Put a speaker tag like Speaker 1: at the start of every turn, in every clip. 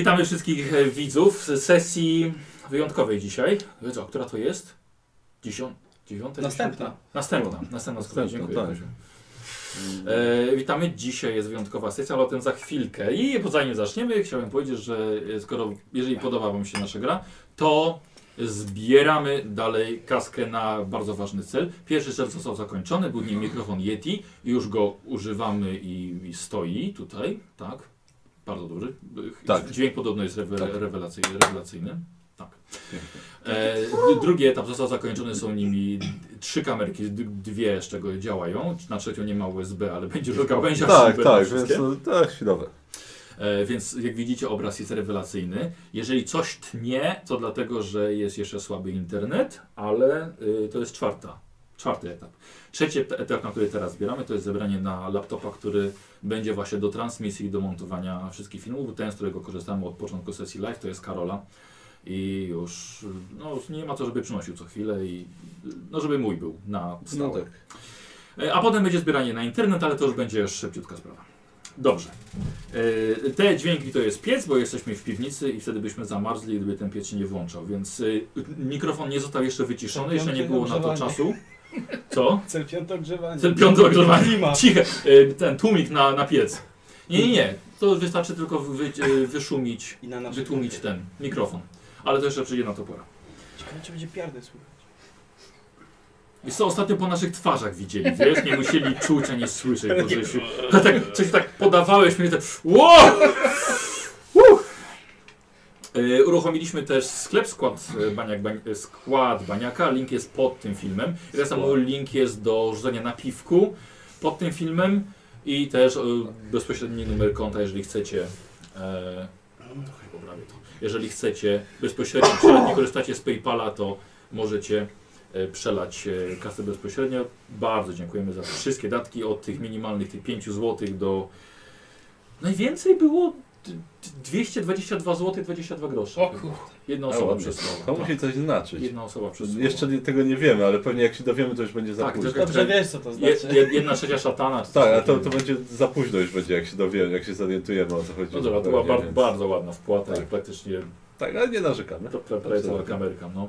Speaker 1: Witamy wszystkich e, widzów z sesji wyjątkowej dzisiaj. Co, która to jest? Dziesią... Dziewiąta?
Speaker 2: Następna.
Speaker 1: dziesiąta? Następna. Następna, zgoda. dziękuję.
Speaker 3: tak.
Speaker 1: Kaziu. E, witamy. Dzisiaj jest wyjątkowa sesja, ale o tym za chwilkę. I zanim zaczniemy, chciałem powiedzieć, że e, skoro, jeżeli podoba Wam się nasza gra, to zbieramy dalej kaskę na bardzo ważny cel. Pierwszy cel został zakończony, był nim mikrofon Yeti. Już go używamy i, i stoi tutaj, tak? Bardzo dobry.
Speaker 3: Tak.
Speaker 1: Dźwięk podobno jest rewe-
Speaker 3: Tak.
Speaker 1: rewelacyjny. rewelacyjny. Tak. E, d- drugi etap został zakończony, są nimi trzy kamerki, d- dwie z czego działają. Na trzecią nie ma USB, ale będzie do gałęzia
Speaker 3: Tak,
Speaker 1: super
Speaker 3: tak,
Speaker 1: wszystkie.
Speaker 3: więc no, tak, chwilowe.
Speaker 1: E, więc jak widzicie, obraz jest rewelacyjny. Jeżeli coś tnie, to dlatego, że jest jeszcze słaby internet, ale y, to jest czwarta, czwarty etap. Trzeci et- etap, na który teraz zbieramy, to jest zebranie na laptopa, który będzie właśnie do transmisji i do montowania wszystkich filmów. Ten, z którego korzystamy od początku sesji live, to jest Karola. I już no, nie ma co, żeby przynosił co chwilę i no, żeby mój był na stałe. E, A potem będzie zbieranie na internet, ale to już będzie szybciutka sprawa. Dobrze. E, Te dźwięki to jest piec, bo jesteśmy w piwnicy i wtedy byśmy zamarzli, gdyby ten piec się nie włączał. Więc y, mikrofon nie został jeszcze wyciszony,
Speaker 2: Cel
Speaker 1: jeszcze nie
Speaker 2: piąty
Speaker 1: było na to
Speaker 2: ogrzewanie.
Speaker 1: czasu. Co?
Speaker 2: Cel piąte ogrzewanie.
Speaker 1: Cel piąty ogrzewanie.
Speaker 2: Klima.
Speaker 1: Ciche. E, Ten tłumik na, na piec. Nie, nie, nie. To wystarczy tylko wy, e, wyszumić,
Speaker 2: I na nasze
Speaker 1: wytłumić
Speaker 2: koty.
Speaker 1: ten mikrofon. Ale to jeszcze przyjdzie na to pora.
Speaker 2: Ciekawe, czy będzie piardę słychać.
Speaker 1: I co ostatnio po naszych twarzach widzieli, wiesz? Nie musieli czuć ani słyszeć, bo żeś, a tak, coś tak podawałeś mnie, tak wow! Uff! E, Uruchomiliśmy też sklep skład, e, baniak, bań, e, skład Baniaka, link jest pod tym filmem. I tak samo link jest do rzucenia na piwku pod tym filmem i też e, bezpośredni numer konta, jeżeli chcecie e, trochę poprawię to. Jeżeli chcecie bezpośrednio przelać, nie korzystacie z Paypala, to możecie e, przelać e, kasę bezpośrednio. Bardzo dziękujemy za wszystkie datki, od tych minimalnych, tych 5 zł do... Najwięcej było d- d- 222 zł 22 groszy. Jedna
Speaker 3: A,
Speaker 1: osoba
Speaker 3: ładnie. To
Speaker 1: przesłała. Tak.
Speaker 3: musi coś znaczyć.
Speaker 1: Jedna osoba przesłała.
Speaker 3: Jeszcze nie, tego nie wiemy, ale pewnie jak się dowiemy, to już będzie za
Speaker 1: Tak,
Speaker 3: późno.
Speaker 1: trochę-
Speaker 2: Dobrze wiesz, co to
Speaker 1: Je,
Speaker 2: znaczy.
Speaker 1: jed- jedna trzecia szatana. czy coś
Speaker 3: Tak, a to,
Speaker 1: takiego.
Speaker 3: to będzie za późno już będzie, jak się dowiemy, jak się zorientujemy o co chodzi.
Speaker 1: No dobra, to była bar
Speaker 3: Więc-
Speaker 1: bardzo ładna wpłata i
Speaker 3: Tak.
Speaker 1: praktycznie
Speaker 3: Tak, ale nie narzekamy.
Speaker 1: To pra- prawie cała kamerka, no.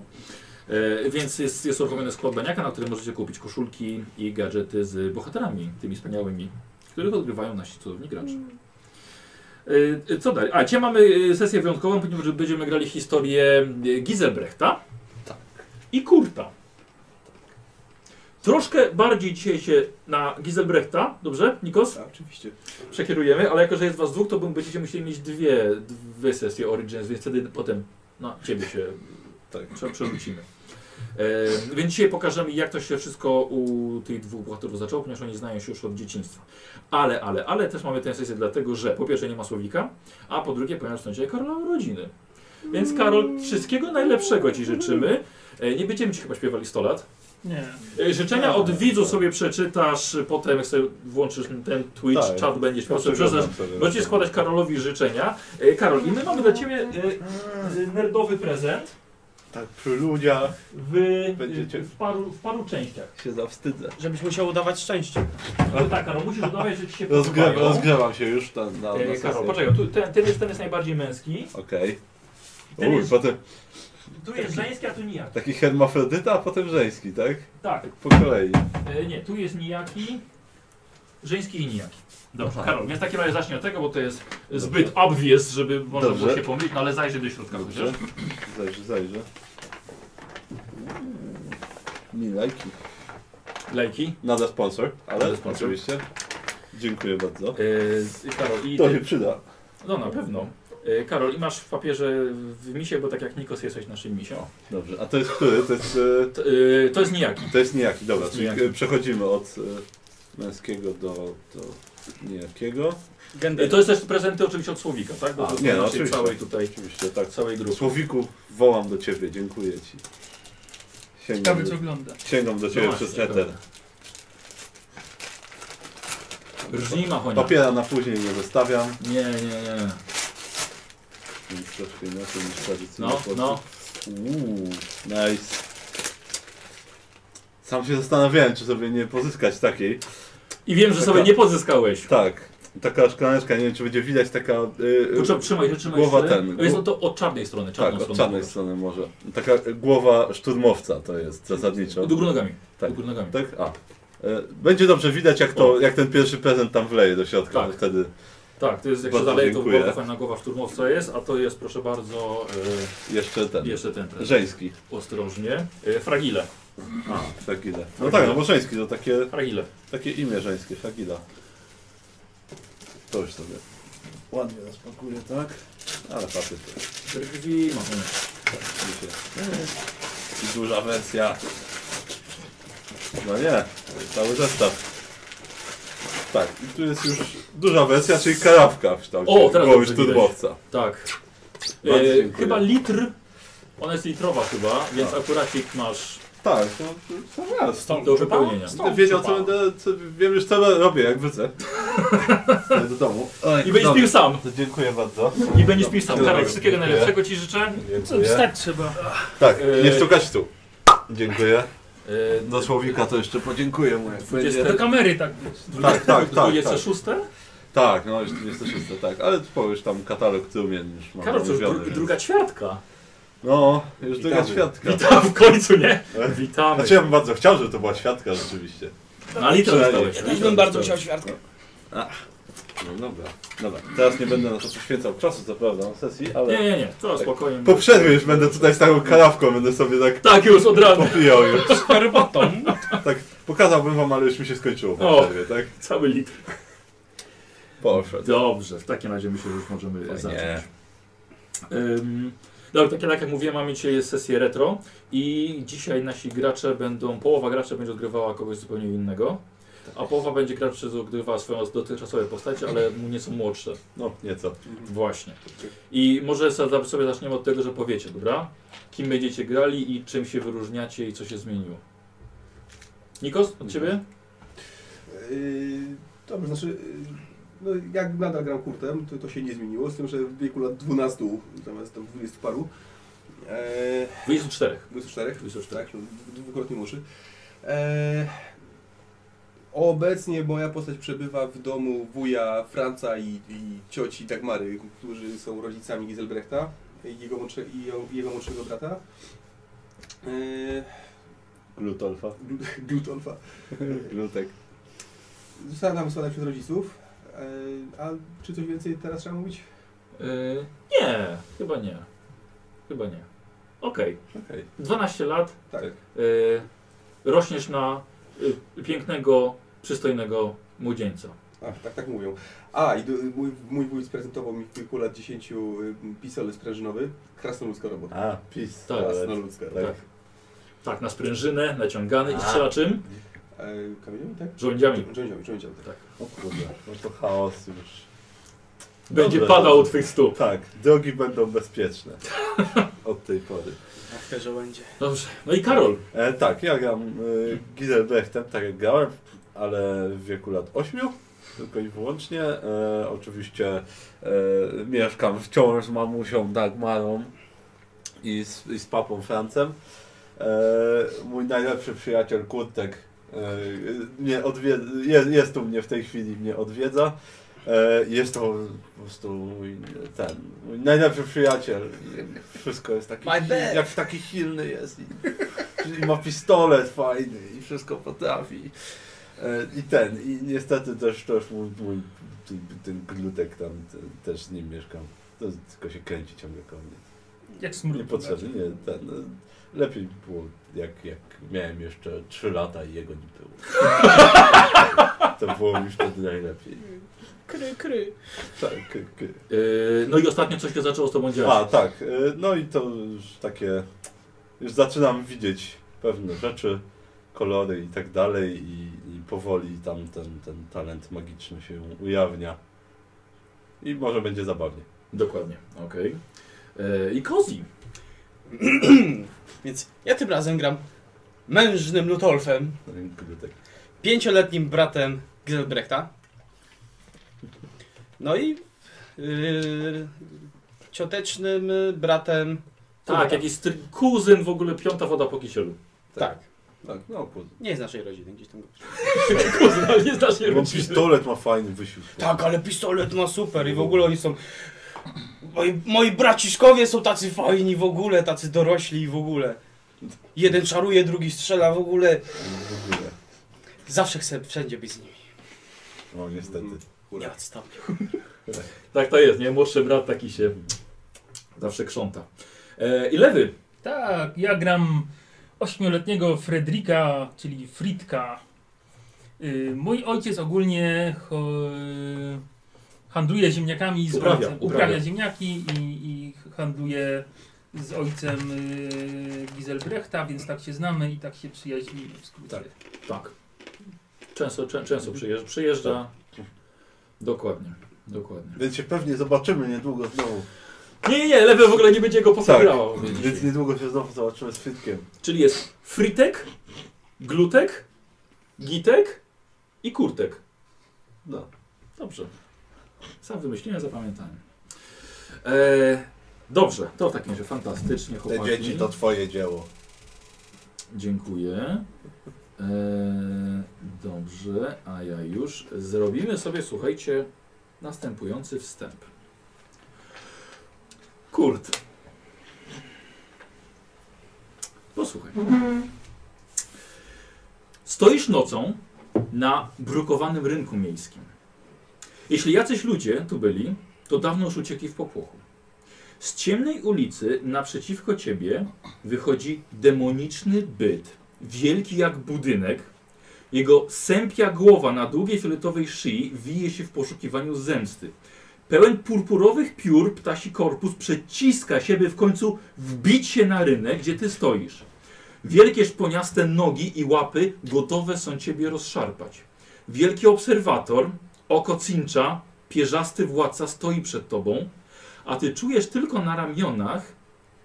Speaker 1: E, więc jest, jest uruchomiony skład baniaka, na którym możecie kupić koszulki i gadżety z bohaterami, tymi wspaniałymi, których odgrywają nasi cudowni gracze. E, co dalej? A, dzisiaj mamy e, sesję wyjątkową, ponieważ będziemy grali historię e, Giselbrechta
Speaker 2: Tak.
Speaker 1: i Kurta. Troszkę bardziej dzisiaj się na Giselbrechta, dobrze, Nikos?
Speaker 2: Tak, oczywiście.
Speaker 1: Przekierujemy, ale jako, że jest was dwóch, to będziecie musieli mieć dwie, dwie sesje Origins, więc wtedy potem na ciebie się
Speaker 3: Tak.
Speaker 1: Prze- przerzucimy. E, więc dzisiaj pokażemy, jak to się wszystko u tych dwóch bohaterów zaczęło, ponieważ oni znają się już od dzieciństwa. Ale, ale, ale też mamy tę sesję dlatego, że po pierwsze nie ma słowika, a po drugie, ponieważ są dzisiaj Karola urodziny. Więc Karol, wszystkiego najlepszego Ci życzymy. E, nie będziemy Ci chyba śpiewali 100 lat.
Speaker 2: Nie.
Speaker 1: E, życzenia od widzów sobie przeczytasz, potem jak sobie włączysz ten Twitch,
Speaker 3: Tak.
Speaker 1: czat będziesz patrzył przez nas.
Speaker 3: Przepraszam sobie.
Speaker 1: Możecie składać Karolowi życzenia. E, Karol, i my mamy dla Ciebie e, nerdowy prezent.
Speaker 3: Tak, przy ludziach
Speaker 1: W,
Speaker 3: Będziecie-
Speaker 1: w, paru, w paru częściach.
Speaker 3: się zawstydzę.
Speaker 2: Żebyś musiał udawać szczęście.
Speaker 1: Ale tak, Karol, musisz udawać, że ci się
Speaker 3: Rozgrzewam,
Speaker 1: podobają.
Speaker 3: rozgrzewam się już na, na, na
Speaker 1: E,
Speaker 3: sesję.
Speaker 1: Karol, poczekaj, tu, ten, ten, jest, ten jest najbardziej męski.
Speaker 3: Okej.
Speaker 1: Ten
Speaker 3: Uj,
Speaker 1: jest,
Speaker 3: potem
Speaker 1: tu jest żeński, a tu nijaki.
Speaker 3: taki hermafrodyta, a potem żeński, tak?
Speaker 1: Tak,
Speaker 3: Po kolei.
Speaker 1: e, nie, tu jest nijaki, żeński i nijaki. Dobrze,
Speaker 3: Aha.
Speaker 1: Karol, więc w takim razie zacznij od tego, bo to jest zbyt obvious, żeby można było
Speaker 3: Dobrze.
Speaker 1: się pomylić, no ale zajrzyj do środka
Speaker 3: Dobrze.
Speaker 1: chociaż.
Speaker 3: Zajrzę, zajrzę. Nie lajki.
Speaker 1: Lejki.
Speaker 3: Nada sponsor,
Speaker 1: Nada
Speaker 3: ale
Speaker 1: sponsor.
Speaker 3: oczywiście. Dziękuję bardzo.
Speaker 1: E, Karol, i
Speaker 3: To się
Speaker 1: ty,
Speaker 3: przyda.
Speaker 1: no na pewno. E, Karol, i masz w papierze w misie, bo tak jak Nikos jesteś naszym misiem.
Speaker 3: Dobrze, a to jest który? To jest, e,
Speaker 1: T, e, to jest nijaki.
Speaker 3: to jest nijaki, dobra,
Speaker 1: To jest
Speaker 3: czyli
Speaker 1: nijaki.
Speaker 3: e, przechodzimy od e, męskiego do, do nijakiego.
Speaker 1: E,
Speaker 2: Gender.
Speaker 1: To jest też prezenty oczywiście od Słowika, tak?
Speaker 3: A,
Speaker 1: to są
Speaker 3: nie, no
Speaker 1: naszej
Speaker 3: oczywiście.
Speaker 1: całej tutaj,
Speaker 3: Oczywiście, tak.
Speaker 1: całej grupy.
Speaker 3: Słowiku, wołam do ciebie, dziękuję ci. Sięgam, do,
Speaker 2: ogląda.
Speaker 3: sięgam do ciebie
Speaker 1: No właśnie,
Speaker 3: przez eter.
Speaker 1: Rżnij machonia.
Speaker 3: Papiera na później nie zostawiam,
Speaker 1: Nie, nie, nie.
Speaker 3: więc troszkę inaczej niż tradycyjnie.
Speaker 1: No, no.
Speaker 3: Uuu, nice. Sam się zastanawiałem, czy sobie nie pozyskać takiej.
Speaker 1: I wiem, że
Speaker 3: Taka-
Speaker 1: sobie nie pozyskałeś.
Speaker 3: Tak. Taka szklaneczka, nie wiem czy będzie widać, taka... y, y,
Speaker 1: Poczekaj, trzymaj się, trzymaj
Speaker 3: Głowa
Speaker 1: się.
Speaker 3: ten,
Speaker 1: Jest
Speaker 3: gło-
Speaker 1: to od czarnej strony, czarną
Speaker 3: tak, od
Speaker 1: stroną.
Speaker 3: czarnej strony może. Taka y, głowa szturmowca to jest zasadniczo.
Speaker 1: Do góry nogami.
Speaker 3: Tak.
Speaker 1: Do góry nogami.
Speaker 3: Tak? A. Y, Będzie dobrze widać jak
Speaker 1: O.
Speaker 3: to, jak ten pierwszy prezent tam wleje do środka,
Speaker 1: Tak.
Speaker 3: bo wtedy...
Speaker 1: Tak, to jest, jak się
Speaker 3: Bardzo
Speaker 1: zaleje, to
Speaker 3: dziękuję.
Speaker 1: głowa, fajna głowa szturmowca jest, a to jest, proszę bardzo,
Speaker 3: Jeszcze ten.
Speaker 1: e, jeszcze ten, ten
Speaker 3: Żeński.
Speaker 1: ostrożnie. E, fragile.
Speaker 3: A, Szagila. No tak, no bo żeński to takie,
Speaker 1: Fragile.
Speaker 3: takie imię żeńskie, Szagila. To już sobie ładnie rozpakuję, tak? Ale papier to jest
Speaker 1: Drwi, mam one.
Speaker 3: mi się... I duża wersja. No nie, cały zestaw. Tak, i tu jest już duża wersja, czyli karabka w kształcie
Speaker 1: O, teraz
Speaker 3: głowy
Speaker 1: dobrze widać.
Speaker 3: szturmowca.
Speaker 1: Tak.
Speaker 3: Bardzo
Speaker 1: E,
Speaker 3: dziękuję.
Speaker 1: chyba litr. Ona jest litrowa chyba, więc
Speaker 3: Tak.
Speaker 1: akurat jak masz
Speaker 3: Tak, no, to, to raz.
Speaker 2: Stąd
Speaker 1: do
Speaker 2: chyba?
Speaker 1: wypełnienia.
Speaker 2: Stąd
Speaker 3: Wiedział co
Speaker 2: chyba.
Speaker 3: będę, co, wiem już co robię, jak wrócę. Idę do domu. Oj,
Speaker 1: I będziesz
Speaker 3: dobra.
Speaker 1: pił sam.
Speaker 3: To dziękuję bardzo.
Speaker 1: I będziesz pił sam.
Speaker 3: Dobra.
Speaker 1: Karek, wszystkiego najlepszego ci życzę.
Speaker 4: Co, wstać trzeba.
Speaker 3: Tak, nie
Speaker 1: Eee.
Speaker 3: szukać tu. Dziękuję.
Speaker 1: E,
Speaker 3: Do człowieka to jeszcze podziękuję mu. jak będzie.
Speaker 1: 20,
Speaker 4: Do kamery tak wiesz.
Speaker 3: Tak, tak, tak.
Speaker 1: 26?
Speaker 3: Tak, no już 26, tak. Ale tu już tam katalog trumien już mam
Speaker 1: Karol, to już
Speaker 3: omówiony,
Speaker 1: dru
Speaker 3: więc-
Speaker 1: druga ćwiartka.
Speaker 3: No, już druga
Speaker 2: Witamy.
Speaker 3: świadka.
Speaker 1: Witam w końcu, nie?
Speaker 3: E?
Speaker 1: Witamy.
Speaker 3: Tak. Znaczy ja bym bardzo chciał, żeby to była świadka rzeczywiście.
Speaker 1: Na litr
Speaker 3: Przynajmniej.
Speaker 1: dostałeś.
Speaker 2: Ja
Speaker 1: na
Speaker 2: też
Speaker 1: litr
Speaker 2: bym bardzo
Speaker 1: dostałeś.
Speaker 2: chciał świadka.
Speaker 3: No dobra, dobra. Teraz nie będę na to poświęcał czasu, co prawda, na sesji, ale...
Speaker 1: Nie, No. nie, nie. To spokojnie.
Speaker 3: Po przerwie już będę tutaj z taką karawką, będę sobie tak
Speaker 1: Tak, już od razu.
Speaker 3: popijał już.
Speaker 4: Herbotą.
Speaker 3: Tak, pokazałbym wam, ale już mi się skończyło po
Speaker 1: O.
Speaker 3: przerwie, tak?
Speaker 1: Cały litr.
Speaker 3: Poszedł.
Speaker 1: Dobrze, w takim razie myślę, że już możemy
Speaker 3: Fajnie.
Speaker 1: zacząć. Ym, dobra, tak, tak jak mówiłem, mamy dzisiaj jest sesję retro i dzisiaj nasi gracze będą, połowa graczy będzie odgrywała kogoś zupełnie innego, a połowa będzie graczy odgrywała swoją dotychczasową postać, ale mu nieco młodsze.
Speaker 3: No, nieco.
Speaker 1: Właśnie. I może sobie sobie zaczniemy od tego, że powiecie, dobra? Kim będziecie grali i czym się wyróżniacie i co się zmieniło. Nikos, od ciebie?
Speaker 5: Yy, Dobrze, znaczy, yy, no jak nadal gram kurtem, to, to się nie zmieniło, z tym, że w wieku lat 12 zamiast tam 20 paru, e,
Speaker 1: 24.
Speaker 5: 24,
Speaker 1: 24.
Speaker 5: tak, no, d- dwukrotnie muszy. E, obecnie moja postać przebywa w domu wuja Franca i, i cioci Dagmary, którzy są rodzicami Giselbrechta i jego, młodsze- i jego- jego młodszego brata. E,
Speaker 3: Glutolfa.
Speaker 5: Glut- Glutolfa.
Speaker 3: Glutek.
Speaker 5: Została nam wysłana przez rodziców. E, A czy coś więcej teraz trzeba mówić?
Speaker 1: Yy, nie, chyba nie. Chyba nie. Okej.
Speaker 3: Okej.
Speaker 1: 12 lat.
Speaker 5: Tak.
Speaker 1: Yy, rośniesz na y, pięknego, przystojnego młodzieńca.
Speaker 5: A, tak, tak mówią. A, i d- mój, mój wójt prezentował mi w kilku lat 10 pistolet sprężynowy. Krasnoludzka robota.
Speaker 3: A, pis.
Speaker 1: Tak.
Speaker 5: Krasnoludzka.
Speaker 3: Tak.
Speaker 1: Tak. Tak, na sprężynę, naciągany i strzela czym?
Speaker 5: E, Kamieniami, tak?
Speaker 1: Żołędziami.
Speaker 5: Rządziami, rządziami. Tak.
Speaker 3: O kurde, no to chaos już.
Speaker 1: Będzie
Speaker 3: Dobra.
Speaker 1: padał u twych stóp.
Speaker 3: Tak, drogi będą bezpieczne. Od tej pory.
Speaker 2: Matka żołędzie.
Speaker 1: Dobrze. No i Karol.
Speaker 3: E, tak, ja gram e, Gizelbrechtem, tak jak grałem, ale w wieku lat 8. Tylko i wyłącznie. E, oczywiście e, mieszkam wciąż z mamusią Dagmarą i z, i z papą Francem. E, mój najlepszy przyjaciel Kurtek e, mnie odwied- jest, jest tu mnie w tej chwili, mnie odwiedza. E, jest to po prostu mój, ten, mój najlepszy przyjaciel. I Wszystko jest taki,
Speaker 2: My bad.
Speaker 3: jak taki silny jest. I, i ma pistolet fajny i wszystko potrafi. E, I ten, i niestety też, też mój, mój ten, ten glutek tam te- też z nim mieszkam. To tylko się kręci ciągle koło mnie.
Speaker 4: Jak smród.
Speaker 3: Niepotrzebnie, nie, ten, e, lepiej było jak, jak miałem jeszcze 3 lata i jego nie było. to było mi wtedy najlepiej.
Speaker 4: Kry, kry.
Speaker 3: Tak, k- k-
Speaker 1: Yy, no i ostatnio coś się zaczęło z tobą dziać.
Speaker 3: A, tak. y, No i to już takie. Już zaczynam widzieć pewne rzeczy, kolory i tak dalej, i, i powoli tam ten, ten talent magiczny się ujawnia. I może będzie zabawnie.
Speaker 1: Dokładnie, okej. E, I Kozi.
Speaker 2: Więc ja tym razem gram mężnym Lutolfem,
Speaker 3: Glutek.
Speaker 2: pięcioletnim bratem Giselbrechta. No i yy, ciotecznym bratem.
Speaker 1: Tak,
Speaker 2: Kurta.
Speaker 1: jakiś stry- kuzyn w ogóle, piąta woda po kisielu.
Speaker 2: Tak.
Speaker 3: Tak, no kurde.
Speaker 2: Nie z naszej rodziny, gdzieś tam go
Speaker 1: Kuzna, nie znasz jej
Speaker 3: Bo
Speaker 1: rodziny.
Speaker 3: pistolet ma fajny wysiłek.
Speaker 2: Tak, ale pistolet ma super i w ogóle oni są... Moi, moi braciszkowie są tacy fajni w ogóle, tacy dorośli i w ogóle. Jeden czaruje, drugi strzela w ogóle.
Speaker 3: W ogóle.
Speaker 2: Zawsze chcę wszędzie być z nimi.
Speaker 3: No niestety.
Speaker 2: Nie odstąpię.
Speaker 1: Tak to jest, nie? Młodszy brat taki się zawsze krząta. E, I lewy.
Speaker 4: Tak, ja gram ośmioletniego Fredrika, czyli Fritka. Y, mój ojciec ogólnie cho, handluje ziemniakami z
Speaker 1: Uprawia,
Speaker 4: ojcem.
Speaker 1: uprawia.
Speaker 4: ziemniaki i, i handluje z ojcem y, Giselbrechta, więc tak się znamy i tak się przyjaźnimy w skrócie.
Speaker 1: Tak. Tak. Często, czę, często przyjeżdża. przyjeżdża. Dokładnie. Dokładnie.
Speaker 3: Więc się pewnie zobaczymy niedługo znowu.
Speaker 1: Nie, nie, nie, lewy w ogóle nie będzie go popierał.
Speaker 3: Więc niedługo się znowu zobaczymy z Fitkiem.
Speaker 1: Czyli jest fritek, glutek, gitek i kurtek.
Speaker 3: No.
Speaker 1: Dobrze. Sam wymyśliłem, zapamiętałem. E, dobrze, to w takim razie fantastycznie,
Speaker 3: Te
Speaker 1: chłopaki.
Speaker 3: dzieci to twoje dzieło.
Speaker 1: Dziękuję. E, dobrze, a ja już zrobimy sobie, słuchajcie, następujący wstęp. Kurt. Posłuchaj. Stoisz nocą na brukowanym rynku miejskim. Jeśli jacyś ludzie tu byli, to dawno już uciekli w popłochu. Z ciemnej ulicy naprzeciwko ciebie wychodzi demoniczny byt, wielki jak budynek. Jego sępia głowa na długiej fioletowej szyi wije się w poszukiwaniu zemsty. Pełen purpurowych piór ptasi korpus przeciska się, by w końcu wbić się na rynek, gdzie ty stoisz. Wielkie szponiaste nogi i łapy gotowe są ciebie rozszarpać. Wielki obserwator, oko cincza, pierzasty władca stoi przed tobą, a ty czujesz tylko na ramionach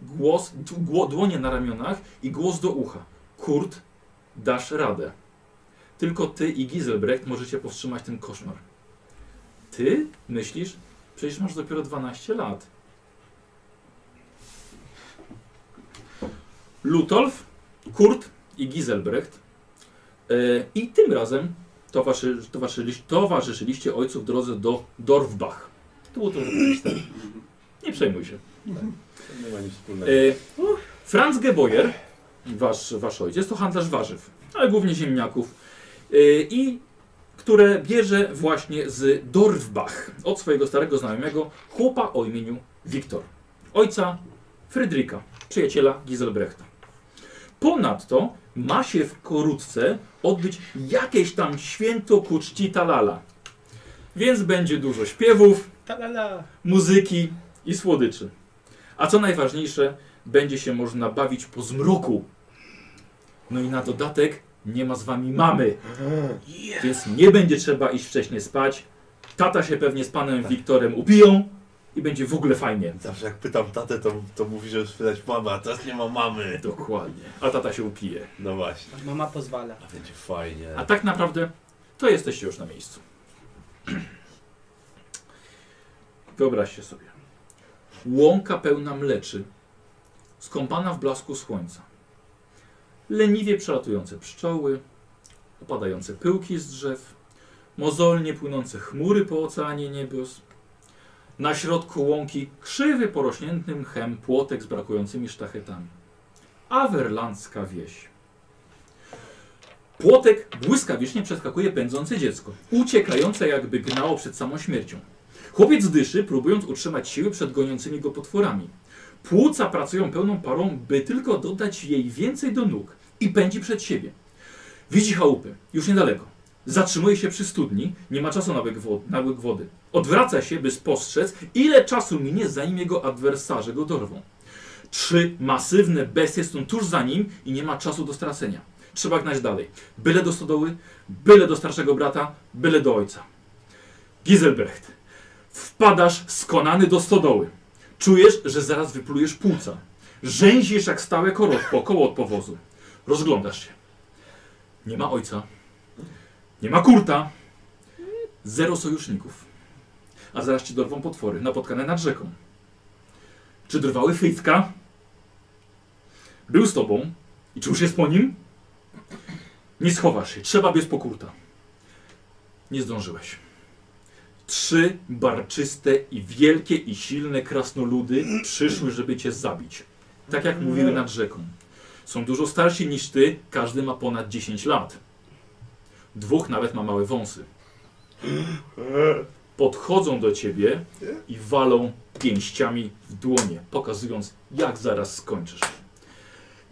Speaker 1: głos, d- gło, dłonie na ramionach i głos do ucha. Kurt, dasz radę. Tylko ty i Giselbrecht możecie powstrzymać ten koszmar. Ty myślisz, przecież masz dopiero 12 lat. Lutolf, Kurt i Giselbrecht. E, I tym razem towarzyszy, towarzyszy, towarzyszyliście ojcu w drodze do Dorfbach. To było to rzeczywiste. Nie przejmuj się.
Speaker 3: To nie ma nic wspólnego.
Speaker 1: E, Franz Geboyer, wasz, wasz ojciec, to handlarz warzyw, ale głównie ziemniaków, e, i które bierze właśnie z Dorfbach od swojego starego znajomego chłopa o imieniu Wiktor, ojca Frydryka, przyjaciela Giselbrechta. Ponadto ma się wkrótce odbyć jakieś tam święto ku czci Talala, więc będzie dużo śpiewów,
Speaker 2: Talala.
Speaker 1: muzyki i słodyczy. A co najważniejsze, będzie się można bawić po zmroku. No i na dodatek nie ma z wami mamy, więc nie będzie trzeba iść wcześniej spać. Tata się pewnie z panem Wiktorem upiją i będzie w ogóle fajnie.
Speaker 3: Zawsze jak pytam tatę, to, to mówi, że spytać mamy, a teraz nie ma mamy.
Speaker 1: Dokładnie. A tata się upije.
Speaker 3: No właśnie.
Speaker 2: Mama pozwala.
Speaker 3: A będzie fajnie.
Speaker 1: A tak naprawdę to jesteście już na miejscu. Wyobraźcie sobie. Łąka pełna mleczy, skąpana w blasku słońca. Leniwie przelatujące pszczoły, opadające pyłki z drzew, mozolnie płynące chmury po oceanie niebios. Na środku łąki krzywy, porośnięty mchem płotek z brakującymi sztachetami. Awerlandzka wieś. Płotek błyskawicznie przeskakuje pędzące dziecko, uciekające jakby gnało przed samą śmiercią. Chłopiec dyszy, próbując utrzymać siły przed goniącymi go potworami. Płuca pracują pełną parą, by tylko dodać jej więcej do nóg i pędzi przed siebie. Widzi chałupy, już niedaleko. Zatrzymuje się przy studni, nie ma czasu na łyk, wo- na łyk wody. Odwraca się, by spostrzec, ile czasu minie, zanim jego adwersarze go dorwą. Trzy masywne bestie są tuż za nim i nie ma czasu do stracenia. Trzeba gnać dalej. Byle do stodoły, byle do starszego brata, byle do ojca. Giselbrecht, wpadasz skonany do stodoły. Czujesz, że zaraz wyplujesz płuca. Rzęzisz jak stałe koro, po koło od powozu. Rozglądasz się. Nie ma ojca. Nie ma kurta. Zero sojuszników. A zaraz ci dorwą potwory, napotkane nad rzeką. Czy dorwały Frytka? Był z tobą. I czy już jest po nim? Nie schowasz się, trzeba biec po kurta. Nie zdążyłeś. Trzy barczyste i wielkie i silne krasnoludy przyszły, żeby cię zabić. Tak jak mówiły nad rzeką. Są dużo starsi niż ty, każdy ma ponad 10 lat. Dwóch nawet ma małe wąsy. Podchodzą do ciebie i walą pięściami w dłonie, pokazując jak zaraz skończysz.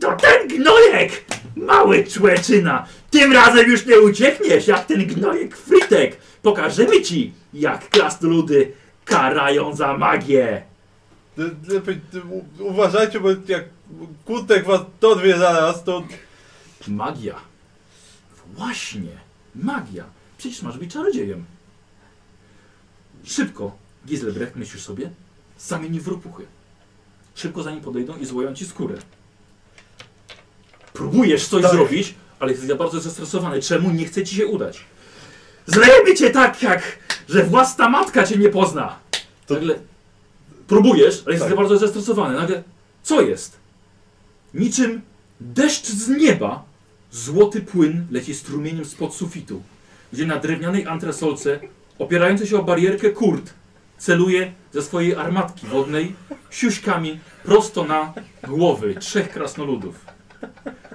Speaker 1: To ten gnojek! Mały człeczyna! Tym razem już nie uciekniesz, jak ten gnojek Fritek! Pokażemy ci, jak krasnoludy karają za magię!
Speaker 3: Le- Lepiej ty, u- uważajcie, bo jak kutek was dodwie zaraz, to
Speaker 1: Magia. Właśnie, magia. Przecież masz być czarodziejem. Szybko, Giselbrecht, myślisz sobie, zamieni w rupuchy. Szybko zanim podejdą i złoją ci skórę. Próbujesz coś
Speaker 3: Tak.
Speaker 1: zrobić, ale jesteś za bardzo zestresowany. Czemu nie chce ci się udać? Zlejemy cię tak, jak że własna matka cię nie pozna.
Speaker 3: To-
Speaker 1: Nagle próbujesz, ale jesteś
Speaker 3: Tak.
Speaker 1: za bardzo zestresowany. Nagle, co jest? Niczym deszcz z nieba Złoty płyn leci strumieniem spod sufitu, gdzie na drewnianej antresolce, opierający się o barierkę kurt, celuje ze swojej armatki wodnej siuśkami prosto na głowy trzech krasnoludów.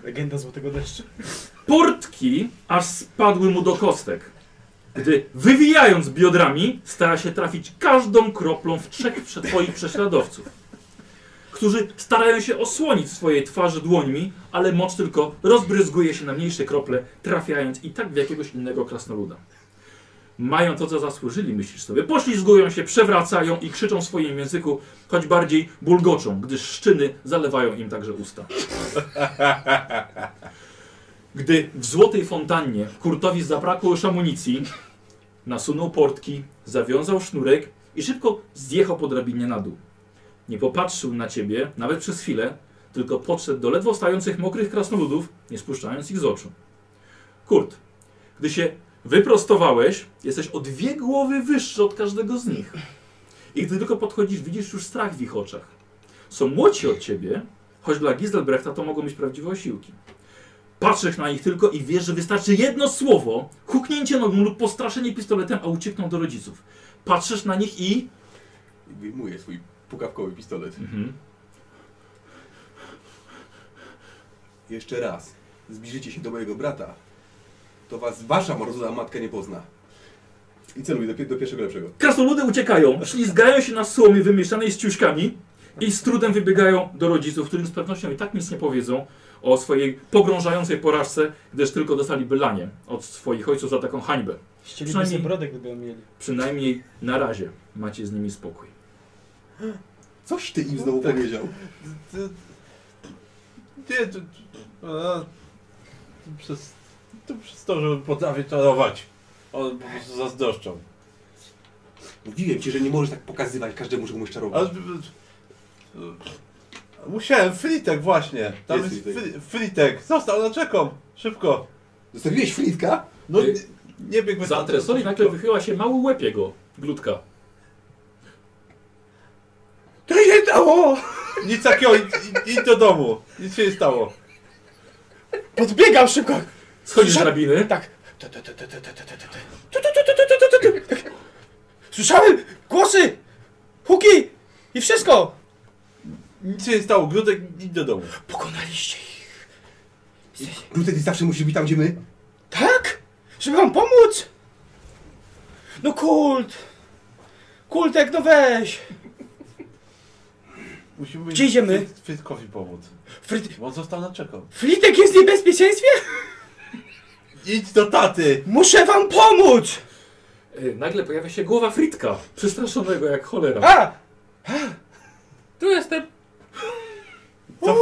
Speaker 2: Legenda Złotego Deszczu.
Speaker 1: Portki aż spadły mu do kostek, gdy wywijając biodrami stara się trafić każdą kroplą w trzech prze- twoich prześladowców, którzy starają się osłonić swoje twarze dłońmi, ale moc tylko rozbryzguje się na mniejsze krople, trafiając i tak w jakiegoś innego krasnoluda. Mają to, co zasłużyli, myślisz sobie. Poślizgują się, przewracają i krzyczą w swoim języku, choć bardziej bulgoczą, gdyż szczyny zalewają im także usta. Gdy w złotej fontannie Kurtowi zabrakło już amunicji, nasunął portki, zawiązał sznurek i szybko zjechał po drabinie na dół. Nie popatrzył na ciebie nawet przez chwilę, tylko podszedł do ledwo stających mokrych krasnoludów, nie spuszczając ich z oczu. Kurt, gdy się wyprostowałeś, jesteś o dwie głowy wyższy od każdego z nich. I gdy tylko podchodzisz, widzisz już strach w ich oczach. Są młodsi od ciebie, choć dla Giselbrechta to mogą być prawdziwe osiłki. Patrzysz na nich tylko i wiesz, że wystarczy jedno słowo, huknięcie nogą lub postraszenie pistoletem, a uciekną do rodziców. Patrzysz na nich i...
Speaker 5: Wyjmuję swój pukawkowy pistolet.
Speaker 1: Mhm.
Speaker 5: Jeszcze raz zbliżycie się do mojego brata, to was wasza mrodzona matka nie pozna. I celuję do, pi- do pierwszego lepszego.
Speaker 1: Krasnoludy uciekają, ślizgają się na słomie wymieszanej z ciuszkami i z trudem wybiegają do rodziców, którym z pewnością i tak nic nie powiedzą o swojej pogrążającej porażce, gdyż tylko dostaliby lanie od swoich ojców za taką hańbę.
Speaker 2: Ścieliby
Speaker 1: Przynajmniej-
Speaker 2: sobie brodek, gdyby ją mieli.
Speaker 1: Przynajmniej na razie macie z nimi spokój.
Speaker 5: Coś ty im znowu powiedział.
Speaker 3: Ty- Nie, to, to, to, przez, to przez to, że potrafię czarować. One po prostu zazdroszczą.
Speaker 5: Mówiłem ci, że nie możesz tak pokazywać każdemu, że umiesz
Speaker 3: A,
Speaker 5: czarować.
Speaker 3: e, musiałem, Fritek właśnie. Tam
Speaker 5: Jest
Speaker 3: jest, Fri- Fritek. Został na czeką. Szybko.
Speaker 5: Zostawiłeś flitka?
Speaker 3: No
Speaker 1: Ty-
Speaker 3: nie, nie biegł
Speaker 1: Za tresoli nagle wychyła się mały łeb jego, glutka.
Speaker 5: To się dało!
Speaker 3: Nic takiego, idź- idź do domu. Nic się nie stało.
Speaker 2: Podbiegam szybko!
Speaker 1: Schodzisz z drabiny.
Speaker 2: Tak. Tu, tu, tu, tu, tu, tu, tu, tu, tu. Tu, tu, tu, tu, tu, tu, tu, tu, tu. Słyszałem! Głosy! Huki! I wszystko!
Speaker 3: Nic się nie stało. Grudek, idź do domu.
Speaker 2: Pokonaliście ich.
Speaker 5: Glutek zawsze musi być tam, gdzie my.
Speaker 2: Tak? Żeby wam pomóc? No kult! Kultek, no weź!
Speaker 3: Musimy
Speaker 2: Gdzie idziemy?
Speaker 3: Frit- Fritkowi pomóc.
Speaker 2: Fryt...
Speaker 3: Bo on został na czeką.
Speaker 2: Fritek jest w niebezpieczeństwie?
Speaker 3: Idź do taty.
Speaker 2: Muszę wam pomóc!
Speaker 1: Y, Nagle pojawia się głowa Fritka, przestraszonego jak cholera.
Speaker 2: A!
Speaker 4: Tu jestem.
Speaker 3: Co,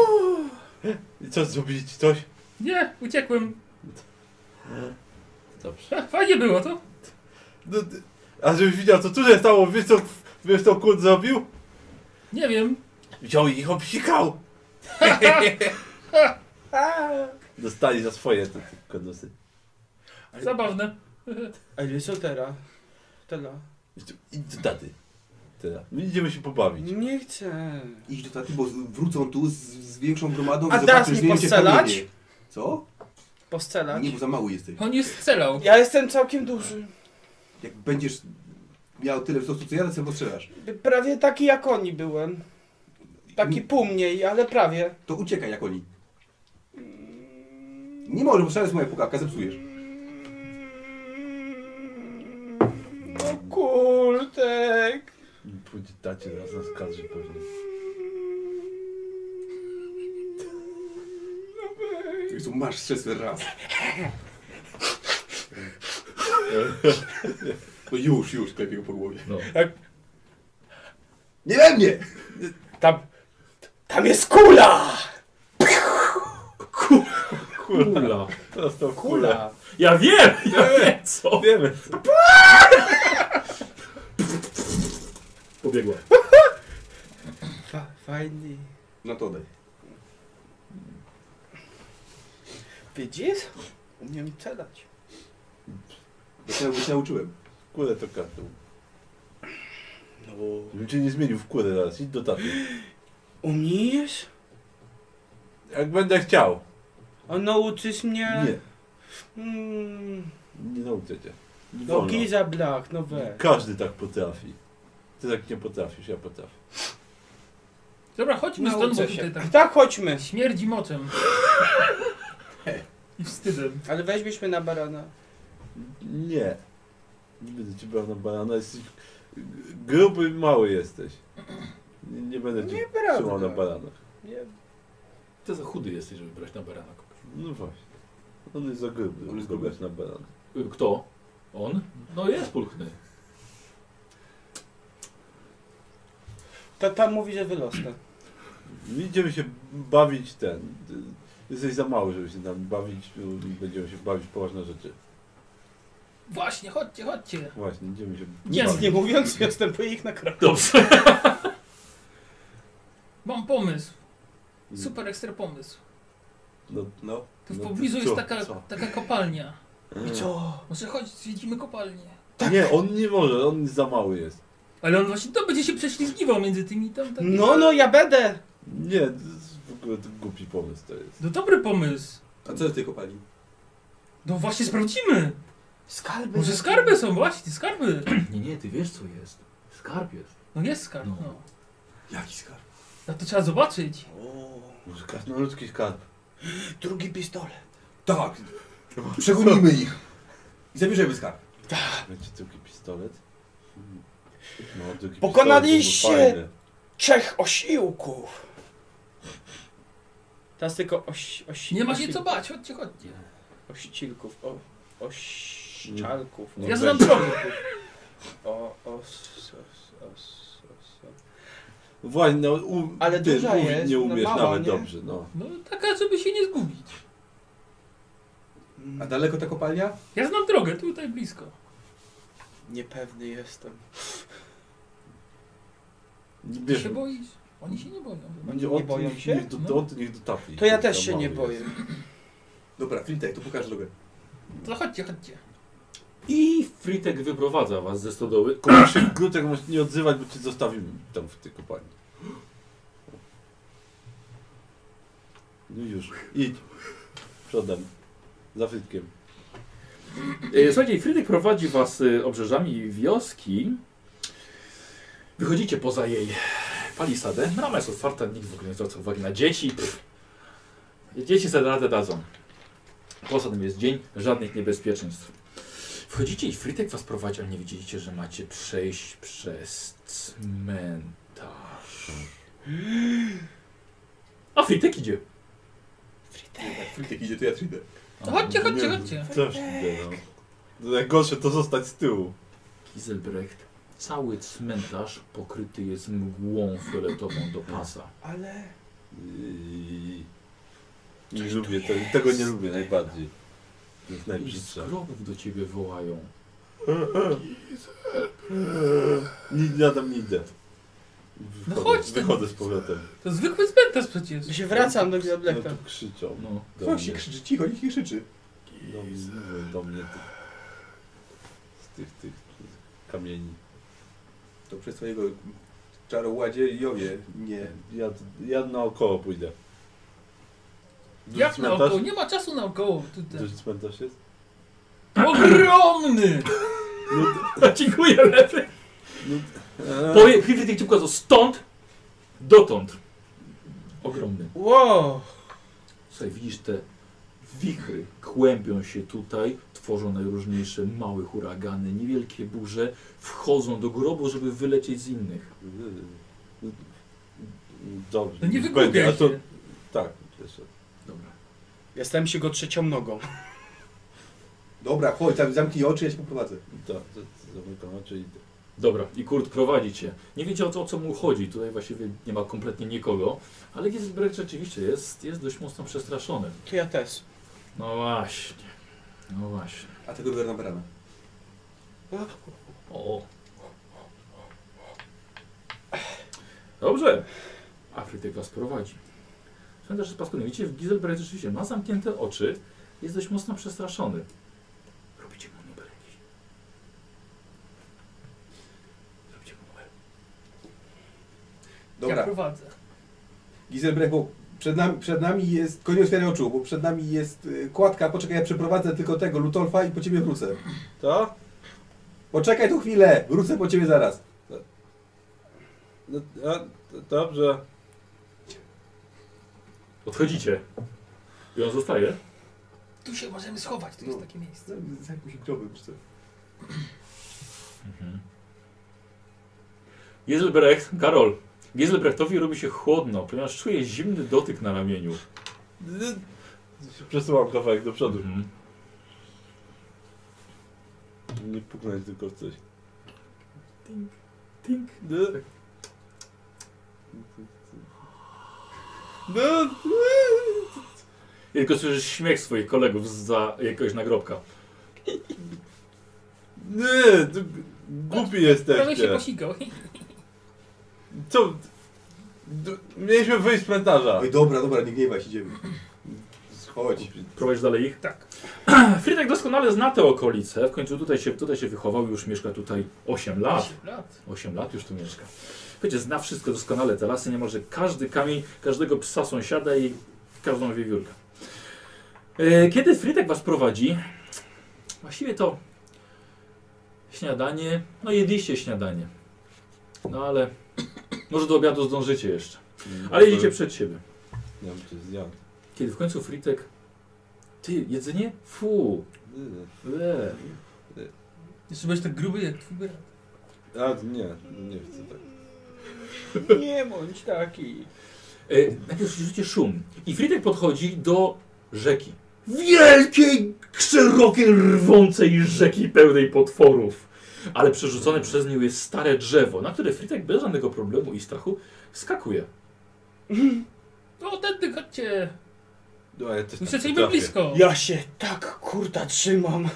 Speaker 3: I co zrobić? Coś?
Speaker 4: Nie, uciekłem.
Speaker 1: Dobrze.
Speaker 4: Ha, Fajnie było to.
Speaker 3: No, ty- a żebyś widział, co tu się stało, wiesz co, wiesz co kurt zrobił?
Speaker 4: Nie wiem.
Speaker 3: Wziął ich obsikał! Dostali za swoje te kodosy.
Speaker 4: Zabawne.
Speaker 2: A ile soltera? Tela.
Speaker 3: Idź do taty. Tyle. My idziemy się pobawić.
Speaker 2: Nie chcę.
Speaker 5: Idź do taty, bo z- wrócą tu z, z większą gromadą
Speaker 2: A
Speaker 5: i
Speaker 2: teraz
Speaker 5: zobaczysz
Speaker 2: mi
Speaker 5: zdjęcie
Speaker 2: postrzelać? Tak.
Speaker 5: kamieni. Co?
Speaker 2: poscelać.
Speaker 5: Nie, bo za mały jesteś.
Speaker 4: On jest celał.
Speaker 2: Ja jestem całkiem duży.
Speaker 5: Jak będziesz miał tyle wzrostu co ja, to sobie postrzelasz.
Speaker 2: Prawie taki jak oni byłem. Taki pół mniej, ale prawie.
Speaker 5: To uciekaj jak oni. Nie może, bo strzelasz moja pukawka, zepsujesz.
Speaker 2: No kultek.
Speaker 3: Pójdzie tacie nas zaskarży pewnie.
Speaker 5: Jezu, masz strzelstwo raz. No już, już, klepię go po głowie.
Speaker 1: No.
Speaker 5: Nie we mnie!
Speaker 2: Tam... Tam jest kula!
Speaker 1: Kula.
Speaker 3: Teraz to kula.
Speaker 2: Kula.
Speaker 1: Ja wiem, ja wiem co.
Speaker 3: Wiemy.
Speaker 1: Pobiegła.
Speaker 2: Fa- fajnie.
Speaker 5: No to daj.
Speaker 2: Widzisz? Umiem celać.
Speaker 5: Bo się, bo się nauczyłem.
Speaker 3: Kulę to kartą.
Speaker 2: No.
Speaker 3: Bym cię nie zmienił w kurę teraz. Idź do taty.
Speaker 2: Umiesz?
Speaker 3: Jak będę chciał.
Speaker 2: A nauczysz mnie?
Speaker 3: Nie.
Speaker 2: Mm,
Speaker 3: Nie nauczę cię. Nie
Speaker 2: no
Speaker 3: wolno.
Speaker 2: giza blach, no weź.
Speaker 3: Każdy tak potrafi. Ty tak nie potrafisz, ja potrafię.
Speaker 4: Dobra, chodźmy stąd, bo
Speaker 2: Nauczę
Speaker 4: tutaj
Speaker 2: się.
Speaker 4: tak
Speaker 2: Tak, chodźmy.
Speaker 4: śmierdzi moczem. I wstydem.
Speaker 2: Ale weźmiesz mnie na barana.
Speaker 3: Nie. Nie będę ci brał na banana. Jesteś g- gruby i mały jesteś. Nie, nie będę cię
Speaker 2: Nieprawda.
Speaker 3: trzymał na baranach.
Speaker 2: Nie.
Speaker 1: Ty za chudy jesteś, żeby brać na barana kogoś.
Speaker 3: No właśnie. On jest za gruby.
Speaker 5: On
Speaker 3: On
Speaker 5: jest
Speaker 3: jest
Speaker 5: gruby.
Speaker 3: na barana.
Speaker 1: Y, Kto? On? No jest pulchny.
Speaker 2: Tata mówi, że wylosnę.
Speaker 3: Będziemy się bawić ten. ty- Jesteś za mały, żeby się tam bawić. no, i Będziemy się bawić w poważne rzeczy.
Speaker 4: Właśnie, chodźcie, chodźcie.
Speaker 3: Właśnie, idziemy się
Speaker 4: Jasne.
Speaker 2: Nic
Speaker 3: bawić.
Speaker 2: nie mówiąc, następuje ich na krok.
Speaker 1: Dobrze.
Speaker 4: Mam pomysł. Super ekstra pomysł.
Speaker 3: No,
Speaker 5: No.
Speaker 4: Tu w
Speaker 3: Mm. No to
Speaker 4: pobliżu
Speaker 3: co?
Speaker 4: jest taka,
Speaker 3: Co?
Speaker 4: taka kopalnia.
Speaker 2: I co? tak?
Speaker 4: Może chodź, zwiedzimy kopalnię.
Speaker 3: Nie, on nie może, on za mały jest.
Speaker 4: Ale on właśnie to będzie się prześlizgiwał między tymi tam. tam.
Speaker 2: No, no, ja będę.
Speaker 3: Nie, to jest w ogóle to głupi pomysł to jest.
Speaker 4: No dobry pomysł.
Speaker 5: A co do tej kopalni?
Speaker 4: No właśnie sprawdzimy.
Speaker 2: Skarby.
Speaker 4: Może skarby są, właśnie, skarby.
Speaker 1: Nie, nie, ty wiesz co jest. Skarb jest.
Speaker 4: No jest skarb,
Speaker 1: No.
Speaker 4: no.
Speaker 5: Jaki skarb?
Speaker 4: No to trzeba zobaczyć.
Speaker 2: O,
Speaker 3: Może krasnoludki no, skarb.
Speaker 2: drugi pistolet.
Speaker 5: Tak! Przegonimy ich! I zabierzemy skarb.
Speaker 3: Będzie drugi pistolet? Mm. No, drugi
Speaker 2: Pokonaliście!
Speaker 3: pistolet byłby fajny.
Speaker 2: Trzech osiłków. Teraz tylko oś, oś,
Speaker 4: Nie ma się
Speaker 2: osi-
Speaker 4: co bać, chodźcie, chodźcie.
Speaker 2: Ościlków, o, ościalków.
Speaker 3: Nie.
Speaker 4: Ja
Speaker 3: No
Speaker 4: znam
Speaker 3: weź.
Speaker 4: drogę.
Speaker 2: O, os, os, os, os.
Speaker 3: Właśnie, no, u,
Speaker 2: Ale
Speaker 3: ty
Speaker 2: duża
Speaker 3: mówić
Speaker 2: jest,
Speaker 3: nie
Speaker 2: no
Speaker 3: umiesz
Speaker 2: mała,
Speaker 3: nawet
Speaker 2: nie?
Speaker 3: dobrze, no.
Speaker 4: No taka, żeby się nie zgubić.
Speaker 2: Mm.
Speaker 5: A daleko ta kopalnia?
Speaker 4: Ja znam drogę, tutaj blisko.
Speaker 2: Niepewny jestem.
Speaker 4: Ty
Speaker 3: Wiesz,
Speaker 4: się boisz? Oni się nie boją.
Speaker 2: Oni
Speaker 3: on,
Speaker 2: nie boją
Speaker 3: niech,
Speaker 2: się?
Speaker 3: Niech do,
Speaker 4: No.
Speaker 3: to, on niech dotapi.
Speaker 2: To ja
Speaker 3: Za
Speaker 2: też się
Speaker 3: mały
Speaker 2: nie
Speaker 3: jest.
Speaker 2: boję.
Speaker 5: Dobra, Flintek, to pokaż drogę.
Speaker 4: To chodźcie, chodźcie.
Speaker 1: I Fritek wyprowadza was ze stodoły.
Speaker 3: Tylko się Glutek masz nie odzywać, bo cię zostawimy tam w tej kopalni. No już, idź. Przodem. Za frytkiem.
Speaker 1: E, Słuchajcie, Frydyk prowadzi was e, obrzeżami wioski. Wychodzicie poza jej palisadę. Brama jest otwarta, nikt w ogóle nie zwraca uwagi na dzieci. Pff. Dzieci sobie radę dadzą. Poza tym jest dzień, żadnych niebezpieczeństw. Wchodzicie i Frytek was prowadzi, ale nie widzieliście, że macie przejść przez cmentarz. A Frytek idzie.
Speaker 5: Jak Flintek tak, idzie, to ja przyjdę.
Speaker 4: To chodźcie, chodźcie,
Speaker 3: Nie,
Speaker 4: chodźcie.
Speaker 3: Też idę, no. To Najgorsze to zostać z tyłu.
Speaker 1: Giselbrecht, cały cmentarz pokryty jest mgłą fioletową do pasa.
Speaker 2: Ale...
Speaker 3: I... Nie lubię, tego, tego nie lubię najbardziej. To jest
Speaker 1: I z
Speaker 3: najbrzydsze.
Speaker 1: grobów do ciebie wołają.
Speaker 3: Nie, ja tam nie idę. Wychodzę,
Speaker 4: No chodź ty.
Speaker 3: wychodzę z powrotem.
Speaker 4: To zwykły cmentarz przecież.
Speaker 2: Ja się wracam do
Speaker 3: No
Speaker 2: Gwiazdleka.
Speaker 3: tu krzyczą.
Speaker 1: No.
Speaker 3: Do
Speaker 5: Chodź,
Speaker 3: mnie.
Speaker 5: krzyczy, cicho, niech nie krzyczy.
Speaker 3: Do mnie, mówią do mnie ty. Z tych, tych kamieni.
Speaker 5: To przez twojego czaroładziejowie nie...
Speaker 3: Ja, ja naokoło pójdę. Duży
Speaker 4: Jak
Speaker 3: cmentarz?
Speaker 4: naokoło? Nie ma czasu naokoło. Tu- tu-
Speaker 3: Duży cmentarz jest?
Speaker 4: Ogromny!
Speaker 3: No
Speaker 1: No, Dziękuję, lewy.
Speaker 3: Eee,
Speaker 1: Powie, Hifrit ci pokazał stąd dotąd. Ogromny.
Speaker 2: Wow!
Speaker 1: Słuchaj, widzisz te wichry kłębią się tutaj, tworzą najróżniejsze małe huragany, niewielkie burze, wchodzą do grobu, żeby wylecieć z innych.
Speaker 3: yy, Dobrze.
Speaker 4: No nie
Speaker 3: niech będzie, a to
Speaker 4: wygłupiaj się.
Speaker 3: Tak, jeszcze.
Speaker 1: Dobra.
Speaker 2: Ja stałem się go trzecią nogą.
Speaker 5: Dobra, chodź, tam zamknij oczy, ja cię poprowadzę.
Speaker 3: Tak, to- to zamykam oczy i idę.
Speaker 1: Dobra, i Kurt prowadzi cię. Nie wiecie o co, o co mu chodzi, tutaj właściwie nie ma kompletnie nikogo, ale Gizelbrecht rzeczywiście jest, jest dość mocno przestraszony.
Speaker 2: To ja też.
Speaker 1: No właśnie, no właśnie.
Speaker 5: A tego Werna Berana.
Speaker 1: O. Dobrze. Afrytek was prowadzi. Szanowni paskudny, widzicie, Gizelbrecht rzeczywiście ma zamknięte oczy, jest dość mocno przestraszony. Robicie mu numer jakiś. Robicie mu numer.
Speaker 4: Ja
Speaker 5: Dobra,
Speaker 4: prowadzę.
Speaker 5: Gizelbrecht, bo przed nami, przed nami jest... Tylko nie otwieraj oczu, bo przed nami jest y, kładka. Poczekaj, ja przeprowadzę tylko tego Lutolfa i po ciebie wrócę.
Speaker 3: To?
Speaker 5: Poczekaj tu chwilę, wrócę po ciebie zaraz.
Speaker 3: No, a, d- dobrze.
Speaker 1: Odchodzicie. I on zostaje.
Speaker 4: Tu się możemy schować, tu jest takie miejsce.
Speaker 5: Z- Z jakimś grobem czy coś.
Speaker 1: Gizelbrecht, Karol, Gizelbrechtowi robi się chłodno, ponieważ czuje zimny dotyk na ramieniu.
Speaker 3: Przesuwam kawałek do przodu.
Speaker 1: Mhm.
Speaker 3: Nie puknąć tylko w coś.
Speaker 1: Tink, tink.
Speaker 3: No.
Speaker 2: No,
Speaker 1: I tylko słyszysz śmiech swoich kolegów za jakiegoś nagrobka.
Speaker 3: Nie, ty głupi
Speaker 4: Prawie się
Speaker 3: jesteście.
Speaker 4: posikał.
Speaker 3: Co? D- Mieliśmy wyjść z cmentarza.
Speaker 5: Oj, dobra, dobra, nie gniewaj się, idziemy. Chodź.
Speaker 1: Prowadź dalej ich?
Speaker 4: Tak.
Speaker 1: Frytek doskonale zna te okolice, w końcu tutaj się, tutaj się wychował, już mieszka tutaj 8 lat. 8 lat już tu mieszka. Wiecie, zna wszystko doskonale, te lasy niemalże każdy kamień, każdego psa sąsiada i każdą wiewiórkę. E, Kiedy Frytek was prowadzi, właściwie to śniadanie, no jedliście śniadanie, no ale może do obiadu zdążycie jeszcze,
Speaker 3: No
Speaker 1: ale idziecie przed siebie.
Speaker 3: Nie wiem, czy zjadł.
Speaker 1: Kiedy w końcu Fritek, ty, jedzenie? Fu, le.
Speaker 4: Jeszcze byłeś tak gruby jak twój brat.
Speaker 3: A, nie, nie chcę tak.
Speaker 2: nie bądź taki.
Speaker 1: E, najpierw słyszycie szum. I Fritek podchodzi do rzeki. Wielkiej, szerokiej, rwącej rzeki pełnej potworów. Ale przerzucone przez nią jest stare drzewo, na które Fritek bez żadnego problemu i strachu skakuje.
Speaker 4: No tędy chodźcie.
Speaker 3: No, ja też
Speaker 4: Już
Speaker 3: tak
Speaker 4: jesteśmy
Speaker 3: potrafię.
Speaker 4: blisko.
Speaker 2: Ja się tak kurta trzymam.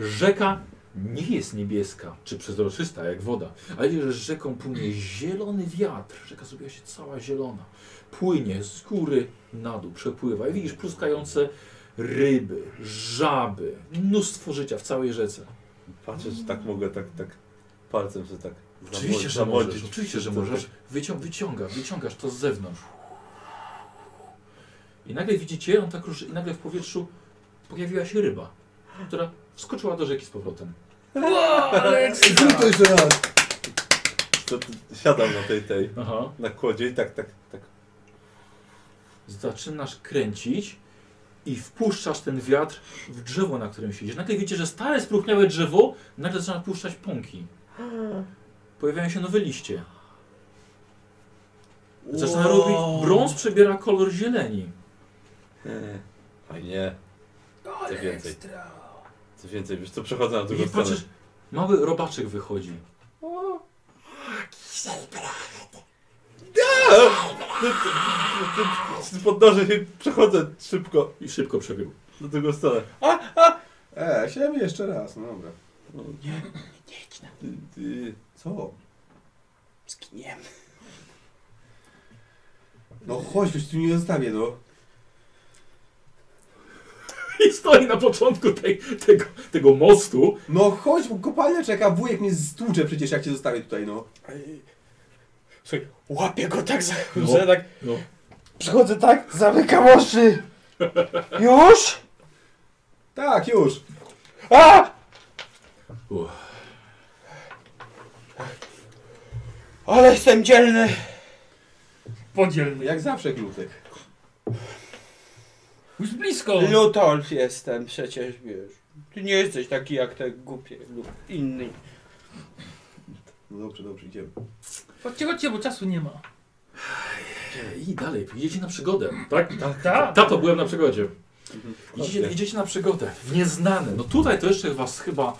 Speaker 1: Rzeka nie jest niebieska czy przezroczysta jak woda, ale wiesz, że rzeką płynie zielony wiatr. Rzeka zrobiła się cała zielona. Płynie z góry na dół, przepływa i widzisz pluskające ryby, żaby, mnóstwo życia w całej rzece.
Speaker 3: Patrzę, czy tak mogę, tak, tak palcem sobie tak
Speaker 1: Oczywiście,
Speaker 3: zamodzić-
Speaker 1: że możesz.
Speaker 3: zamodzić.
Speaker 1: Oczywiście, że
Speaker 3: Co
Speaker 1: możesz.
Speaker 3: tak?
Speaker 1: Wycią wyciągasz, wyciągasz to z zewnątrz. I nagle widzicie, on tak ruszy, i nagle w powietrzu pojawiła się ryba, która wskoczyła do rzeki z powrotem.
Speaker 4: Wow, Aleks!
Speaker 5: to jeszcze raz.
Speaker 3: To, to, siadam na tej, tej,
Speaker 1: Aha.
Speaker 3: na kłodzie i tak, tak, tak.
Speaker 1: zaczynasz kręcić i wpuszczasz ten wiatr w drzewo, na którym siedzisz. Nagle widzicie, że stare spróchniałe drzewo nagle zaczyna puszczać pąki. Pojawiają się nowe liście. Zaczyna robić brąz, przebiera kolor zieleni.
Speaker 3: Eee, Fajnie.
Speaker 4: Ale
Speaker 3: więcej.
Speaker 4: ekstra.
Speaker 3: Co więcej, wiesz co, przechodzę na drugą
Speaker 1: I
Speaker 3: stronę.
Speaker 1: patrzysz, mały robaczek wychodzi.
Speaker 3: Podnoszę się, przechodzę szybko
Speaker 1: I szybko przebiegł.
Speaker 3: na drugą stronę.
Speaker 5: E, siadamy jeszcze raz, no dobra.
Speaker 3: Ty, ty.
Speaker 5: Co?
Speaker 2: Zginiemy.
Speaker 5: No chodź, już tu nie zostawię, no.
Speaker 1: I stoi na początku tej, tego, tego mostu.
Speaker 5: No chodź, bo kopalnia czeka, wujek mnie stłucze przecież, jak cię zostawię tutaj, no.
Speaker 2: Słuchaj, łapię go tak za
Speaker 1: No.
Speaker 2: że tak
Speaker 1: No.
Speaker 2: Przychodzę tak, zamykam oczy. Już?
Speaker 5: Tak, już.
Speaker 2: A!
Speaker 1: Uff.
Speaker 2: Ale jestem dzielny.
Speaker 4: Podzielny.
Speaker 5: Jak zawsze glutek.
Speaker 4: Już blisko.
Speaker 2: Lutolf jestem przecież, wiesz. Ty nie jesteś taki jak te głupie lub inni.
Speaker 5: No dobrze, dobrze, idziemy.
Speaker 4: Chodźcie, chodźcie, bo czasu nie ma.
Speaker 1: I dalej, idziecie na przygodę, tak?
Speaker 4: Tak?
Speaker 1: Tato, byłem na przygodzie.
Speaker 5: Mhm.
Speaker 1: Idziecie, idziecie na przygodę, w nieznane. No tutaj to jeszcze was chyba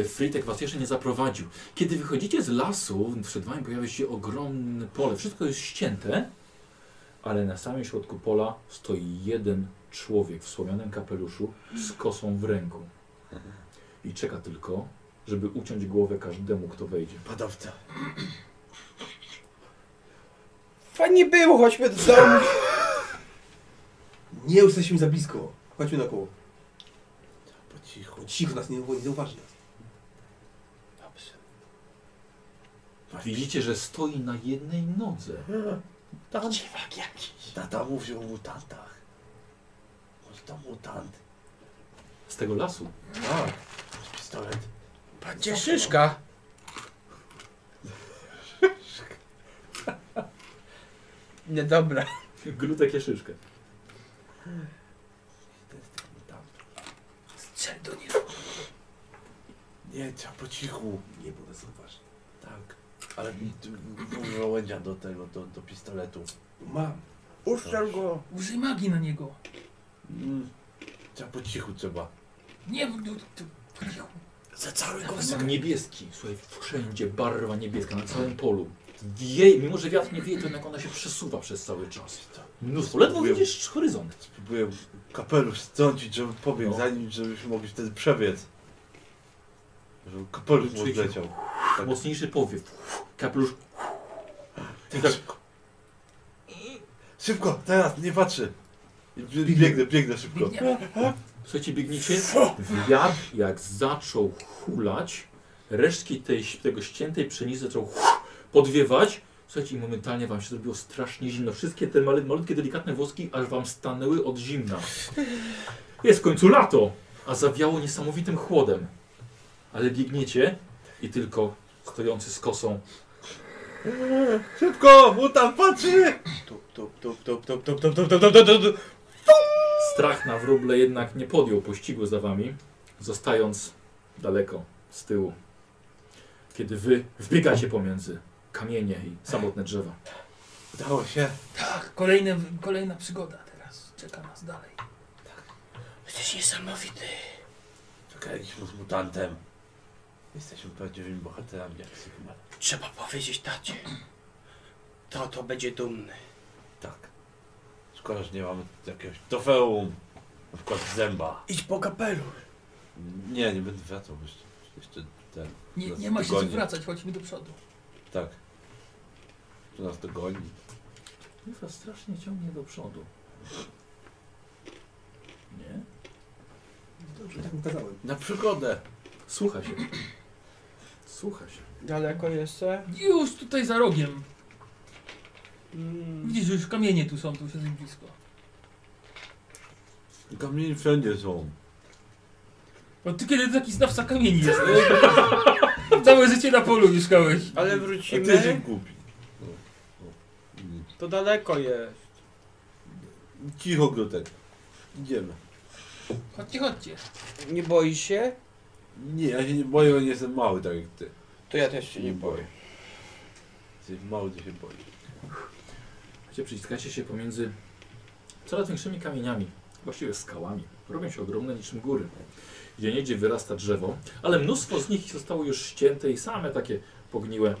Speaker 1: e, Fritek was jeszcze nie zaprowadził. Kiedy wychodzicie z lasu, przed wami pojawia się ogromne pole. Wszystko jest ścięte, ale na samym środku pola stoi jeden człowiek w słomianym kapeluszu z kosą w ręku. I czeka tylko, żeby uciąć głowę każdemu, kto wejdzie.
Speaker 3: Padawca.
Speaker 2: Fajnie było, chodźmy do domu.
Speaker 5: Nie już jesteśmy za blisko. Chodźmy na koło.
Speaker 3: Po cichu.
Speaker 5: Bo cicho nas nie, nie zauważy nas.
Speaker 3: Dobrze.
Speaker 1: Widzicie, że stoi na jednej nodze.
Speaker 3: Tam.
Speaker 2: Dziwak jakiś.
Speaker 3: Tata mówił o mutantach. Może to mutant.
Speaker 1: Z tego lasu.
Speaker 3: A. Masz pistolet.
Speaker 2: Patrzcie, szyszka. Nie dobra.
Speaker 1: Glutek Jaszyszkę.
Speaker 3: To jest ten mutant.
Speaker 2: Strzel do niej.
Speaker 3: Nie, trzeba po cichu.
Speaker 5: Nie, bo nas zauważy.
Speaker 3: Tak. Ale dużo łędzia do tego, do, do pistoletu.
Speaker 5: Mam.
Speaker 2: Uszczel go.
Speaker 4: Użyj magii na niego.
Speaker 3: Mm. Trzeba po cichu trzeba.
Speaker 4: Nie, w- tu- tu- tu-
Speaker 3: Za cały
Speaker 1: Jest niebieski, słuchaj, wszędzie barwa niebieska na całym polu. Jej, mimo że wiatr nie wieje, to jednak ona się przesuwa przez cały czas. Mnóstwo, ledwo
Speaker 3: Wiem.
Speaker 1: widzisz horyzont.
Speaker 3: Spróbuję kapelusz strącić, żeby pobiegł
Speaker 1: No.
Speaker 3: za nim, żebyśmy mogli wtedy przebiec. Żeby kapelusz mu
Speaker 1: Oczywiście.
Speaker 3: odleciał. Tak.
Speaker 1: Mocniejszy powiew. Kapelusz
Speaker 3: Tak,
Speaker 1: Tak.
Speaker 3: szybko. Szybko, teraz, nie patrzy. Biegnę, biegnę szybko.
Speaker 4: Biegnie.
Speaker 1: Słuchajcie, biegniecie. Wiatr jak zaczął hulać, resztki tej, tego ściętej pszenicy zaczął hu- podwiewać. Słuchajcie, i momentalnie wam się zrobiło strasznie zimno. Wszystkie te male- malutkie, delikatne włoski aż wam stanęły od zimna. Jest w końcu lato, a zawiało niesamowitym chłodem. Ale biegniecie i tylko stojący z kosą.
Speaker 3: Szybko, mutant patrzy!
Speaker 2: Tup, tup, tup, tup, tup, tup, tup, tup, tup, tup, tup, tup.
Speaker 1: Strach na wróble jednak nie podjął pościgu za wami, zostając daleko z tyłu. Kiedy wy wbiegacie pomiędzy kamienie i samotne drzewa.
Speaker 3: Udało się.
Speaker 4: Tak, kolejne, kolejna przygoda teraz. Czeka nas dalej.
Speaker 2: Jesteś niesamowity.
Speaker 3: Czekaliśmy z mutantem. Jesteśmy prawdziwymi bohaterami, jak Sigma.
Speaker 2: Trzeba powiedzieć tacie. To to będzie dumny.
Speaker 3: Tak. Szkoda, że nie mamy jakiegoś trofeum. Na przykład zęba.
Speaker 2: Idź po kapelusz.
Speaker 3: Nie, nie będę wracał jeszcze. Jeszcze ten.
Speaker 4: Nie,
Speaker 3: Nas
Speaker 4: nie ma się co
Speaker 3: dogoni.
Speaker 4: wracać, chodźmy do przodu.
Speaker 3: Tak. Tu nas dogoni.
Speaker 1: Lifa strasznie ciągnie do przodu. Nie?
Speaker 5: Dobrze, tak mu kazałem.
Speaker 3: Na przygodę!
Speaker 1: Słucha się. Słucha się.
Speaker 2: Daleko jeszcze?
Speaker 4: Już tutaj za rogiem.
Speaker 2: Mm.
Speaker 4: Widzisz, że już kamienie tu są, tu już jest blisko.
Speaker 3: Kamienie wszędzie są.
Speaker 4: No ty kiedy taki znawca kamieni jesteś? Całe życie na polu mieszkałeś.
Speaker 2: Ale
Speaker 3: A ty jesteś
Speaker 2: wrócimy.
Speaker 3: głupi. No, no. Mm.
Speaker 2: To daleko jest.
Speaker 3: Cicho, Grutek. Idziemy.
Speaker 4: Chodźcie, chodźcie.
Speaker 2: Nie boisz się?
Speaker 3: Nie, ja się nie boję, bo nie jestem mały tak jak ty.
Speaker 2: To ja też się
Speaker 3: nie boję. Jesteś mały, ty się boisz.
Speaker 1: Słuchajcie, przyciskacie się pomiędzy coraz większymi kamieniami, właściwie skałami. Robią się ogromne niczym góry. Gdzie niedzie wyrasta drzewo, ale mnóstwo z nich zostało już ścięte i same takie pogniłe,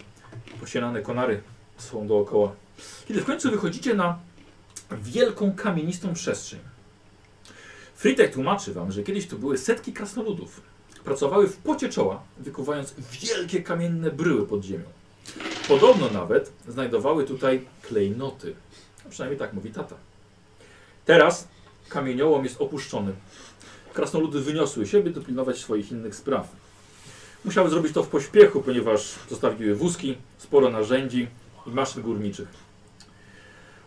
Speaker 1: posielane konary są dookoła. Kiedy w końcu wychodzicie na wielką kamienistą przestrzeń. Fritek tłumaczy wam, że kiedyś tu były setki krasnoludów. Pracowały w pocie czoła, wykuwając wielkie kamienne bryły pod ziemią. Podobno nawet znajdowały tutaj klejnoty. A przynajmniej tak mówi tata. Teraz kamieniołom jest opuszczony. Krasnoludy wyniosły się, by dopilnować swoich innych spraw. Musiały zrobić to w pośpiechu, ponieważ zostawiły wózki, sporo narzędzi i maszyn górniczych.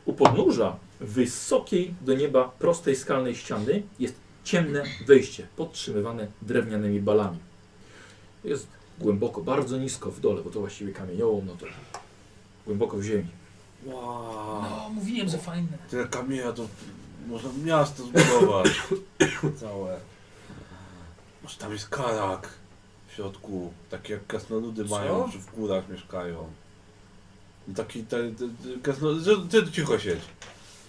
Speaker 1: U podnóża wysokiej do nieba prostej skalnej ściany jest ciemne wejście, podtrzymywane drewnianymi balami. Jest głęboko, bardzo nisko w dole, bo to właściwie kamieniołom, no to głęboko w ziemi.
Speaker 3: Wow.
Speaker 4: No, mówiłem, że fajne.
Speaker 3: Tyle kamienia to można miasto zbudować. Całe. Może tam jest karak w środku. Takie jak krasnoludy
Speaker 2: Co?
Speaker 3: mają, czy w górach mieszkają. No Taki te, te, te, krasnolud... Ty, ty cicho siedź.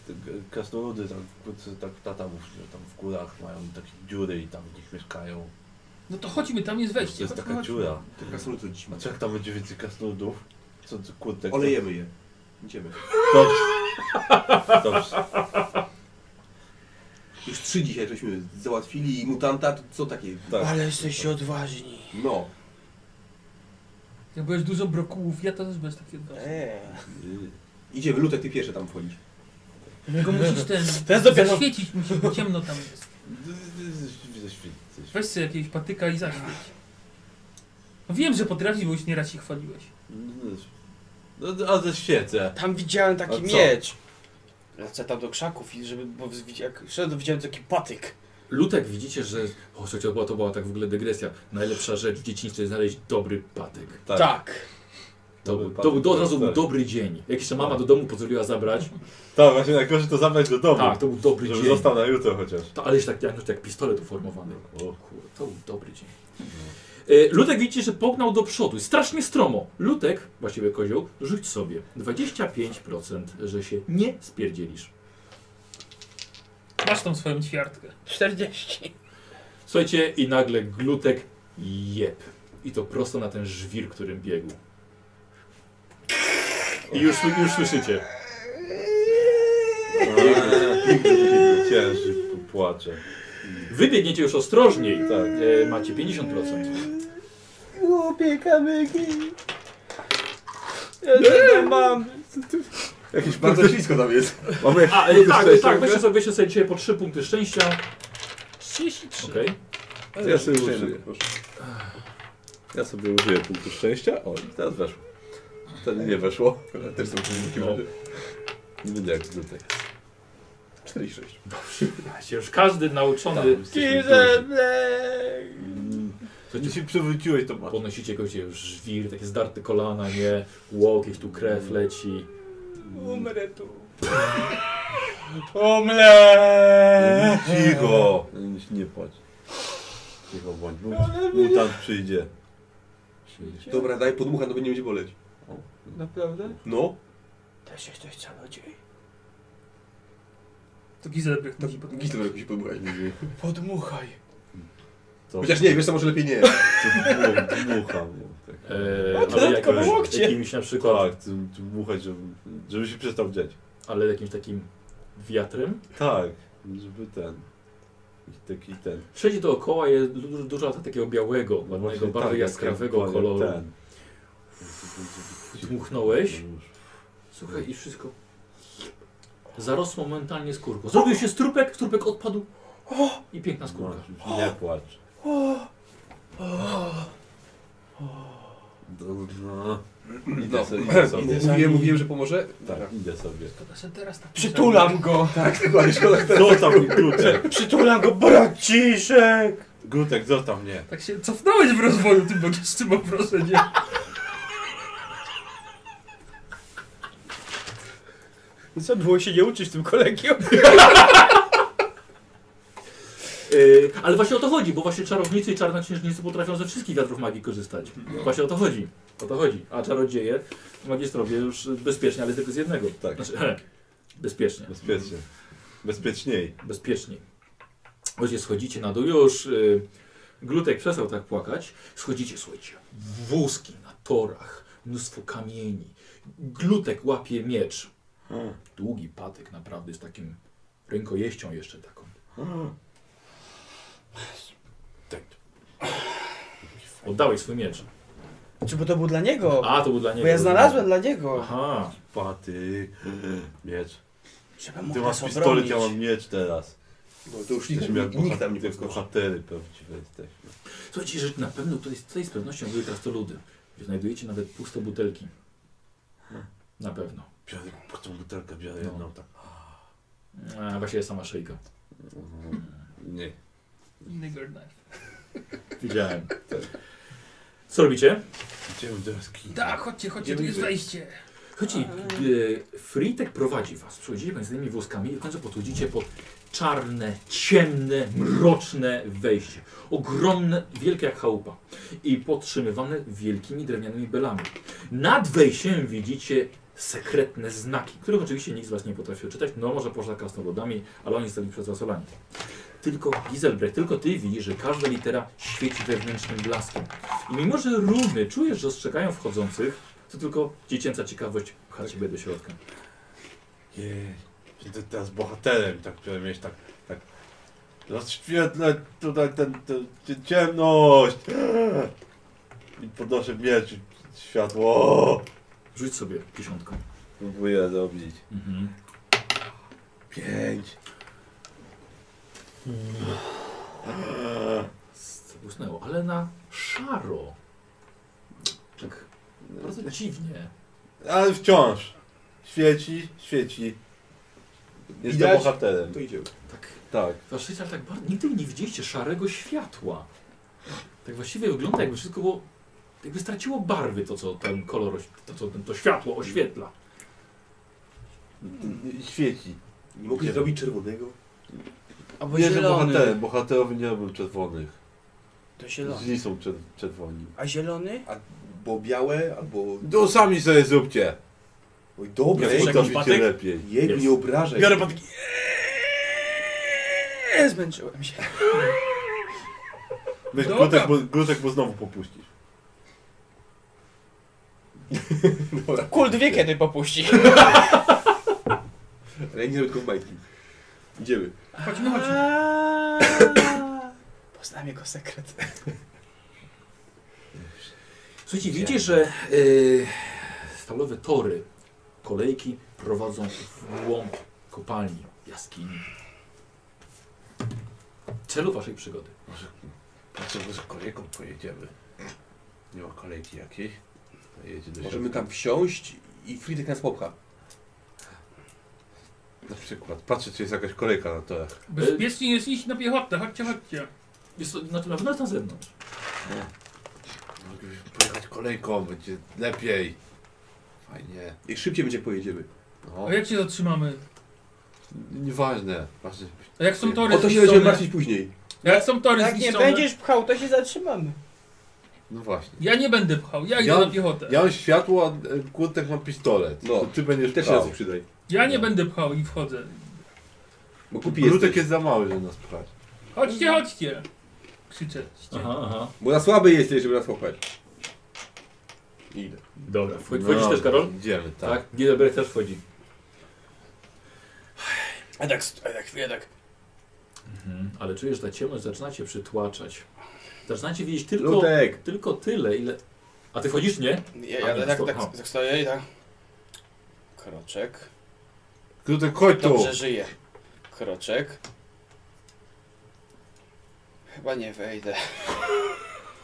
Speaker 3: Te g- krasnoludy tam, wkrótce tak tata mówi, że tam w górach mają takie dziury i tam w nich mieszkają.
Speaker 4: No to chodźmy, tam jest
Speaker 3: to
Speaker 4: wejście.
Speaker 3: jest
Speaker 4: Chodźmy,
Speaker 3: taka
Speaker 4: chodźmy.
Speaker 3: dziura.
Speaker 5: Te krasnoludy to
Speaker 3: A
Speaker 5: dzimy.
Speaker 3: co jak tam będzie więcej krasnoludów? Co ty kurde? jak to-
Speaker 5: Olejemy je. Idziemy.
Speaker 3: Dobrze. Dobrze.
Speaker 5: Już trzy dzisiaj żeśmy załatwili i mutanta, to co takie?
Speaker 3: Tak.
Speaker 2: Ale jesteście odważni.
Speaker 5: No.
Speaker 4: Jak byłeś dużo brokułów, ja to też bez takiego.
Speaker 2: Eee.
Speaker 3: Y,
Speaker 5: Idziemy, Lutek, ty pierwszy tam wchodzisz.
Speaker 4: Tylko No musisz ten.
Speaker 2: To jest dopiero-
Speaker 4: Zaświecić musisz, bo ciemno tam jest.
Speaker 3: Widzę świt. widzę świt.
Speaker 4: Weź sobie jakiegoś patyka i zaświeć. No wiem, że potrafisz, bo już nieraz się chwaliłeś.
Speaker 3: No, no, ale świecę.
Speaker 2: Tam widziałem taki
Speaker 3: A co?
Speaker 2: miecz. Lecę tam do krzaków i żeby, bo z- jak szedłem, widziałem taki patyk.
Speaker 1: Lutek widzicie, że... O, słuchajcie, to była, to była tak w ogóle dygresja. Najlepsza rzecz w dzieciństwie znaleźć dobry patyk.
Speaker 2: Tak.
Speaker 1: To,
Speaker 3: Dobry
Speaker 1: to, był-
Speaker 3: patyk,
Speaker 1: to od razu
Speaker 3: tak.
Speaker 1: był dobry dzień. Jak się mama do domu pozwoliła zabrać,
Speaker 3: Tak, właśnie najgorsze to zabrać do domu.
Speaker 1: tak, to był dobry
Speaker 3: żeby
Speaker 1: dzień.
Speaker 3: został na jutro chociaż.
Speaker 1: To, ale się tak, jak, jak pistolet uformowany.
Speaker 3: O
Speaker 1: Kurde, to był dobry dzień.
Speaker 3: No.
Speaker 1: E, Lutek widzicie, że pognał do przodu. Strasznie stromo. Lutek, właściwie kozioł, rzuć sobie 25%, że się nie spierdzielisz.
Speaker 4: Masz tą swoją ćwiartkę.
Speaker 2: 40.
Speaker 1: Słuchajcie, i nagle glutek jeb. I to prosto na ten żwir, którym biegł. I już, już słyszycie.
Speaker 3: Piękny, piękny, piękny, Ciężki p- płacze.
Speaker 1: Wybiegniecie już ostrożniej.
Speaker 3: Tak.
Speaker 1: E, macie 50%.
Speaker 2: Głupie kamyki. Ja się mam.
Speaker 3: Jakieś
Speaker 5: Bardzo ślisko tam jest.
Speaker 3: Mamy jakieś
Speaker 1: A, e, tak,
Speaker 3: szczęścia?
Speaker 1: tak, weźcie sobie, weźcie sobie dzisiaj po 3 punkty szczęścia.
Speaker 4: 33.
Speaker 1: Okej.
Speaker 3: Ja sobie
Speaker 5: Jeszcze
Speaker 3: użyję.
Speaker 5: jeden, proszę.
Speaker 3: Ja sobie użyję punktu szczęścia. O, i teraz weszło. Wtedy nie weszło. Ja też jestem czynnikiem.
Speaker 1: No.
Speaker 3: Nie będę jak tutaj. 46.
Speaker 1: Już każdy nauczony.
Speaker 2: Kiże blek.
Speaker 3: To nie się przewróciłeś, to masz.
Speaker 1: Podnosicie go gdzie żwir, takie zdarte kolana, nie? Łok, jakieś tu krew leci.
Speaker 2: Umrę tu.
Speaker 5: Eee,
Speaker 2: Umrę.
Speaker 3: Cicho! Nie, nie płacz. Cicho bądź. Mut- Mutant przyjdzie.
Speaker 5: Dobra, daj podmucha, to nie będzie boleć.
Speaker 2: Naprawdę?
Speaker 5: No.
Speaker 2: Też jesteś czarodziej.
Speaker 4: To Gizelbrecht musi podnieść.
Speaker 5: Gizdor jakoś podmuchać będzie.
Speaker 2: Podmuchaj.
Speaker 3: To
Speaker 5: Chociaż nie, wiesz co, może lepiej nie.
Speaker 3: to dmucham. Tak,
Speaker 1: Eee,
Speaker 2: A
Speaker 1: ale
Speaker 2: dodatkowo
Speaker 1: jakimś,
Speaker 2: łokcie.
Speaker 1: jakimś na przykład,
Speaker 3: tak tym- tym dmuchać, żeby, żeby się przestał dziać.
Speaker 1: ale jakimś takim wiatrem.
Speaker 3: Tak, żeby ten. i Taki ten.
Speaker 1: Wszędzie dookoła jest du- du- dużo tak takiego białego, ładnego, bardzo
Speaker 3: tak,
Speaker 1: jaskrawego
Speaker 3: jak- tak. jak
Speaker 1: koloru.
Speaker 3: Ten.
Speaker 1: Dmuchnąłeś? Słuchaj, i wszystko zarosło momentalnie skórką. Zrobił się strupek, strupek odpadł i piękna skórka.
Speaker 3: No, Nie płacz. No. Idę sobie, idę sobie.
Speaker 5: Mówiłem, mówiłem, że pomoże.
Speaker 3: Tak, idę sobie.
Speaker 4: Szkoda, że teraz tak.
Speaker 2: Przytulam go.
Speaker 5: Tak, dokładnie, szkoda, że teraz...
Speaker 3: Zostaw mnie, Grutek!
Speaker 2: Przytulam go, braciszek.
Speaker 3: Grutek, zostaw mnie!
Speaker 4: Tak się cofnąłeś w rozwoju tym bogistym oproszenie.
Speaker 2: Co było się nie uczyć tym kolegium?
Speaker 1: Yy, ale właśnie o to chodzi, bo właśnie czarownicy i czarnoksiężnicy potrafią ze wszystkich wiatrów magii korzystać. Właśnie o to chodzi. O to chodzi. A czarodzieje, magistrowie już bezpiecznie, ale tylko z jednego.
Speaker 3: Tak.
Speaker 1: Znaczy, bezpiecznie.
Speaker 3: Bezpiecznie. Bezpieczniej.
Speaker 1: Bezpiecznie. Chodźcie, schodzicie na dół. Już yy, glutek przestał tak płakać. Schodzicie, słuchajcie, wózki na torach, mnóstwo kamieni. Glutek łapie miecz. Długi patyk naprawdę z takim rękojeścią jeszcze taką. Tak. Oddałeś swój miecz.
Speaker 2: Czy bo to był dla niego?
Speaker 1: A, to był dla niego.
Speaker 2: Bo ja znalazłem dla niego.
Speaker 1: Aha.
Speaker 3: Paty. Miecz.
Speaker 2: Żeby mógł
Speaker 3: Ty
Speaker 2: nas
Speaker 3: masz pistolet,
Speaker 2: obronić.
Speaker 3: ja mam miecz teraz.
Speaker 5: No to już
Speaker 3: Jesteśmy jak
Speaker 5: nikt, nikt tam nie
Speaker 3: bohatery,
Speaker 5: podskoczy.
Speaker 3: bohatery prawdziwe jesteśmy.
Speaker 1: Słuchajcie, że na pewno tutaj, tutaj z pewnością były krasnoludy. Znajdujecie nawet puste butelki. Na pewno.
Speaker 3: Biorę po tą butelkę, biorę jedną, tak.
Speaker 1: E, właściwie sama szyjka.
Speaker 3: Nie.
Speaker 4: Nigger knife.
Speaker 1: Widziałem. tak. Co robicie?
Speaker 3: Idziemy do jaskini.
Speaker 4: Tak, chodźcie, chodźcie, tu jest wejście.
Speaker 1: Chodzi, e, Fritek prowadzi was. Przechodzicie między tymi wózkami i w końcu podchodzicie pod czarne, ciemne, mroczne wejście. Ogromne, wielkie jak chałupa i podtrzymywane wielkimi drewnianymi belami. Nad wejściem widzicie sekretne znaki, których oczywiście nikt z was nie potrafi czytać. No może poza krasnoludami, ale oni stali przed zasolami. Tylko Giselbrecht, tylko ty widzisz, że każda litera świeci wewnętrznym blaskiem. I mimo, że runy czujesz, że ostrzegają wchodzących, to tylko dziecięca ciekawość pcha ciebie do środka.
Speaker 3: Jej. Będę teraz bohaterem, tak, który mieć tak, tak. Rozświetlę tutaj ten, ten, tę ciemność. I podnoszę miecz, i światło.
Speaker 1: Rzuć sobie dziesiątką.
Speaker 3: Próbuję zrobić.
Speaker 1: Mhm.
Speaker 3: Pięć.
Speaker 1: Usnęło, ale na szaro. Tak bardzo dziwnie.
Speaker 3: Ale wciąż. Świeci, świeci. Jestem
Speaker 5: Widać?
Speaker 3: bohaterem.
Speaker 5: To idziemy.
Speaker 1: Tak,
Speaker 3: Tak.
Speaker 1: Waszyca, tak bardzo, nigdy nie widzieliście szarego światła. Tak właściwie wygląda jakby wszystko było, jakby straciło barwy to, co ten kolor, oś- to, co ten, to światło oświetla.
Speaker 3: Świeci.
Speaker 5: Nie mogli
Speaker 3: Idziemy.
Speaker 5: zrobić czerwonego?
Speaker 3: Bo jestem
Speaker 2: zielony.
Speaker 3: bohaterem. Bohaterowie nie robią czerwonych.
Speaker 2: To zielony.
Speaker 3: Źli są czer czerwoni.
Speaker 2: A zielony?
Speaker 5: A, bo białe, albo...
Speaker 3: To sami sobie zróbcie.
Speaker 5: Oj,
Speaker 3: Nie
Speaker 5: dobre.
Speaker 2: Jest jakiś
Speaker 3: potraficie
Speaker 2: patyk?
Speaker 3: lepiej.
Speaker 5: Jego
Speaker 1: Jest.
Speaker 5: nie obrażaj.
Speaker 2: Biorę pod... Eee, Zmęczyłem się.
Speaker 3: Weź
Speaker 2: No Dobra.
Speaker 3: glutek, bo, glutek, bo znowu popuścisz.
Speaker 2: Kult wie kiedy popuści.
Speaker 5: Ale ja nie zrobię tylko w majtki. Idziemy.
Speaker 4: Chodźmy, chodźmy.
Speaker 2: Poznam jego sekret.
Speaker 1: Słuchajcie, widzicie, że y, stalowe tory, kolejki prowadzą w głąb kopalni, jaskini. Celu waszej przygody.
Speaker 3: Może, patrzę, może kolejką pojedziemy. Nie ma kolejki jakiejś. Jedzie do
Speaker 5: Możemy
Speaker 3: środka.
Speaker 5: tam wsiąść i Fritek nas popcha.
Speaker 3: Na przykład. Patrzę, czy jest jakaś kolejka na torach.
Speaker 4: Bezpiecznie jest iść na piechotę, chodźcie, chodźcie.
Speaker 1: Jest to na, na, na, na zewnątrz.
Speaker 3: Moglibyśmy pojechać kolejką, będzie lepiej. Fajnie.
Speaker 5: I szybciej będzie jak pojedziemy.
Speaker 3: No.
Speaker 4: A jak się zatrzymamy?
Speaker 3: Nieważne. Ważne, żebyś-
Speaker 4: A jak są tory
Speaker 5: O to się będziemy
Speaker 4: zniszczone?
Speaker 5: martwić później.
Speaker 4: Jak są tory
Speaker 2: Jak Tak nie
Speaker 4: zniszczone?
Speaker 2: będziesz pchał, to się zatrzymamy.
Speaker 3: No właśnie.
Speaker 4: Ja nie będę pchał, ja idę
Speaker 3: Ja-
Speaker 4: na piechotę. Ja,
Speaker 3: Ja mam światło, a e, Glutek ma pistolet.
Speaker 5: No.
Speaker 3: No. To ty będziesz
Speaker 5: Też się
Speaker 3: pchał.
Speaker 5: nas przydaj.
Speaker 4: nie będę pchał i wchodzę.
Speaker 5: Bo kupi
Speaker 3: Glutek
Speaker 5: jesteś.
Speaker 3: jest za mały, żeby nas pchać.
Speaker 4: Chodźcie,
Speaker 2: Mhm.
Speaker 4: chodźcie! Krzyczę.
Speaker 1: Aha, aha.
Speaker 5: Bo za słaby jesteś, żeby nas popchać. I Idę.
Speaker 1: Dobra. Wchodzi, wchodzisz też, Karol?
Speaker 3: Idziemy, No. tak.
Speaker 1: Tak. Gileberg też wchodzi.
Speaker 2: A tak, st- a tak, a tak.
Speaker 1: Mhm. Ale czujesz, że ta ciemność zaczyna cię przytłaczać. Zaczynacie widzieć tylko,
Speaker 5: Lutek!
Speaker 1: tylko tyle, ile... A ty wchodzisz, nie?
Speaker 2: Ja,
Speaker 1: A, nie,
Speaker 2: ja tak,
Speaker 1: sto-
Speaker 2: tak,
Speaker 1: aha.
Speaker 2: tak stoję i tak. Kroczek.
Speaker 3: Glutek, chodź tu!
Speaker 2: Dobrze żyję. Kroczek. Chyba nie wejdę.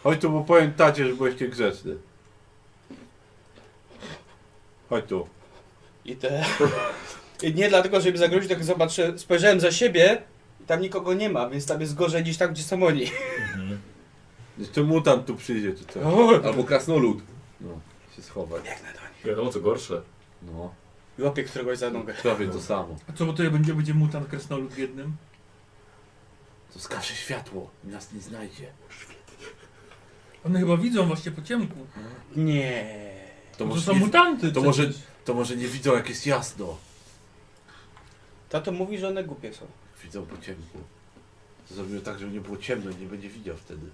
Speaker 3: Chodź tu, bo powiem tacie, że byłeś niegrzeczny. Chodź tu.
Speaker 2: Idę. I nie dlatego, żeby zagrozić, tak zobaczę, spojrzałem za siebie i tam nikogo nie ma, więc tam jest gorzej niż tam, gdzie są oni.
Speaker 3: Jeszcze mutant tu przyjdzie, czy co?
Speaker 5: Albo krasnolud.
Speaker 3: No, się schować.
Speaker 1: Wiadomo, co gorsze.
Speaker 3: No,
Speaker 2: Łapię któregoś za nogę.
Speaker 3: prawie to samo.
Speaker 4: A co, bo tutaj będzie, będzie mutant kresnolud w jednym?
Speaker 3: To skaże światło, nas nie znajdzie.
Speaker 4: One chyba widzą właśnie po ciemku.
Speaker 2: Nie.
Speaker 4: To,
Speaker 3: To może,
Speaker 4: są
Speaker 3: nie,
Speaker 4: mutanty
Speaker 3: to
Speaker 4: przecież.
Speaker 3: może- to może nie widzą, jak jest jasno.
Speaker 2: Tato mówi, że one głupie są.
Speaker 3: Widzą po ciemku. To zrobimy tak, żeby nie było ciemno i nie będzie widział wtedy.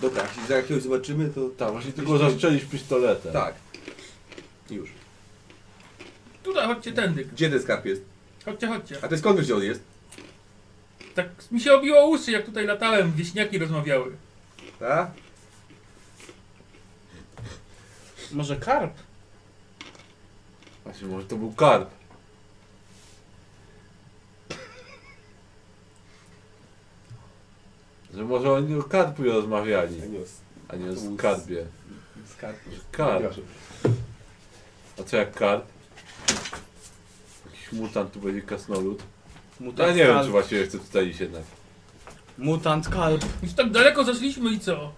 Speaker 5: Dobra, jeśli za jakiegoś zobaczymy, to...
Speaker 3: Tak, właśnie tylko zastrzelić pistoletem.
Speaker 5: Tak. Już.
Speaker 4: Tutaj, chodźcie tędy.
Speaker 5: Gdzie ten skarb jest?
Speaker 4: Chodźcie, chodźcie.
Speaker 5: A ten skąd wiesz, gdzie on jest?
Speaker 4: Tak mi się obiło uszy, jak tutaj latałem, wieśniaki rozmawiały.
Speaker 5: A?
Speaker 2: Może karp?
Speaker 3: Właśnie, może to był karp. Że może oni o karpie rozmawiali,
Speaker 5: Ja nie, z
Speaker 3: a nie o skarbie.
Speaker 5: skarb.
Speaker 3: Karp. A co jak kart? Jakiś mutant tu będzie kasnolud.
Speaker 2: Mutant
Speaker 4: Tak,
Speaker 3: No, Ja nie wiem,
Speaker 2: kalp.
Speaker 3: czy właściwie chcę tutaj iść jednak.
Speaker 2: Mutant kalp.
Speaker 4: Już tak daleko zaszliśmy i co?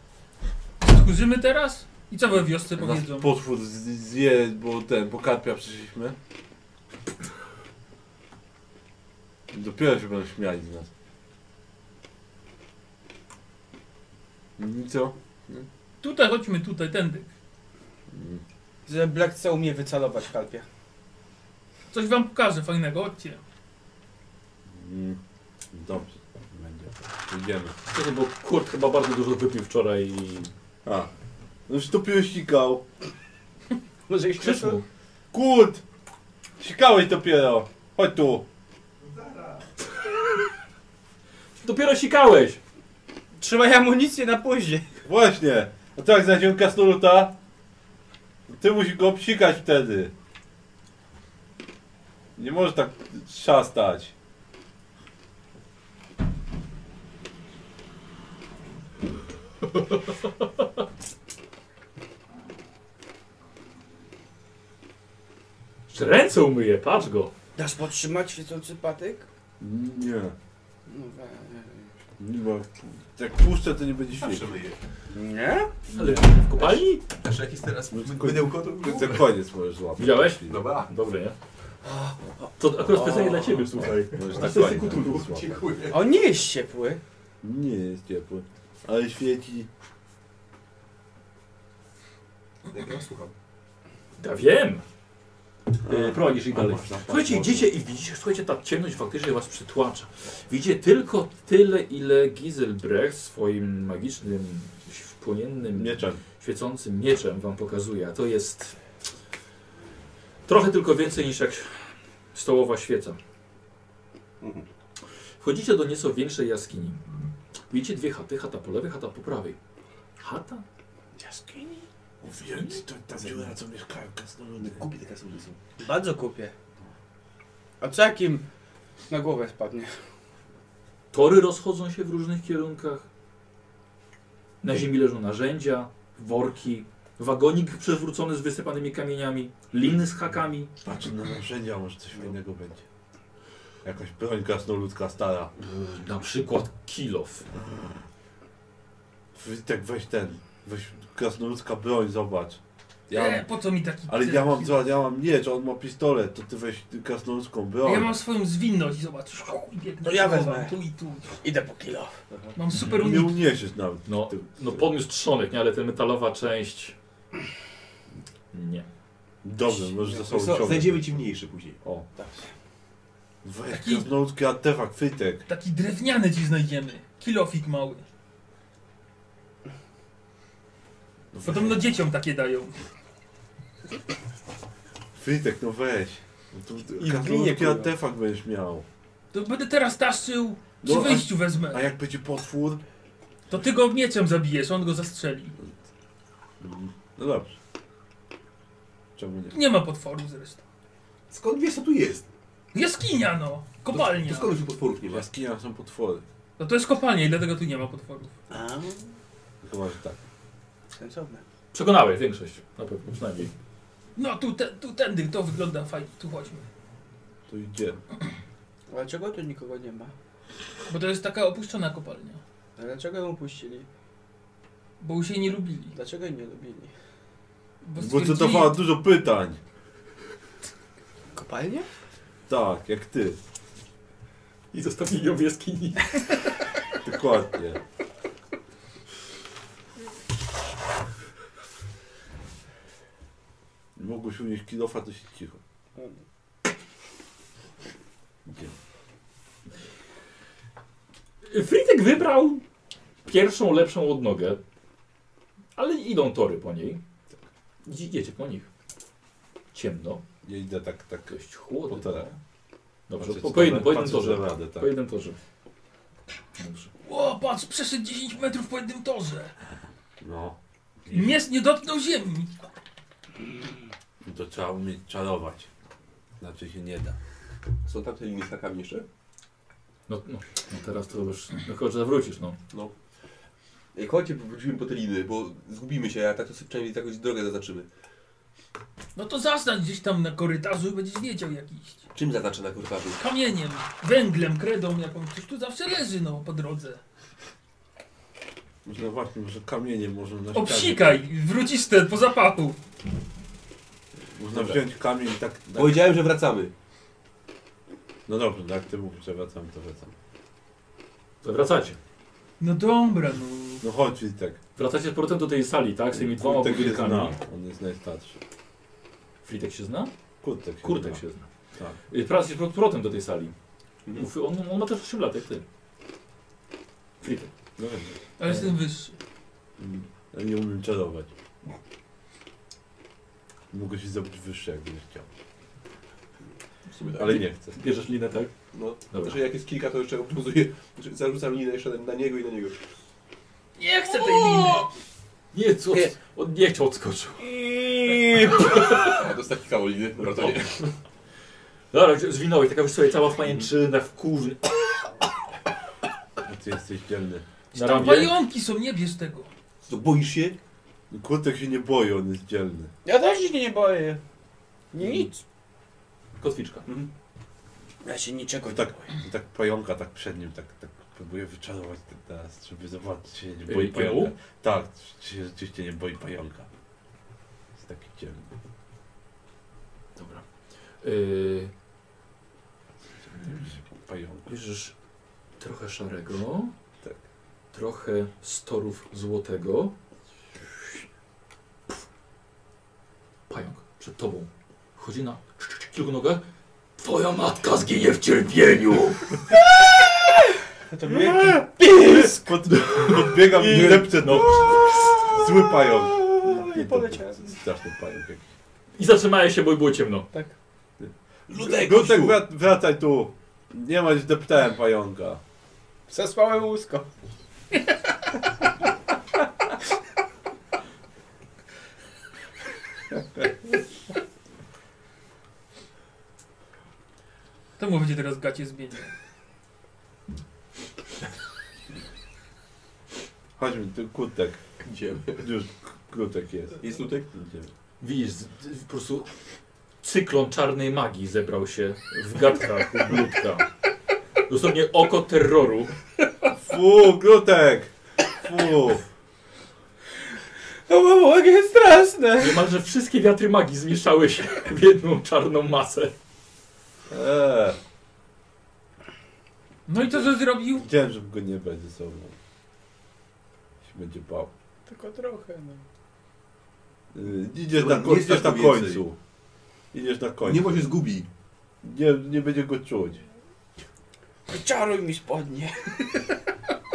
Speaker 4: Dyskuzymy teraz? I co we wiosce
Speaker 3: Nas
Speaker 4: powiedzą?
Speaker 3: potwór z- zje, bo ten, po karpia przyszliśmy. Dopiero się będą śmiali z nas. I co?
Speaker 4: Tutaj, chodźmy tutaj, tędy.
Speaker 3: Mm.
Speaker 2: Że Black chce umie wycalować kalpie.
Speaker 4: Coś wam pokażę fajnego, chodźcie.
Speaker 3: Mm. Dobrze. Będzie. Idziemy.
Speaker 1: Słuchaj, Bo Kurt chyba bardzo dużo wypił wczoraj i...
Speaker 3: A. No już tu piłeś sikał.
Speaker 2: Może ich
Speaker 1: Krzyż mu.
Speaker 3: Kurt! Sikałeś dopiero. Chodź tu.
Speaker 1: Dopiero sikałeś!
Speaker 2: Trzymaj amunicję na później.
Speaker 3: Właśnie. A co jak znajdziemy kasnoluta? Ty musisz go obsikać wtedy. Nie możesz tak trzastać.
Speaker 1: Jeszcze ręce umyję, patrz go.
Speaker 2: Dasz podtrzymać świecący patyk?
Speaker 3: Nie.
Speaker 2: No, we-
Speaker 3: Nie ma. Jak puszczę, to nie będzie
Speaker 5: Zawsze
Speaker 3: świecił.
Speaker 5: myję.
Speaker 2: nie?
Speaker 1: Ale w kopalni?
Speaker 5: Znaczy jak jest teraz
Speaker 3: No tylko-
Speaker 5: mydełko, to było.
Speaker 3: To koniec możesz złapać.
Speaker 1: Widziałeś?
Speaker 5: Dobra.
Speaker 1: Dobre, nie? To akurat specjalnie dla ciebie, słuchaj.
Speaker 3: Możesz
Speaker 1: A
Speaker 3: na
Speaker 1: to jest
Speaker 3: koniec
Speaker 1: Cthulhu.
Speaker 3: możesz złapać.
Speaker 5: Dziękuję.
Speaker 2: On nie jest ciepły.
Speaker 3: Nie jest ciepły. Ale świeci.
Speaker 5: Jak ja słucham.
Speaker 1: Ja wiem! Yy, Prowadzisz ich dalej.
Speaker 3: Można patrzeć.
Speaker 1: Słuchajcie, idziecie i widzicie, słuchajcie, ta ciemność faktycznie was przytłacza. Widzicie tylko tyle, ile Giselbrecht swoim magicznym, ś- płomiennym,
Speaker 3: Mieczem.
Speaker 1: świecącym mieczem wam pokazuje. A to jest trochę tylko więcej niż jak stołowa świeca.
Speaker 5: Mhm.
Speaker 1: Wchodzicie do nieco większej jaskini. Widzicie dwie chaty, chata po lewej, chata po prawej. Chata?
Speaker 2: Jaskini?
Speaker 3: Więc to ta dziura, co mieszkają kasnoludy.
Speaker 5: Kupię te kasnoludy.
Speaker 2: Bardzo kupię. A co jakim na głowę spadnie?
Speaker 1: Tory rozchodzą się w różnych kierunkach. Na ziemi leżą narzędzia, worki, wagonik przewrócony z wysypanymi kamieniami, liny z hakami.
Speaker 3: Patrz na narzędzia, może coś fajnego będzie. Jakaś broń kasnoludka stara.
Speaker 1: Na przykład kilof.
Speaker 3: Witek, tak weź ten. Weź krasnoludzka broń, zobacz. Ja
Speaker 4: E,
Speaker 3: mam,
Speaker 4: po co mi taki...
Speaker 3: ale ja mam, zobacz, ja mam miecz, on ma pistolet, to ty weź krasnoludzką broń.
Speaker 4: Ja mam swoją zwinność, zobacz. Szu, i biegnę
Speaker 2: To ja
Speaker 4: tu,
Speaker 2: wezmę.
Speaker 4: Tu i tu.
Speaker 2: Idę po kilo.
Speaker 4: Mam super
Speaker 3: Nie
Speaker 4: unik.
Speaker 3: uniesiesz nawet.
Speaker 1: No, no podniósł trzonek, nie? ale ta metalowa część... Nie.
Speaker 3: Dobrze, możesz ze sobą
Speaker 5: Wiesz co,
Speaker 3: ciągnąć.
Speaker 5: Znajdziemy ci mniejszy później.
Speaker 3: O.
Speaker 2: Tak.
Speaker 3: Weź
Speaker 4: Taki-
Speaker 3: krasnoludzki artefakt, Witek.
Speaker 4: Taki drewniany ci znajdziemy. Kilofik mały.
Speaker 3: No
Speaker 4: Podobno
Speaker 3: weź.
Speaker 4: dzieciom takie dają.
Speaker 3: Witek, no weź. No to-
Speaker 2: wginie,
Speaker 3: Krasnoludki
Speaker 2: kurwa.
Speaker 3: artefakt będziesz miał.
Speaker 4: To będę teraz taszył, przy
Speaker 3: No, a-
Speaker 4: wyjściu
Speaker 3: A
Speaker 4: wezmę.
Speaker 3: jak będzie potwór?
Speaker 4: To ty go mieczem zabijesz, on go zastrzeli.
Speaker 3: No dobrze. Czemu nie?
Speaker 4: Nie ma potworu zresztą.
Speaker 5: Skąd wiesz, co tu jest?
Speaker 4: Jaskinia no, kopalnia.
Speaker 5: To skąd tu potworów nie
Speaker 3: W
Speaker 5: ma?
Speaker 3: jaskiniach są potwory.
Speaker 4: No to jest kopalnia i dlatego tu nie ma potworów.
Speaker 2: A,
Speaker 3: Chyba, że tak.
Speaker 2: sensowne.
Speaker 1: Przekonałeś większość, na pewno, przynajmniej.
Speaker 4: No tu, te, tu tędy, to wygląda fajnie, tu chodźmy.
Speaker 3: To idziemy.
Speaker 2: Dlaczego tu nikogo nie ma?
Speaker 4: Bo to jest taka opuszczona kopalnia.
Speaker 2: A Dlaczego ją puścili?
Speaker 4: Bo już jej nie lubili.
Speaker 2: Dlaczego jej nie lubili?
Speaker 4: Bo,
Speaker 3: Bo
Speaker 4: stwierdzili-
Speaker 3: zadawała dużo pytań.
Speaker 2: Kopalnie?
Speaker 3: Tak, jak ty.
Speaker 1: I zostawili ją w jaskini.
Speaker 3: Dokładnie. Nie Mogłeś unieść kilofa, to się cicho. Idzie.
Speaker 1: Fritek wybrał pierwszą, lepszą odnogę, ale idą tory po niej. Idziecie po nich. Ciemno,
Speaker 3: Ja idę tak, tak.
Speaker 1: dość chłodno.
Speaker 3: Po torach.
Speaker 1: Dobrze,
Speaker 3: patrzeć,
Speaker 1: po,
Speaker 3: co
Speaker 1: po, jednym,
Speaker 3: tam-
Speaker 1: po jednym
Speaker 3: patrzeć
Speaker 1: torze.
Speaker 3: na radę, tak.
Speaker 1: Po jednym torze. Dobrze.
Speaker 4: Ło, patrz, przeszedł 10 metrów po jednym torze.
Speaker 3: No,
Speaker 4: Nie, nie dotknął ziemi.
Speaker 3: to trzeba umieć czarować. Znaczy się nie da.
Speaker 5: Są tam te linie z hakami jeszcze?
Speaker 1: No, no, no teraz to już, no chyba, że zawrócisz, no.
Speaker 5: No. Ej, chodźcie, wrócimy po te liny, bo zgubimy się, a tak to sobie przynajmniej jakąś drogę zaznaczymy.
Speaker 4: No to zastań gdzieś tam na korytarzu i będziesz wiedział jak iść.
Speaker 5: Czym zaznaczy na kurwarzu?
Speaker 4: Kamieniem, węglem, kredą jakąś. Coś tu zawsze leży no po drodze.
Speaker 3: Może właśnie, może kamienie można na
Speaker 4: Obsikaj, wrócisz ten po zapachu.
Speaker 3: Można
Speaker 5: Dobra.
Speaker 3: wziąć kamień i tak, tak.
Speaker 5: Powiedziałem, że wracamy.
Speaker 3: No dobrze, tak ty mówisz, że wracam, to wracam.
Speaker 1: To wracacie.
Speaker 4: No dobra,
Speaker 2: Mm.
Speaker 4: no.
Speaker 3: No chodź i tak.
Speaker 1: Wracacie z powrotem do tej sali, tak? Z tymi dwoma
Speaker 3: Kurtek się
Speaker 1: budynkami.
Speaker 3: zna, on jest najstarszy.
Speaker 1: Fritek się zna?
Speaker 3: Kurtek się
Speaker 1: Kurtek
Speaker 3: zna.
Speaker 1: się zna.
Speaker 3: Tak.
Speaker 1: Y, Wracacie z powrotem do tej sali.
Speaker 5: Mhm.
Speaker 1: Mów- On, on ma też 8 lat, jak ty. Fritek.
Speaker 3: No wiem.
Speaker 4: Ale jestem wyższy.
Speaker 3: Mm, Ja nie umiem czarować. Mogę się zrobić wyższy, jakbym chciał.
Speaker 5: W sumie tak.
Speaker 3: Ale nie chcę.
Speaker 1: Bierzesz linę, tak?
Speaker 5: No,
Speaker 1: Dobra.
Speaker 5: że jak jest kilka, to jeszcze obowiązuję. Znaczy, Zarzucam linię jeszcze na niego i na niego.
Speaker 4: Nie chcę tej liny.
Speaker 1: Nie, co?
Speaker 5: Nie.
Speaker 1: On nie chciał odskoczył.
Speaker 5: A dostać kawał liny. Dobra, No to nie.
Speaker 1: Dobra, gdzie- zwinąłeś, taka wiesz sobie cała w pajęczynach, w kurze.
Speaker 3: A ty jesteś dzielny.
Speaker 1: Na
Speaker 4: Tam
Speaker 1: ramię.
Speaker 4: pająki są, nie bierz tego.
Speaker 5: To boisz się?
Speaker 3: Kurtek się nie boi, on jest dzielny.
Speaker 2: Ja też się nie boję. Nic.
Speaker 1: Kotwiczka.
Speaker 2: Ja się niczego
Speaker 3: I tak, i tak pająka tak przed nim, tak, tak próbuję wyczarować ten teraz, żeby zobaczyć, czy się nie boi
Speaker 1: Ej, pająk?
Speaker 3: pająka. Tak, czy się rzeczywiście nie boi pająka. Jest taki dzielny.
Speaker 1: Dobra. Yy,
Speaker 3: Pająka.
Speaker 1: bierzesz trochę szarego.
Speaker 3: Tak.
Speaker 1: Trochę storów złotego. Pająk przed tobą. Chodzi na kilku nogach. Twoja matka zginie w cierpieniu!
Speaker 2: To wielki
Speaker 3: Pod, podbiegam i lepce no. Zły pająk.
Speaker 2: No I poleciałem.
Speaker 3: Straszny pająk. jakiś.
Speaker 1: I zatrzymałeś się, bo było ciemno.
Speaker 3: Gutek,
Speaker 5: Ludek, gościu!
Speaker 3: wrac- wracaj tu. Nie ma, deptałem pająka.
Speaker 2: Zespałem łusko.
Speaker 4: To mu będzie teraz gacie zmienił.
Speaker 3: Chodźmy, tu kutek.
Speaker 5: Idziemy.
Speaker 3: Już kutek jest.
Speaker 5: Jest Ludek?
Speaker 3: Idziemy.
Speaker 1: Widzisz, z- z- po prostu cyklon czarnej magii zebrał się w gadkach u Ludka. Dosłownie oko terroru.
Speaker 3: Fu, kutek! Fu!
Speaker 2: To było jakie straszne.
Speaker 1: Niemalże wszystkie wiatry magii zmieszały się w jedną czarną masę.
Speaker 3: Eee,
Speaker 4: No i to, że zrobił?
Speaker 3: wiedziałem, że go nie będzie ze sobą. Się będzie bał.
Speaker 2: Tylko trochę, no.
Speaker 3: Yy, idziesz
Speaker 5: Dobra,
Speaker 3: na,
Speaker 5: nie
Speaker 3: koń, idziesz na
Speaker 5: strasz mu więcej.
Speaker 3: końcu. Idziesz na
Speaker 5: Nie,
Speaker 3: końcu.
Speaker 5: bo się zgubi.
Speaker 3: Nie, nie będzie go czuć.
Speaker 2: Wyczaruj mi spodnie.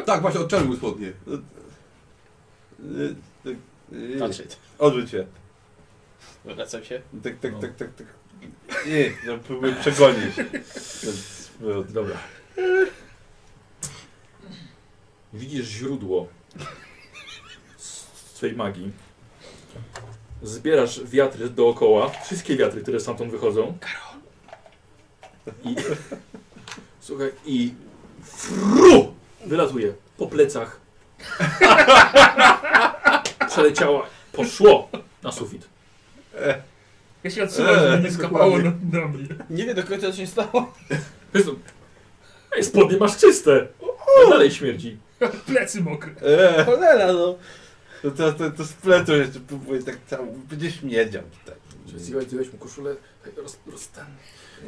Speaker 5: Tak, właśnie, odczaruj mu spodnie.
Speaker 3: Yy, tak, yy,
Speaker 2: Znaczy,
Speaker 3: Odwróć się.
Speaker 2: wracam się.
Speaker 3: Tak, tak,
Speaker 1: No.
Speaker 3: tak, tak, tak. Nie, ja próbuję przegonić. ten smród.
Speaker 1: Dobra. Widzisz źródło s- swej magii. Zbierasz wiatry dookoła, wszystkie wiatry, które stamtąd wychodzą. I, słuchaj, i fru! Wylatuje po plecach. Przeleciała, poszło na sufit.
Speaker 4: Ja się odsyłam, żeby
Speaker 3: Eee,
Speaker 4: nie skapało na,
Speaker 3: dokładnie.
Speaker 4: na mnie.
Speaker 2: Nie wiem do końca co się stało.
Speaker 1: Jezu, Ej, spodnie masz czyste. No Dalej śmierdzi.
Speaker 4: Plecy mokre.
Speaker 3: Eee,
Speaker 2: Cholera, no.
Speaker 3: to, to, to, to spletu jeszcze próbuję tak cały. Będzie śmierdział tutaj.
Speaker 1: Zjechać, zjechać mu koszulę, roz, roz, ten,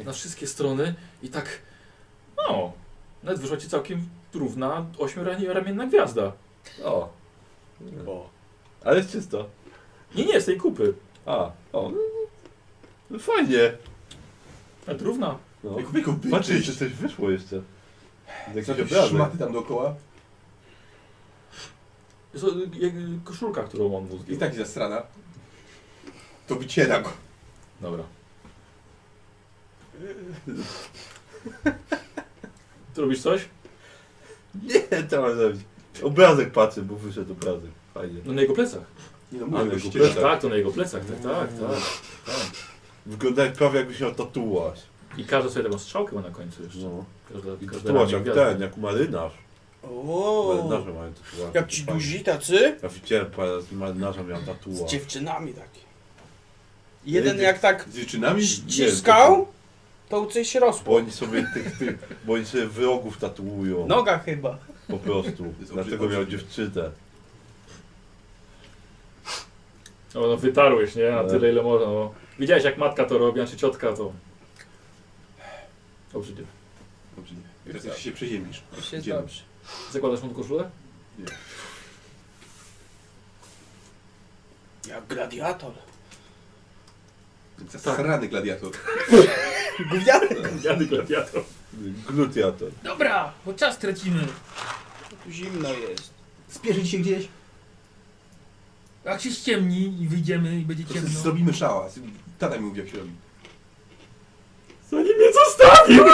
Speaker 1: na wszystkie strony i tak, no, nawet wyszła ci całkiem równa ośmioramienna gwiazda.
Speaker 3: O. o. Ale jest czysto.
Speaker 1: Nie, nie, z tej kupy.
Speaker 3: A, o. No fajnie.
Speaker 1: Nawet równa.
Speaker 3: No.
Speaker 5: Jak wieku
Speaker 3: Patrz, jeszcze
Speaker 5: wyczyść.
Speaker 3: coś wyszło jeszcze. Jakiś
Speaker 5: Jakieś
Speaker 3: obrazek.
Speaker 5: szmaty tam dookoła.
Speaker 1: Jest to, jak, koszulka, którą on mu
Speaker 5: I
Speaker 1: zdjął.
Speaker 5: tak zastrana. To wyciera go.
Speaker 1: Dobra. Ty robisz coś?
Speaker 3: Nie, to mam zrobić. Obrazek patrzę, bo wyszedł obrazek. Fajnie.
Speaker 1: No na jego plecach.
Speaker 5: Nie no,
Speaker 3: Ale
Speaker 5: mówię, go
Speaker 3: go
Speaker 5: ściera.
Speaker 1: Tak, tak to na jego plecach, tak, tak, tak.
Speaker 3: Wygląda jak prawie jakby miał tatuaż.
Speaker 1: I każdy sobie taką strzałkę ma na końcu jeszcze.
Speaker 3: No.
Speaker 1: Każda,
Speaker 3: I tak,
Speaker 1: każda
Speaker 3: tatuaż
Speaker 1: ramię
Speaker 3: jak
Speaker 1: gwiazdy.
Speaker 3: ten, jak marynarz.
Speaker 2: O,
Speaker 3: Marynarze mają tatuaż.
Speaker 2: Jak ci duzi tacy?
Speaker 3: Ja widziałem parę z marynarza miał
Speaker 2: Z
Speaker 3: tatuaż.
Speaker 2: dziewczynami takie. Jeden jak tak
Speaker 3: Z dziewczynami? Nie,
Speaker 2: ściskał, to łcyj się
Speaker 3: tylko-
Speaker 2: rozpł.
Speaker 3: Bo oni sobie tych, tych, bo oni sobie wrogów tatuują.
Speaker 4: No.
Speaker 2: Noga chyba.
Speaker 3: Po prostu.
Speaker 5: jest
Speaker 3: Dlatego
Speaker 5: obrzydliwe.
Speaker 3: miał dziewczynę.
Speaker 1: O, no wytarłeś, nie? Na
Speaker 3: No.
Speaker 1: tyle, ile można. No. Widziałeś, jak matka to robi, a czy ciotka to... Obrzydliwe.
Speaker 5: Dobrze, nie. Teraz jak się przeziemisz.
Speaker 2: Już jest
Speaker 5: Idziemy.
Speaker 2: dobrze.
Speaker 1: Zakładasz mu tą koszulę?
Speaker 2: Jak gladiator.
Speaker 5: Zasrany gladiator.
Speaker 2: Gwiazd.
Speaker 1: Jady gladiator.
Speaker 3: Glutiator.
Speaker 4: Dobra, bo czas tracimy.
Speaker 2: Tu zimno jest.
Speaker 5: Spieszyć się gdzieś?
Speaker 4: Jak się ściemni i wyjdziemy i będzie
Speaker 5: To sobie
Speaker 4: ciemno.
Speaker 5: zrobimy szałas. Tata mi mówi jak się robi.
Speaker 1: Zanim mnie zostawił!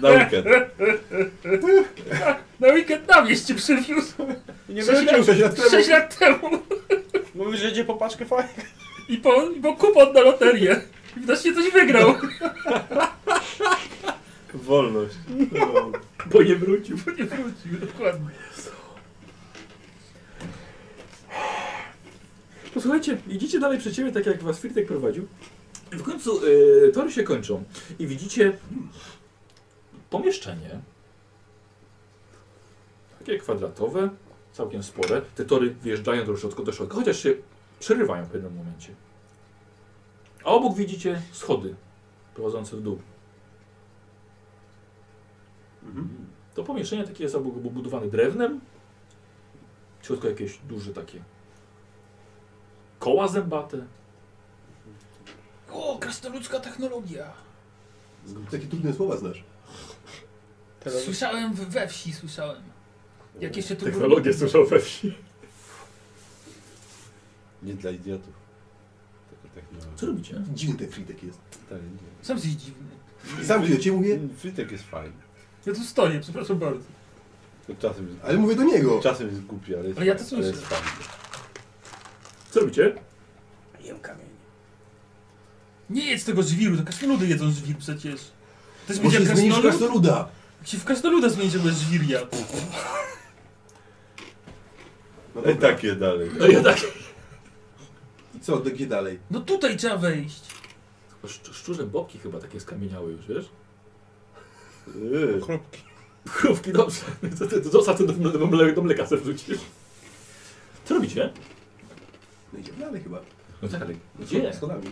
Speaker 3: Na weekend.
Speaker 4: Na weekend na wieś cię przywiózł.
Speaker 2: Nie
Speaker 4: Sześć
Speaker 2: będzie.
Speaker 5: Sześć lat temu.
Speaker 4: 6 lat temu.
Speaker 2: Mówisz, że idzie po paczkę fajek.
Speaker 4: I po, i po kupon na loterię. I widocznie coś wygrał.
Speaker 3: Wolność. No.
Speaker 1: Bo nie wrócił.
Speaker 4: Bo nie wrócił, dokładnie.
Speaker 1: Posłuchajcie, idziecie dalej przed siebie, tak jak was Firtek prowadził. W końcu y, tory się kończą i widzicie pomieszczenie. Takie kwadratowe, całkiem spore. Te tory wjeżdżają do środka, do środka, chociaż się przerywają w pewnym momencie. A obok widzicie schody prowadzące w dół. To pomieszczenie takie jest obok obudowane drewnem. W środku jakieś duże takie koła zębate.
Speaker 4: O, krasnoludzka technologia.
Speaker 5: Takie trudne słowa znasz.
Speaker 4: Słyszałem w- we wsi, słyszałem. Jak jeszcze tu
Speaker 1: Technologie słyszał we wsi.
Speaker 3: Nie dla idiotów. Tylko technologia.
Speaker 1: Co robicie?
Speaker 5: Dziwny ten Fritek jest.
Speaker 3: Tak, nie.
Speaker 4: Sam jesteś dziwny.
Speaker 5: Sam się do ciebie mówię,
Speaker 3: Fritek jest fajny.
Speaker 4: Ja tu stoję, przepraszam bardzo.
Speaker 3: Tylko Czasem jest,
Speaker 5: ale mówię do niego.
Speaker 3: czasem jest głupi, ale jest
Speaker 4: Ale ja to
Speaker 3: fajny,
Speaker 4: słyszę.
Speaker 3: jest fajny.
Speaker 1: Co robicie?
Speaker 2: Jem kamień.
Speaker 4: Nie jedz tego żwiru, to krasnoludy jedzą żwir przecież. To jest
Speaker 5: Bo
Speaker 4: jak
Speaker 5: się zmienisz w
Speaker 4: krasnolud?
Speaker 5: krasnoluda.
Speaker 4: Jak się w krasnoluda zmieni, żeby żwir jadł.
Speaker 5: No
Speaker 3: Ej,
Speaker 5: dobra.
Speaker 3: takie dalej.
Speaker 1: No ja tak.
Speaker 5: I co, do- gdzie dalej?
Speaker 4: No tutaj trzeba wejść.
Speaker 1: Szcz szczurze bobki chyba takie skamieniały już, wiesz?
Speaker 3: Yy.
Speaker 2: Chrupki.
Speaker 1: Krówki, dobrze. To, to, to zostaw to do, do, do, mle- do mleka sobie wrzucisz. Co robicie?
Speaker 5: No idziemy dalej chyba.
Speaker 1: No tak, ale gdzie?
Speaker 5: Schodami.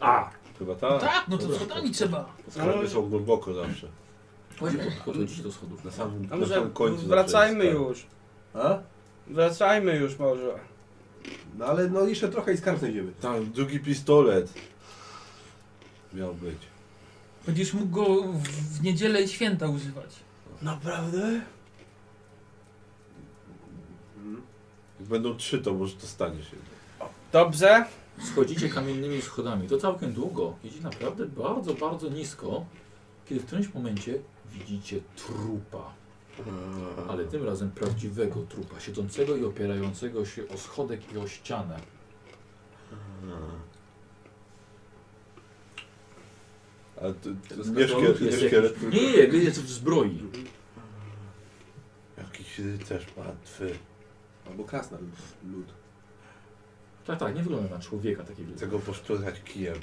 Speaker 1: A!
Speaker 3: Chyba
Speaker 4: No
Speaker 3: tak.
Speaker 4: tak, no to
Speaker 1: dobra.
Speaker 4: schodami trzeba.
Speaker 3: Skarby są głęboko zawsze.
Speaker 1: Właśnie pod- podchodzicie do schodów.
Speaker 3: Na
Speaker 4: No
Speaker 3: samym, na
Speaker 2: Dobrze,
Speaker 3: samym końcu.
Speaker 2: wracajmy
Speaker 3: zawsze jest
Speaker 2: już.
Speaker 5: A?
Speaker 2: Wracajmy już może.
Speaker 5: No ale no jeszcze trochę i skarb znajdziemy.
Speaker 3: skarb. tak. Tam drugi pistolet. Miał być.
Speaker 4: Będziesz mógł go w, w niedzielę i święta używać.
Speaker 2: Naprawdę?
Speaker 3: Jak będą trzy, to może dostaniesz jeden.
Speaker 2: Dobrze.
Speaker 1: Schodzicie kamiennymi schodami. To całkiem długo. Idzie naprawdę bardzo, bardzo nisko. Kiedy w którymś momencie widzicie trupa. Ale tym razem prawdziwego trupa, siedzącego i opierającego się o schodek i o ścianę.
Speaker 3: A ty, ty,
Speaker 5: To
Speaker 3: nie szkielet, nie
Speaker 1: znaczy, Jest
Speaker 3: szkielet.
Speaker 1: jakiś- Nie, nie, jest w zbroi.
Speaker 3: Jakiś rycerz martwy.
Speaker 5: Albo krasna lud.
Speaker 1: Tak, tak, nie wygląda na człowieka takiego.
Speaker 3: Chcę go poszturchać kijem.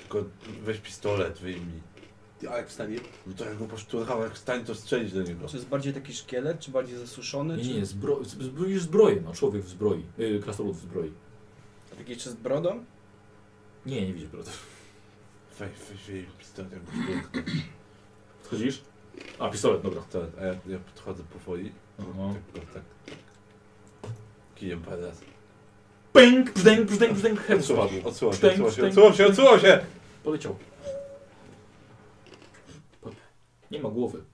Speaker 3: Tylko weź pistolet, wyjmij.
Speaker 5: Ty, A jak wstanie?
Speaker 3: No to jak go poszturchał, jak stań, to strzelić do niego.
Speaker 2: Czy jest bardziej taki szkielet, czy bardziej zasuszony?
Speaker 1: Nie,
Speaker 5: znaczy-
Speaker 2: czy...
Speaker 1: nie, zbro, z- zbro, już zbroję, no człowiek w zbroi, yy, krasnolud w zbroi.
Speaker 2: Taki czy z brodą?
Speaker 1: Nie, nie widzisz, brata.
Speaker 3: Weź, weź, weź pistolet, jak go poszturchał.
Speaker 1: Wchodzisz? A, pistolet, dobra.
Speaker 3: Pistolet, A ja, ja podchodzę powoli.
Speaker 5: No.
Speaker 1: Aha.
Speaker 3: Tak, tak, tak. Kijem parę razy.
Speaker 1: Pęk, brzdęk, brzdęk, brzdęk, hełm
Speaker 3: Odsuwam
Speaker 1: spadł.
Speaker 3: się, odsuwam się,
Speaker 1: Pęk,
Speaker 3: odsuwam się,
Speaker 1: pęk.
Speaker 3: odsuwam się, odsuwam się!
Speaker 1: Poleciał. Nie ma głowy.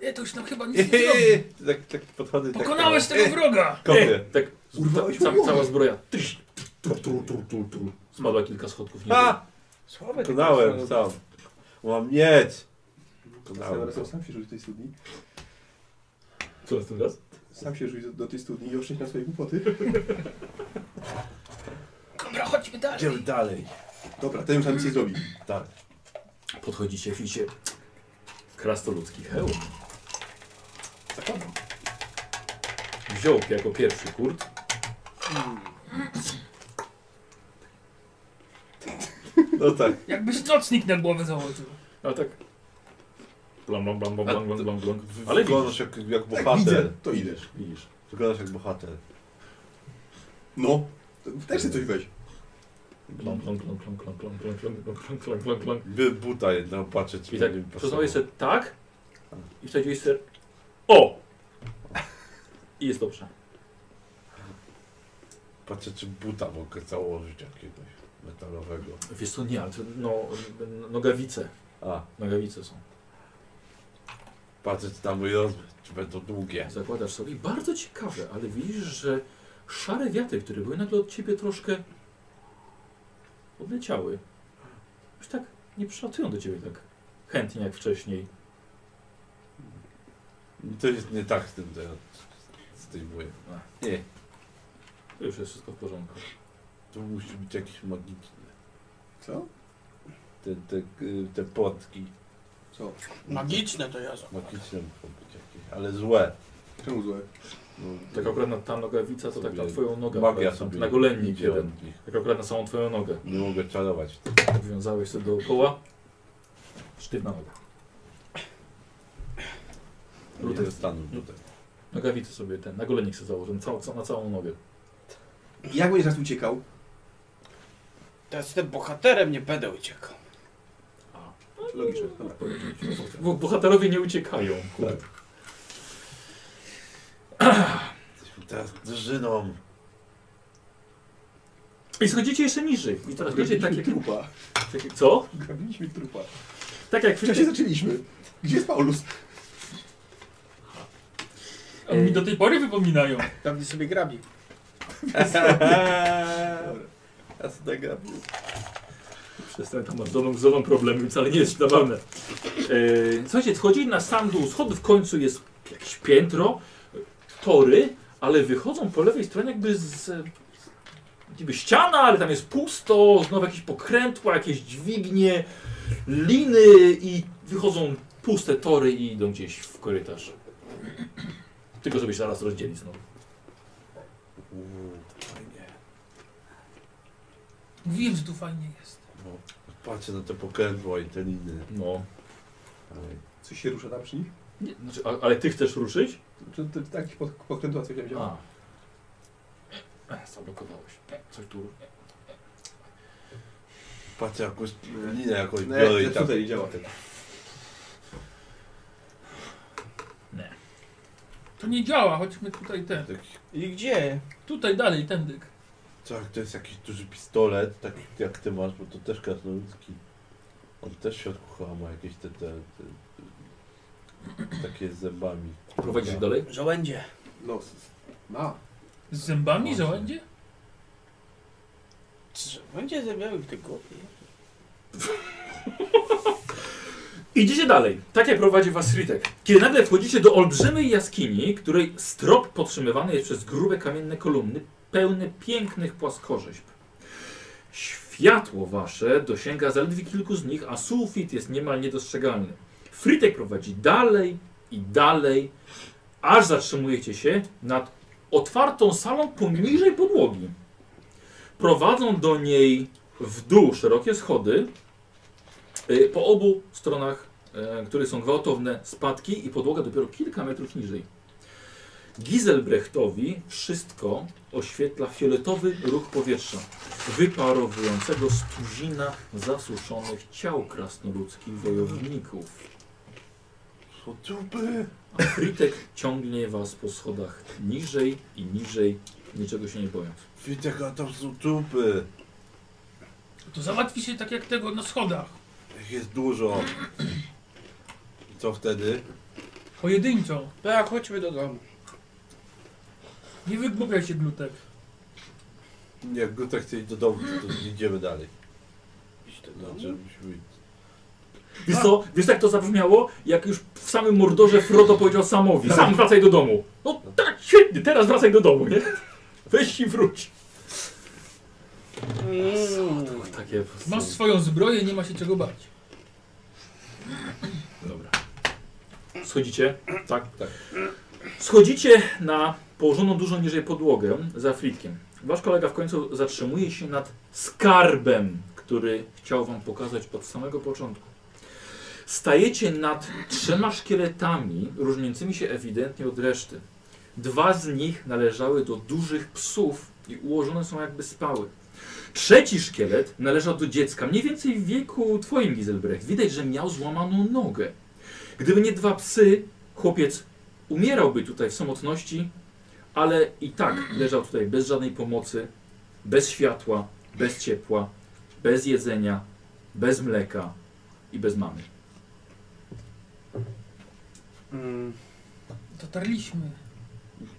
Speaker 4: E, to już nam chyba nic nie zrobi.
Speaker 3: Eee, Tak, tak podchodzę i tak...
Speaker 4: Pokonałeś
Speaker 3: e,
Speaker 4: tego wroga!
Speaker 3: Kopię.
Speaker 1: E, tak,
Speaker 5: Urwałeś
Speaker 1: ca,
Speaker 5: mu głowę.
Speaker 1: cała zbroja. Tyś, tu, tu, tu, tu, tu. Spadła kilka schodków niżej.
Speaker 3: A!
Speaker 2: Słabe te
Speaker 3: Pokonałem
Speaker 2: krasnoludy.
Speaker 3: sam. Mam mieć!
Speaker 5: Następnym razem sam się rzuć do tej studni.
Speaker 1: Co jest ten raz?
Speaker 5: Sam się rzuć do, do tej studni i oszczędź na swoje głupoty.
Speaker 4: Dobra, chodźmy
Speaker 3: Idziemy
Speaker 4: dalej.
Speaker 3: dalej.
Speaker 5: Dobra, ten już nam nic nie zrobi.
Speaker 3: Tak.
Speaker 1: Podchodzicie, widzicie krasnoludzki hełm.
Speaker 5: Tak.
Speaker 1: Zakładam. Wziął jako pierwszy kurt.
Speaker 3: No tak.
Speaker 4: Jakbyś nocnik na głowę założył.
Speaker 1: Ale tak. Blam, blam, blam, blam,
Speaker 3: A
Speaker 1: blam, blam,
Speaker 3: to-
Speaker 1: blam, blam. Ale
Speaker 3: Ale
Speaker 1: widzisz,
Speaker 3: wyglądasz jak, jak
Speaker 5: Jak
Speaker 3: bohater.
Speaker 5: widzę, to idziesz.
Speaker 1: widzisz.
Speaker 3: Wyglądasz jak bohater.
Speaker 5: No, to też sobie coś weź.
Speaker 1: Blam, blam, blam, blam, blam, blam, blam, blam, blam, blam, blam, blam, blam.
Speaker 3: By buta jedna patrzę ci
Speaker 1: I tak
Speaker 3: będzie pasował.
Speaker 1: przesunąłeś sobie tak i wsadziłeś sobie o! I jest dobrze.
Speaker 3: Patrzę czy buta mogę założyć jakiegoś metalowego.
Speaker 1: Wiesz co, nie, ale to, no, n- nogawice.
Speaker 3: A,
Speaker 1: Nogawice są.
Speaker 3: patrzę czy tam mój rozmiar, czy będą długie.
Speaker 1: Zakładasz sobie. Bardzo ciekawe, ale widzisz, że szare wiaty, które były nagle od ciebie troszkę odleciały. Już tak nie przylatują do ciebie tak chętnie jak wcześniej.
Speaker 3: To jest nie tak z tym, co ja zdejmuję. Nie,
Speaker 1: To już jest wszystko w porządku.
Speaker 3: tu musi być jakiś magiczny.
Speaker 5: Co?
Speaker 3: Te, te, y, te płatki
Speaker 5: Co?
Speaker 3: tak.
Speaker 2: Magiczne to ja za-
Speaker 3: magiczne muszą być jakieś, ale złe.
Speaker 5: Czemu złe?
Speaker 3: No,
Speaker 1: Tak akurat na ta nogawica to tak na
Speaker 3: Sobie
Speaker 1: twoją nogę.
Speaker 3: Magia
Speaker 1: akurat,
Speaker 3: sobie
Speaker 1: na golennik
Speaker 3: idzie
Speaker 1: jeden.
Speaker 3: od nich.
Speaker 1: Tak akurat na samą twoją nogę.
Speaker 3: Nie mogę czarować.
Speaker 1: Wiązałeś sobie dookoła. Sztywna noga.
Speaker 3: Nie
Speaker 1: Lutek.
Speaker 3: dostaną tutaj.
Speaker 1: Nogawice sobie ten, na golenik sobie założę, na, cał, na całą nogę.
Speaker 5: Jak będziesz raz uciekał?
Speaker 2: To ja jestem bohaterem, nie będę uciekał.
Speaker 5: Logiczne, dobra.
Speaker 1: Bo bohaterowie nie uciekają. Kurde.
Speaker 3: Tak. Jesteśmy teraz drużyną.
Speaker 1: I schodzicie jeszcze niżej. I teraz wiecie, tak jak,
Speaker 5: trupa.
Speaker 1: tak jak... Co?
Speaker 5: Grabiliśmy trupa.
Speaker 1: Tak jak
Speaker 5: Wcześniej
Speaker 1: wcześniej...
Speaker 5: zaczęliśmy. Gdzie jest Paulus?
Speaker 4: Oni mi do tej pory wypominają.
Speaker 2: Pewnie sobie grabi.
Speaker 3: Jasnego.
Speaker 1: Przestań tam masz dolą, z dolą problemy, wcale nie jest zabawne. Yy, słuchajcie, wchodzi na sam dół schodu, w końcu jest jakieś piętro, tory, ale wychodzą po lewej stronie jakby z... Niby ściana, ale tam jest pusto, znowu jakieś pokrętła, jakieś dźwignie, liny i wychodzą puste tory i idą gdzieś w korytarz. Tylko żeby się zaraz rozdzielić no. znowu.
Speaker 3: Uuu, fajnie.
Speaker 4: Mówiłem, że tu fajnie jest.
Speaker 3: No, patrzę na te pokrętła i te liny.
Speaker 1: No.
Speaker 3: Ale
Speaker 5: Coś się rusza tam przy nich?
Speaker 1: Nie, znaczy, a, ale ty chcesz ruszyć?
Speaker 5: Czy to tak pod- podkrętła coś wziął?
Speaker 1: A. E, Zablokowałeś. E, Coś tu.
Speaker 3: Patrzę jakąś linę jakąś
Speaker 5: Nie,
Speaker 3: biorę i
Speaker 5: nie,
Speaker 3: tak.
Speaker 5: No, tutaj nie działa ten.
Speaker 4: To nie działa, chodźmy tutaj ten.
Speaker 3: tak
Speaker 2: I gdzie?
Speaker 4: Tutaj dalej, tędyk.
Speaker 3: co jak to jest jakiś duży pistolet, taki jak ty masz, bo to też krasnoludzki. On też w środku chyba ma jakieś te, te, te takie z zębami.
Speaker 1: Prowadzisz dalej?
Speaker 2: Żołędzie.
Speaker 5: No, s- ma.
Speaker 4: Z zębami,
Speaker 3: Właśnie.
Speaker 4: żołędzie?
Speaker 2: Czy Żołędzie zabiały w tej głowie?
Speaker 1: Idziecie dalej, tak jak prowadzi was Ritek. Kiedy nagle wchodzicie do olbrzymiej jaskini, której strop podtrzymywany jest przez grube kamienne kolumny, pełne pięknych płaskorzeźb. Światło wasze dosięga zaledwie kilku z nich, a sufit jest niemal niedostrzegalny. Fritek prowadzi dalej i dalej, aż zatrzymujecie się nad otwartą salą poniżej podłogi. Prowadzą do niej w dół szerokie schody, Y, Po obu stronach, e, które są gwałtowne, spadki i podłoga dopiero kilka metrów niżej. Giselbrechtowi wszystko oświetla fioletowy ruch powietrza, wyparowującego z tuzina zasuszonych ciał krasnoludzkich wojowników.
Speaker 3: O dupy!
Speaker 1: A Fritek ciągnie was po schodach niżej i niżej, niczego się nie bojąc.
Speaker 3: Witek, a tam są trupy!
Speaker 4: To załatwi się tak jak tego na schodach.
Speaker 3: Ich jest dużo! I co wtedy?
Speaker 4: Pojedynczo.
Speaker 2: Tak, chodźmy do domu.
Speaker 4: Nie wygłupiaj się glutek.
Speaker 3: Jak Guta chce iść do domu, to, to idziemy dalej.
Speaker 2: Iść do domu?
Speaker 3: Znaczy, musimy iść.
Speaker 1: Wiesz co, wiesz jak to zabrzmiało? Jak już w samym mordorze Frodo powiedział Samowi, sam wracaj do domu. No tak, świetnie, teraz wracaj do domu, nie? Weź i wróć.
Speaker 2: Mm.
Speaker 1: Takie
Speaker 4: Masz swoją zbroję, nie ma się czego bać.
Speaker 1: Dobra. Schodzicie? Tak?
Speaker 3: Tak.
Speaker 1: Schodzicie na położoną dużo niżej podłogę za flitkiem. Wasz kolega w końcu zatrzymuje się nad skarbem, który chciał wam pokazać od samego początku. Stajecie nad trzema szkieletami, różniącymi się ewidentnie od reszty. Dwa z nich należały do dużych psów i ułożone są jakby spały. Trzeci szkielet należał do dziecka, mniej więcej w wieku twoim, Giselbrecht. Widać, że miał złamaną nogę. Gdyby nie dwa psy, chłopiec umierałby tutaj w samotności, ale i tak leżał tutaj bez żadnej pomocy, bez światła, bez ciepła, bez jedzenia, bez mleka i bez mamy.
Speaker 2: Mm,
Speaker 4: Dotarliśmy.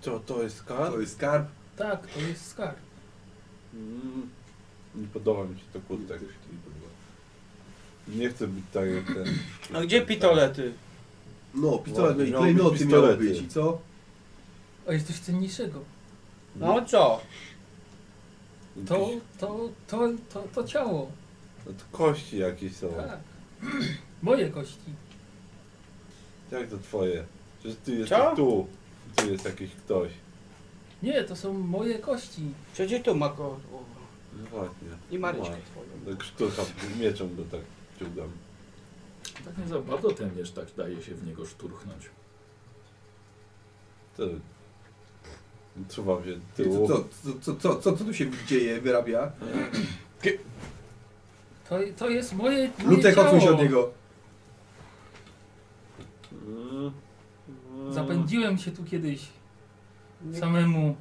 Speaker 3: To, to jest kar?
Speaker 5: To jest skarb.
Speaker 4: Tak, to jest skarb.
Speaker 3: Mm. Nie podoba mi się to kurtek. Nie chcę być tak jak ten.
Speaker 2: A gdzie pitolety?
Speaker 5: No, pistolet no, i
Speaker 3: Miał być
Speaker 5: klejnoty miały
Speaker 3: pistolety.
Speaker 5: być i co?
Speaker 4: A jest coś cenniejszego.
Speaker 2: No co?
Speaker 4: To, to, to, to, to ciało.
Speaker 3: No to kości jakieś są.
Speaker 4: Tak. Moje kości.
Speaker 3: Jak to twoje? Przecież ty jesteś
Speaker 2: Co?
Speaker 3: tu. Tu jest jakiś ktoś.
Speaker 4: Nie, to są moje kości.
Speaker 2: Przecież tu ma ko... o,
Speaker 3: No Właśnie.
Speaker 2: I Maryczkę
Speaker 3: Ładnie.
Speaker 2: twoją.
Speaker 3: Tak szturcham, mieczem go tak ciągam.
Speaker 1: Tak nie za bardzo ten wiesz, tak daje się w niego szturchnąć.
Speaker 3: To... Trzymam się
Speaker 5: Co,
Speaker 3: tyłu.
Speaker 5: co, co, co, co, co, co tu się dzieje, wyrabia?
Speaker 2: No
Speaker 4: To, to jest moje, moje
Speaker 5: Lutek,
Speaker 4: ciało.
Speaker 5: odsuń się od niego.
Speaker 3: Mm. Mm.
Speaker 4: Zapędziłem się tu kiedyś
Speaker 2: Nie-
Speaker 4: samemu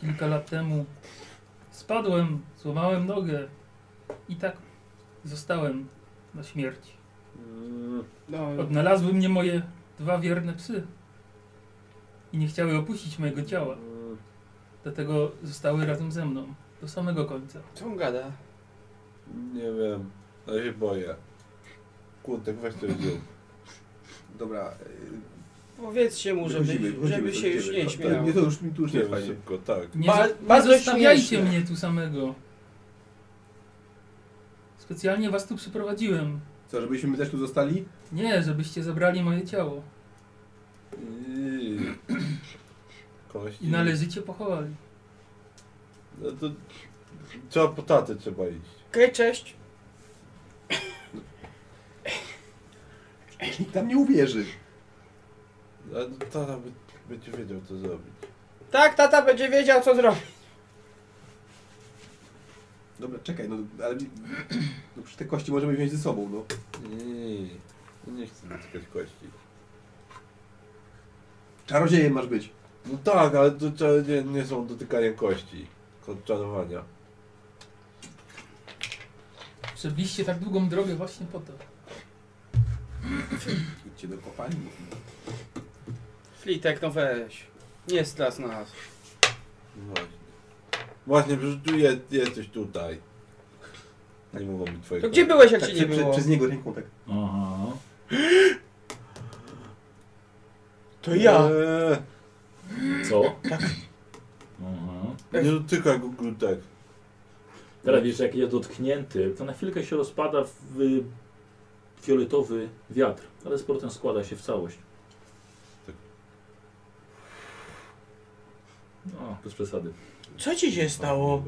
Speaker 4: kilka lat temu. Spadłem, złamałem nogę i tak zostałem na śmierć.
Speaker 3: Mm.
Speaker 2: No,
Speaker 4: Odnalazły mnie moje dwa wierne psy i nie chciały opuścić mojego ciała,
Speaker 3: Mm.
Speaker 4: dlatego zostały razem ze mną do samego końca.
Speaker 2: co on gada?
Speaker 3: Nie wiem. Ja się boję. Kurtek weź to wziął.
Speaker 5: Dobra,
Speaker 2: Powiedzcie mu, żeby,
Speaker 5: Wychodzimy, wychodzimy,
Speaker 2: żeby się już nie
Speaker 5: wychodzimy.
Speaker 3: śmiał.
Speaker 5: nie,
Speaker 2: śmiał.
Speaker 5: to już mi tu już nie
Speaker 3: Nie
Speaker 5: jest
Speaker 3: wiem,
Speaker 5: fajnie.
Speaker 3: szybko, tak.
Speaker 4: Nie,
Speaker 2: Ba-
Speaker 4: zo- nie
Speaker 2: bardzo
Speaker 4: zostawiajcie
Speaker 2: śmieszne.
Speaker 4: mnie tu samego. Specjalnie was tu przyprowadziłem.
Speaker 5: Co, żebyśmy też tu zostali?
Speaker 4: Nie, żebyście zabrali moje ciało
Speaker 3: I... Kości.
Speaker 2: Mm.
Speaker 4: i należycie pochowali.
Speaker 3: No to... Trzeba po tatę trzeba iść.
Speaker 2: Okej, cześć.
Speaker 5: Nikt tam nie uwierzy.
Speaker 3: A tata by, będzie wiedział co zrobić.
Speaker 2: Tak, tata będzie wiedział, co zrobić.
Speaker 5: Dobra, czekaj, no ale... No przecież te kości możemy wziąć ze sobą, no.
Speaker 3: Nie, nie chcę dotykać kości.
Speaker 5: Czarodziejem masz być.
Speaker 3: No tak, ale to czar- nie, nie są dotykanie kości. tylko Czarowania.
Speaker 4: Przebyliście tak długą drogę właśnie po to.
Speaker 5: Idźcie do kopalni.
Speaker 2: Flitek, no weź. Nie stras nas.
Speaker 3: No Właśnie. Właśnie, przecież tu je, jesteś tutaj. Nie mogą być twoje
Speaker 2: To gdzie
Speaker 3: kości.
Speaker 2: byłeś, jak
Speaker 5: Tak,
Speaker 2: cię nie
Speaker 5: prze, prze,
Speaker 2: było?
Speaker 5: przez niego ręką tak.
Speaker 1: Aha.
Speaker 2: To ja.
Speaker 3: Eee,
Speaker 1: Co? Aha.
Speaker 3: nie dotykaj go glutek.
Speaker 1: Teraz wiesz, jak jest dotknięty, to na chwilkę się rozpada w y, fioletowy wiatr, ale z powrotem składa się w całość.
Speaker 3: Tak.
Speaker 1: No, bez przesady.
Speaker 2: Co ci się stało?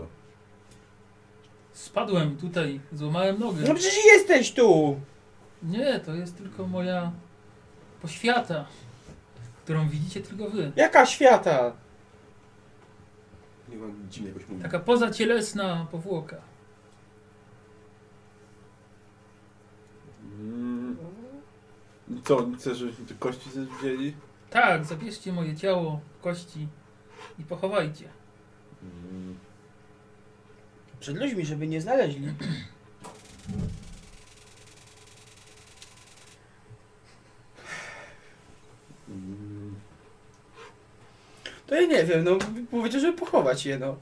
Speaker 4: Spadłem tutaj, złamałem nogę.
Speaker 2: No przecież jesteś tu.
Speaker 4: Nie, to jest tylko moja poświata, którą widzicie tylko wy.
Speaker 2: Jaka świata?
Speaker 5: Nie mam dziwnie jakoś mówić.
Speaker 4: Taka pozacielesna powłoka.
Speaker 3: Mm. Co, nie chcesz, żebyśmy te kości sobie wzięli?
Speaker 4: Tak, zabierzcie moje ciało, kości i pochowajcie.
Speaker 3: Mm.
Speaker 2: Przed ludźmi, żeby nie znaleźli.
Speaker 3: Mm.
Speaker 2: To ja nie wiem, no powiedział, żeby pochować je, no.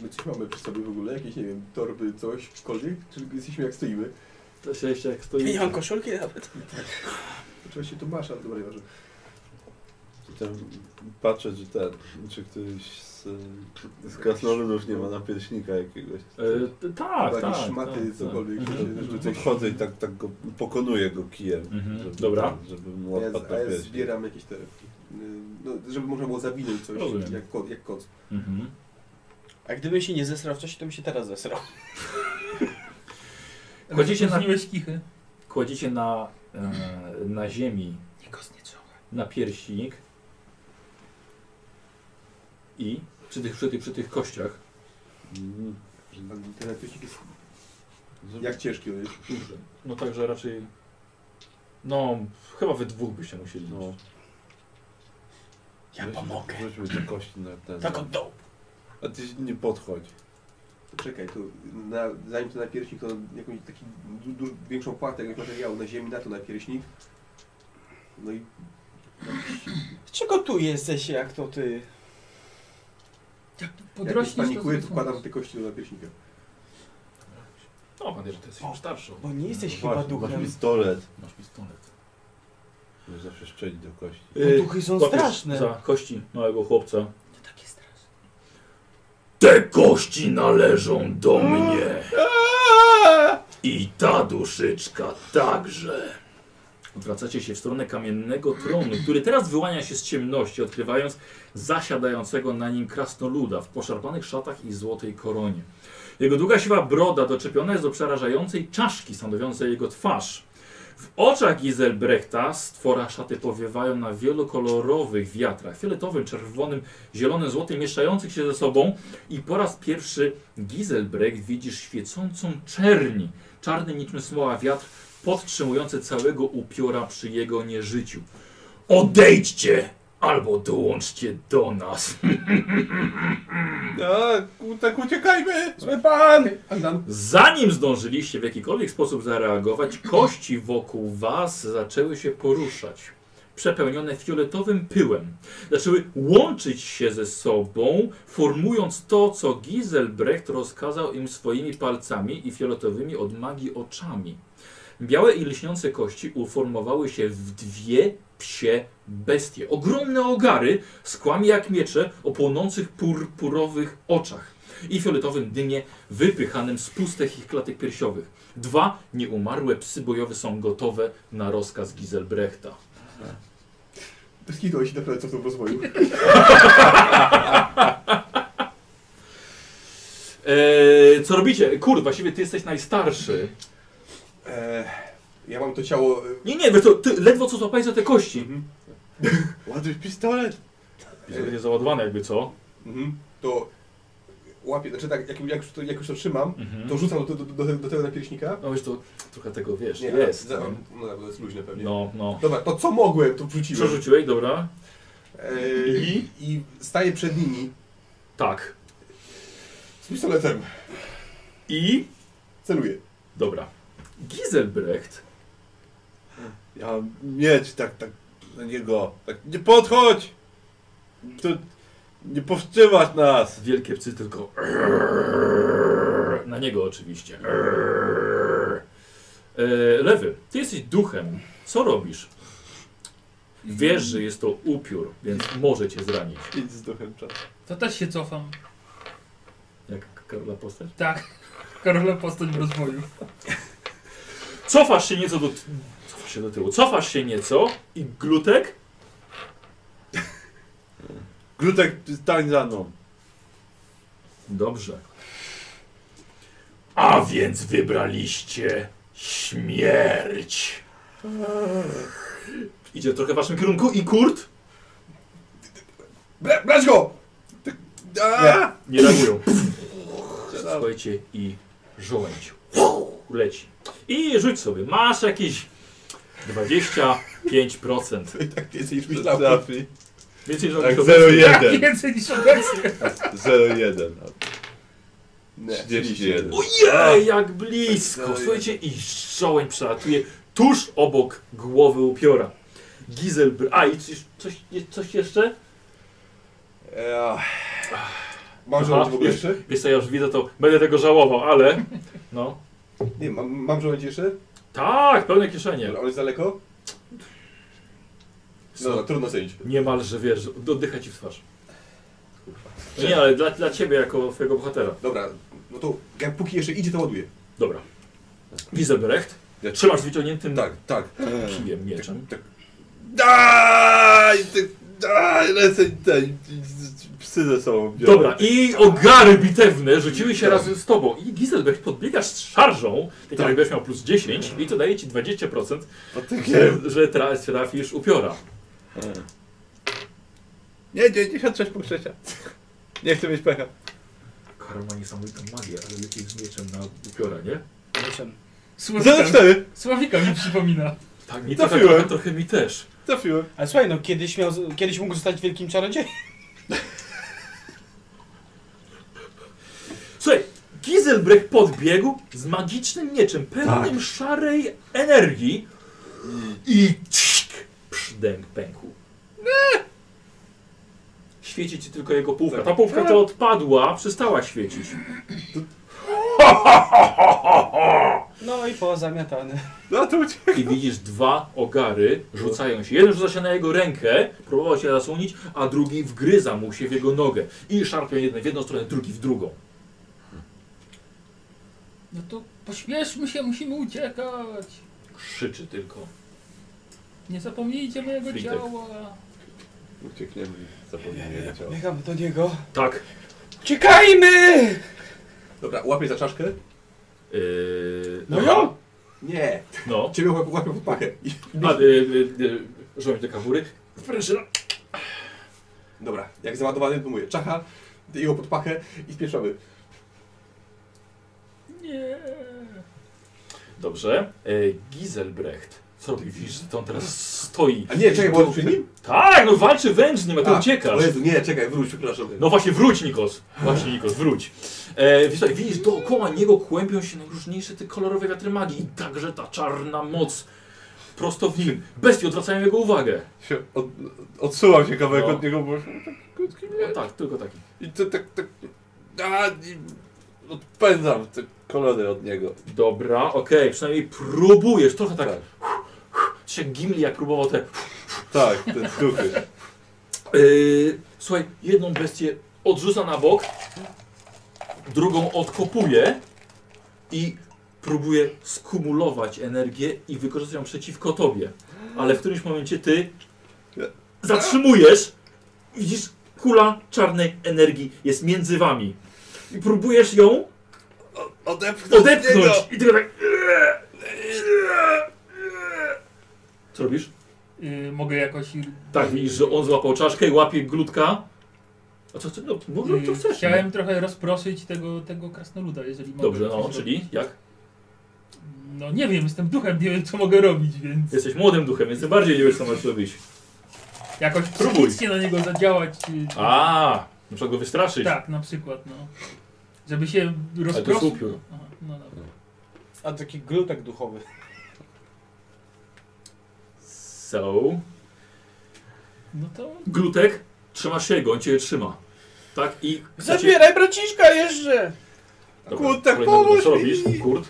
Speaker 5: My coś mamy przy sobie w ogóle? Jakieś, nie wiem, torby, coś, cokolwiek? Czy jesteśmy jak stoimy?
Speaker 1: To się jeszcze jak stoi.
Speaker 2: Nie mam koszulki nawet.
Speaker 5: Trzeba się tu masza, dobra, nieważne.
Speaker 3: Tam patrzę, czy ten, czy któryś z, z krasnoludów nie ma napierśnika jakiegoś.
Speaker 1: E, t- tak,
Speaker 5: Jakieś
Speaker 1: tak.
Speaker 5: szmaty,
Speaker 1: tak,
Speaker 5: cokolwiek,
Speaker 1: Tak.
Speaker 5: że się- że coś-
Speaker 3: Podchodzę i tak, tak go pokonuję go kijem.
Speaker 1: Mhm,
Speaker 3: Żeby,
Speaker 1: dobra.
Speaker 3: ten, Żeby mu
Speaker 5: A ja,
Speaker 3: odpadł
Speaker 5: a ja
Speaker 3: napierśnik.
Speaker 5: zbieram jakieś te... y, No, żeby można było zawinąć coś,
Speaker 1: Rozumiem.
Speaker 5: jak, ko, jak koc.
Speaker 1: Mhm.
Speaker 2: A gdybym się nie zesrał wcześniej, to bym się teraz zesrał.
Speaker 4: E,
Speaker 1: Kładziecie na,
Speaker 4: Zniłeś kichy.
Speaker 1: kładziecie na, e, na ziemi na pierśnik i przy tych, przy tych, przy tych kościach
Speaker 3: Mm.
Speaker 5: Ten narkotyk jest... Jak ciężki on jest?
Speaker 1: No także raczej. No, chyba wy dwóch byście musieli.
Speaker 3: No.
Speaker 2: Ja
Speaker 3: Weź-
Speaker 2: pomogę.
Speaker 3: Weźmy te kości na ten.
Speaker 2: Tak od dołu.
Speaker 3: A ty nie podchodź.
Speaker 5: Czekaj, to na, zanim to napierśnik, to jakąś taki du, du, większą płatę jakiegoś materiału na ziemi, na to napierśnik. No i
Speaker 2: Czego tu jesteś, jak to ty?
Speaker 4: Jak
Speaker 5: jak już
Speaker 4: podrośniesz, Tak, to
Speaker 5: panikuję, to
Speaker 4: zrobisz.
Speaker 5: wkładam te kości do napierśnika.
Speaker 1: No, pan wie, że ty jesteś już starszy.
Speaker 2: Bo nie jesteś
Speaker 3: No
Speaker 2: chyba
Speaker 3: właśnie, Masz
Speaker 2: duchem.
Speaker 3: pistolet.
Speaker 1: Masz pistolet.
Speaker 3: Możesz zawsze szczelić do kości.
Speaker 2: Bo duchy są
Speaker 1: łapiesz
Speaker 2: No straszne.
Speaker 1: Za kości małego chłopca.
Speaker 4: To tak takie straszne.
Speaker 1: Te kości należą do mnie. I ta duszyczka także. Odwracacie się w stronę kamiennego tronu, który teraz wyłania się z ciemności, odkrywając zasiadającego na nim krasnoluda w poszarpanych szatach i złotej koronie. Jego długa siwa broda doczepiona jest do przerażającej czaszki stanowiącej jego twarz. W oczach Giselbrechta stwora szaty powiewają na wielokolorowych wiatrach, fioletowym, czerwonym, zielonym, złotym, mieszających się ze sobą i po raz pierwszy Giselbrecht widzisz świecącą czerni, czarny niczym smoła wiatr, podtrzymujący całego upiora przy jego nieżyciu. Odejdźcie! Albo dołączcie do nas.
Speaker 5: No,
Speaker 3: A, ku- tak uciekajmy!
Speaker 2: Zły pan!
Speaker 5: Andan,
Speaker 1: Zanim zdążyliście w jakikolwiek sposób zareagować, kości wokół was zaczęły się poruszać, przepełnione fioletowym pyłem. Zaczęły łączyć się ze sobą, formując to, co Giselbrecht rozkazał im swoimi palcami i fioletowymi od magii oczami. Białe i lśniące kości uformowały się w dwie psie bestie. Ogromne ogary z kłami jak miecze o płonących purpurowych oczach i fioletowym dymie wypychanym z pustych ich klatek piersiowych. Dwa nieumarłe psy bojowe są gotowe na rozkaz Giselbrechta.
Speaker 5: skidłeś się naprawdę co w tym rozwoju.
Speaker 1: Eee, co robicie? Kurde, właściwie ty jesteś najstarszy.
Speaker 5: E, ja mam to ciało... e,
Speaker 1: Nie, nie, wiesz co, ty ledwo co złapałeś za te kości.
Speaker 5: Mhm.
Speaker 3: Ładuj pistolet!
Speaker 1: Widzę, będzie załadowane jakby co.
Speaker 5: E, Mhm. To łapię, znaczy tak, jak, jak, już to, jak już to trzymam,
Speaker 1: Mhm.
Speaker 5: to rzucam do, do, do, do tego napierśnika.
Speaker 1: No wiesz, to trochę tego wiesz,
Speaker 5: Nie,
Speaker 1: jest.
Speaker 5: Za, no tak, bo to jest luźne pewnie.
Speaker 1: No, no.
Speaker 5: Dobra, to co mogłem, to wrzuciłem.
Speaker 1: Przerzuciłeś, dobra?
Speaker 5: E, I? I staję przed nimi
Speaker 1: Tak.
Speaker 5: z pistoletem.
Speaker 1: I?
Speaker 5: Celuję.
Speaker 1: Dobra. Giselbrecht
Speaker 3: Ja mam mieć tak, tak na niego. Tak, nie podchodź! To nie powstrzymać nas!
Speaker 1: Wielkie psy tylko. Na niego oczywiście. E, Lewy, ty jesteś duchem. Co robisz? Wiesz, że jest to upiór, więc może cię zranić.
Speaker 3: Idź z duchem czasu.
Speaker 4: To też się cofam.
Speaker 1: Jak Karola postać?
Speaker 4: Tak. Karola postać w rozwoju.
Speaker 1: Cofasz się nieco do. Cofasz się do tyłu. Cofasz się nieco i glutek.
Speaker 3: Glutek, stań za mną.
Speaker 1: Dobrze. A więc wybraliście śmierć. Idzie trochę w waszym kierunku i Kurt?
Speaker 5: Bra brać go!
Speaker 3: A!
Speaker 1: Nie reagują. Słuchajcie i żołędź. Leci. I rzuć sobie. Masz jakieś 25%.
Speaker 5: Tak więcej niż myślałem.
Speaker 3: Trafi.
Speaker 1: Więcej żołędzi
Speaker 3: Tak,
Speaker 1: to
Speaker 4: Tak
Speaker 3: 0,1.
Speaker 4: więcej niż obecnie.
Speaker 3: 0,1.
Speaker 5: Nie.
Speaker 3: 31.
Speaker 1: Ojej, jak blisko.
Speaker 5: Ojej.
Speaker 1: Słuchajcie i żołędź przelatuje tuż obok głowy upiora. Gizel... A, i coś, coś, coś jeszcze?
Speaker 5: Eee, Mam żołądź w ogóle jeszcze?
Speaker 1: Wiesz co, ja już widzę to, będę tego żałował, ale... No.
Speaker 5: Nie, mam, mam żołądź jeszcze?
Speaker 1: Tak, pełne kieszenie.
Speaker 5: Ale on jest daleko? No, no trudno sądzić.
Speaker 1: Niemalże, wiesz, oddycha ci w twarz. Nie, ale dla, dla ciebie jako twojego bohatera.
Speaker 5: Dobra, no to jak póki jeszcze idzie, to ładuję.
Speaker 1: Dobra. Wizebrecht,
Speaker 3: Ja-
Speaker 1: trzymasz wyciągniętym
Speaker 5: Tak, tak.
Speaker 1: kijem mieczem.
Speaker 3: Daj! Ty, daj! Lecę, daj! psy ze sobą biorą.
Speaker 1: Dobra, i ogary bitewne rzuciły się razem z tobą. I Giselbrecht podbiegasz z szarżą, tak jak będziesz miał plus 10 i to daje ci 20%,
Speaker 3: Patykiem.
Speaker 1: że, że tra- trafisz upiora.
Speaker 3: Nie, 96 punkt trzecia. Nie chcę mieć pecha.
Speaker 1: Karol ma niesamowitą magię, ale lepiej z mieczem na upiora, nie?
Speaker 2: Mieczem.
Speaker 4: Sławika,
Speaker 3: 04!
Speaker 4: Sławika mi przypomina.
Speaker 1: Tak, mi
Speaker 3: Trafiłem.
Speaker 1: trochę, trochę mi też.
Speaker 3: Trafiłem.
Speaker 2: Ale słuchaj, no kiedyś, miał, kiedyś mógł zostać wielkim czarodziejem.
Speaker 1: Słuchaj, Giselbrecht podbiegł z magicznym mieczem, pełnym szarej energii i cik, przydenk pękł. Świeci ci tylko jego półka. Ta półka to odpadła, przestała świecić.
Speaker 2: No i pozamiatany.
Speaker 3: No to uciekł.
Speaker 1: I widzisz dwa ogary rzucają się. Jeden rzuca się na jego rękę, próbował się zasłonić, a drugi wgryza mu się w jego nogę. I szarpie jeden w jedną stronę, drugi w drugą.
Speaker 4: No to pośpieszmy się, musimy uciekać.
Speaker 1: Krzyczy tylko.
Speaker 4: Nie zapomnijcie mojego
Speaker 1: Fritek.
Speaker 4: ciała.
Speaker 3: Uciekniemy. Zapomniałem ciała.
Speaker 2: Biegamy do niego.
Speaker 1: Tak.
Speaker 2: Uciekajmy!
Speaker 5: Dobra, łapię za czaszkę?
Speaker 1: Yy,
Speaker 2: No ja?
Speaker 5: Nie.
Speaker 1: No.
Speaker 5: Ciebie łapię, łapię pod pachę. I-
Speaker 1: A, y, y, y, żołnierz do kawury. Prężyna.
Speaker 5: Dobra, jak załadowany to mówię, czacha, jego pod pachę i spieszamy.
Speaker 4: Nie.
Speaker 1: Dobrze. Y, Giselbrecht. Co robi? Widzisz, że to on teraz stoi.
Speaker 5: A nie, czekaj, bo on przy nim?
Speaker 1: Tak, no walczy wręcz z nim, a ty
Speaker 5: A,
Speaker 1: uciekasz.
Speaker 5: O Jezu, nie, czekaj, wróć, przepraszam.
Speaker 1: No właśnie, wróć Nikos. Właśnie Nikos, wróć. E, wiesz, tak, widzisz, dookoła niego kłębią się najróżniejsze te kolorowe wiatry magii i także ta czarna moc prosto w nim. Bestie odwracają jego uwagę.
Speaker 3: Się od, odsuwał się kawałek
Speaker 1: No.
Speaker 3: od niego, bo już tak krótki
Speaker 1: No
Speaker 3: miecz.
Speaker 1: tak, tylko taki.
Speaker 3: I to tak, tak... A, i odpędzam te kolony od niego.
Speaker 1: Dobra, okej, przynajmniej próbujesz, trochę tak,
Speaker 3: Tak,
Speaker 1: się Gimli jak próbował te...
Speaker 3: tak te duchy.
Speaker 1: Yy, słuchaj, jedną bestię odrzuca na bok, drugą odkopuje i próbuje skumulować energię i wykorzystać ją przeciwko tobie. Ale w którymś momencie ty zatrzymujesz, widzisz, kula czarnej energii jest między wami. I próbujesz ją
Speaker 3: Odepchnął
Speaker 5: no.
Speaker 1: odepchnąć. I tylko tak... Co robisz?
Speaker 4: Y, mogę jakoś...
Speaker 1: Tak, widzisz, że on złapał czaszkę i łapie glutka. A co chcesz? No, no, no to
Speaker 4: y,
Speaker 1: chcesz.
Speaker 4: Chciałem trochę rozproszyć tego, tego krasnoluda, jeżeli mogę.
Speaker 1: Dobrze,
Speaker 4: coś
Speaker 1: no,
Speaker 4: robić.
Speaker 1: czyli jak?
Speaker 4: No nie wiem, jestem duchem, nie wiem co mogę robić, więc
Speaker 1: Jesteś młodym duchem, więc tym bardziej nie wiesz, co masz robić.
Speaker 4: jakoś
Speaker 1: Próbuj.
Speaker 4: psychicznie na niego zadziałać. y,
Speaker 1: A, na przykład go wystraszyć.
Speaker 4: Tak, na przykład, no. Żeby się
Speaker 1: Ale to jest
Speaker 4: rozproszył.
Speaker 1: upiór.
Speaker 4: Aha, No dobra.
Speaker 2: A taki glutek duchowy.
Speaker 1: So,
Speaker 4: No to
Speaker 1: glutek, trzymasz jego, on cię trzyma. Tak, i...
Speaker 2: Zabieraj braciszka jeszcze!
Speaker 1: Dobra,
Speaker 3: Kurtek,
Speaker 1: kolejny ruch.
Speaker 3: pomóż
Speaker 1: Co
Speaker 3: mi!
Speaker 1: robisz, kurt?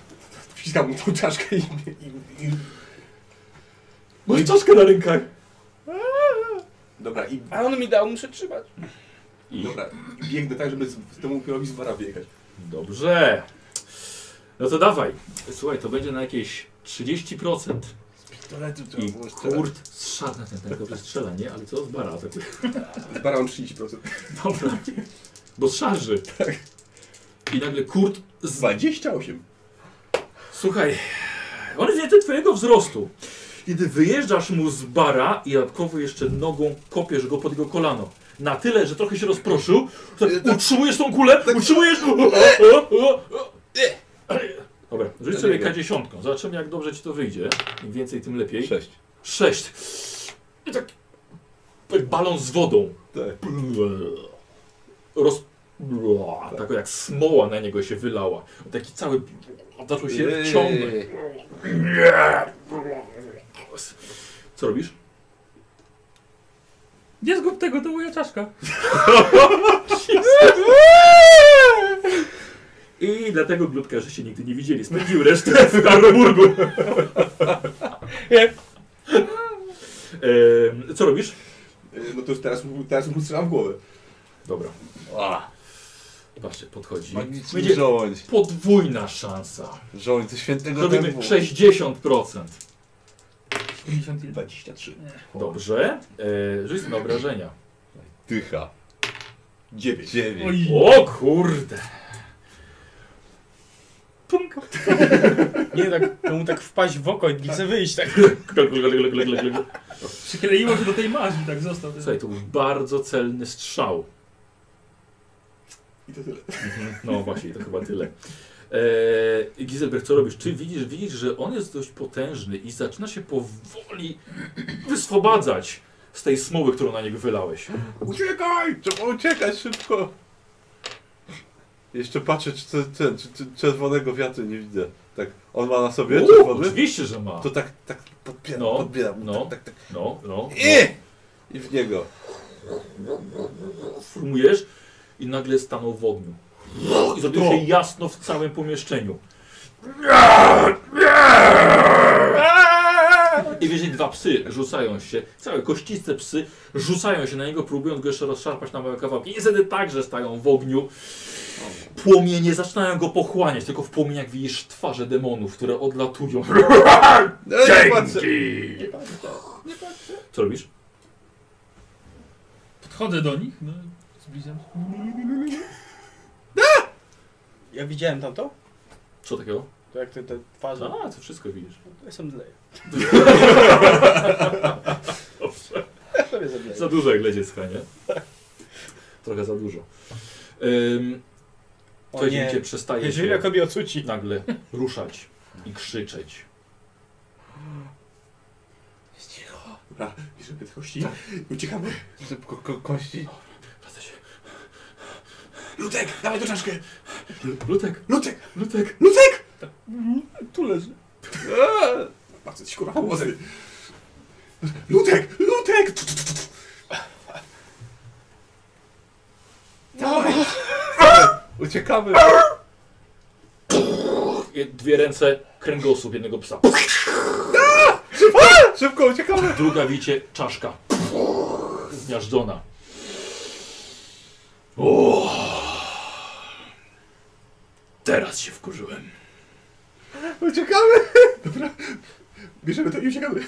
Speaker 5: Wciskam mu tą czaszkę i... i, i...
Speaker 1: Masz czaszkę na rękach.
Speaker 5: Dobra, i,
Speaker 2: A on mi dał, muszę trzymać.
Speaker 1: I...
Speaker 5: dobra, i biegnę tak, żeby z, z temu upiorowi z bara biegać.
Speaker 1: Dobrze. No to dawaj. Słuchaj, to będzie na jakieś 30%.
Speaker 3: Pistoletu
Speaker 1: I
Speaker 3: było strzelać.
Speaker 1: kurt strzela, ten, ten, ten strzela, nie? Ale co z bara? Tak,
Speaker 5: Z bara mam 30%.
Speaker 1: Dobra. Bo szarży. I nagle kurt z
Speaker 5: 28.
Speaker 1: Słuchaj, on jest więcej twojego wzrostu. Kiedy wyjeżdżasz mu z bara i dodatkowo jeszcze nogą kopiesz go pod jego kolano. Na tyle, że trochę się rozproszył, tak utrzymujesz tą kulę, utrzymujesz... O, o, o, o. Dobra, rzuć sobie K10, zobaczymy jak dobrze ci to wyjdzie. Im więcej, tym lepiej.
Speaker 3: 6.
Speaker 1: Sześć. I tak jak balon z wodą.
Speaker 3: Tak.
Speaker 1: Roz... Tak jak smoła na niego się wylała. Taki cały... Zaczął się ciągnąć. Co robisz?
Speaker 4: nie zgub tego, to moja czaszka.
Speaker 1: I dlatego glutka, że się nigdy nie widzieli. Spędził resztę w Harburgu. Ehm, co robisz?
Speaker 5: Y, No to już teraz, mu- teraz mu strzelam w głowę.
Speaker 1: Dobra. Patrzcie, podchodzi.
Speaker 3: Magiczny
Speaker 1: Będzie
Speaker 3: żołądź.
Speaker 1: podwójna szansa.
Speaker 3: Żołądź ze świętego
Speaker 1: Zrobimy
Speaker 3: dębu.
Speaker 1: 60%.
Speaker 4: 51.
Speaker 5: 23.
Speaker 1: E, Dobrze. Eee, Rzuć sobie na obrażenia.
Speaker 3: Dycha.
Speaker 5: Dziewięć.
Speaker 3: Dziewięć.
Speaker 4: Oj.
Speaker 1: O kurde.
Speaker 4: Punk.
Speaker 2: Nie, tak, to mu tak wpaść w oko i nie chce wyjść tak.
Speaker 1: Glug, glug, glug, glug, glug, glug.
Speaker 4: Przykleiło się do tej maźni, tak został. ten-
Speaker 1: Słuchaj, to był bardzo celny strzał.
Speaker 5: I to tyle.
Speaker 1: No właśnie, to chyba tyle. Eee, Gizelbrecht, co robisz? Czy widzisz, widzisz, że on jest dość potężny i zaczyna się powoli wyswobadzać z tej smoły, którą na niego wylałeś.
Speaker 3: Uciekaj! Trzeba uciekać szybko! Jeszcze patrzę, czy, ten, ten, czy, czy czerwonego wiatru nie widzę. Tak, on ma na sobie
Speaker 1: U,
Speaker 3: czerwony?
Speaker 1: oczywiście, że ma.
Speaker 3: To tak, tak podbieram,
Speaker 1: No,
Speaker 3: podbieram.
Speaker 1: no.
Speaker 3: Tak, tak, tak.
Speaker 1: No, no. no.
Speaker 3: I! I w niego.
Speaker 1: Formujesz i nagle stanął w ogniu. I zrobiło się jasno w całym pomieszczeniu. I wiesz, i dwa psy rzucają się, całe kościste psy rzucają się na niego, próbując go jeszcze rozszarpać na małe kawałki. I wtedy także stają w ogniu. Płomienie zaczynają go pochłaniać, tylko w płomieniach widzisz twarze demonów, które odlatują.
Speaker 3: No, nie patrzę.
Speaker 1: Dzięki! Co robisz?
Speaker 4: Podchodzę do nich, no, zbliżam.
Speaker 2: Ja widziałem tamto?
Speaker 1: Co takiego?
Speaker 2: To jak te, te twarze.
Speaker 1: A, to wszystko widzisz.
Speaker 2: To jestem dleje.
Speaker 1: Dobrze.
Speaker 2: Sobie zableję.
Speaker 1: Za dużo jak dla dziecka, nie? Trochę za dużo. Ym,
Speaker 2: O
Speaker 1: ktoś
Speaker 2: nie.
Speaker 1: cię przestaje
Speaker 2: Jeżeli
Speaker 1: się
Speaker 2: jako mnie odsuci.
Speaker 1: nagle ruszać i krzyczeć.
Speaker 5: Dobra, bierzemy te kości i uciekamy.
Speaker 3: Szybko ko kości.
Speaker 1: Wraca się.
Speaker 5: Lutek, dawaj do czaszkę!
Speaker 1: Lutek,
Speaker 5: Lutek!
Speaker 1: Lutek!
Speaker 5: Lutek!
Speaker 4: Tu leży.
Speaker 5: Bardzo ci kurwa pomoże. Lutek! Lutek! Tu, tu, tu, tu. Dawaj!
Speaker 3: Uciekamy!
Speaker 1: Je- Dwie ręce, kręgosłup jednego psa.
Speaker 3: Szybko! Szybko uciekamy!
Speaker 1: Druga wicie, czaszka. Zmiażdżona. O! Teraz się wkurzyłem.
Speaker 3: Uciekamy!
Speaker 5: Bierzemy to i uciekamy.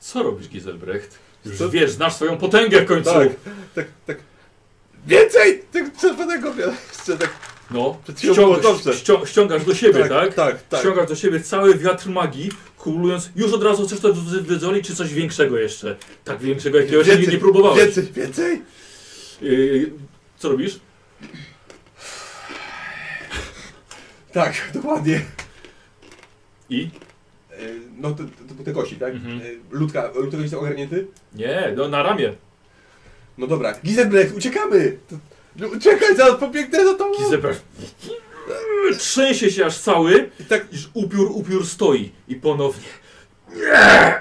Speaker 1: Co robisz, Giselbrecht? Już
Speaker 3: Co?
Speaker 1: wiesz, znasz swoją potęgę w końcu.
Speaker 3: Tak, tak, tak. Więcej! Tak czerwonego wiatru. Chcę tak.
Speaker 1: No,
Speaker 3: Przed chwilą było dobrze.
Speaker 1: ścią, ściągasz do siebie, tak?
Speaker 3: Tak, tak, tak.
Speaker 1: Ściągasz do siebie cały wiatr magii, kumulując. Już od razu chcesz to wy- wyzwolić, czy coś większego jeszcze? Tak większego, jakiego jeszcze nigdy nie próbowałeś.
Speaker 3: Więcej, więcej!
Speaker 1: Yy, co robisz?
Speaker 5: Tak, dokładnie.
Speaker 1: I?
Speaker 5: E, No to, to, to te kości, tak?
Speaker 1: Mhm.
Speaker 5: E, Ludka, Lutek jest ogarnięty?
Speaker 1: Nie, no na ramię.
Speaker 5: No dobra, Gizelbrecht, uciekamy! To,
Speaker 3: No, Uciekaj, zaraz pobiegnę za tobą!
Speaker 1: Gizeper. Trzęsie się aż cały,
Speaker 3: I tak
Speaker 1: iż upiór, upiór stoi. I ponownie. Nie!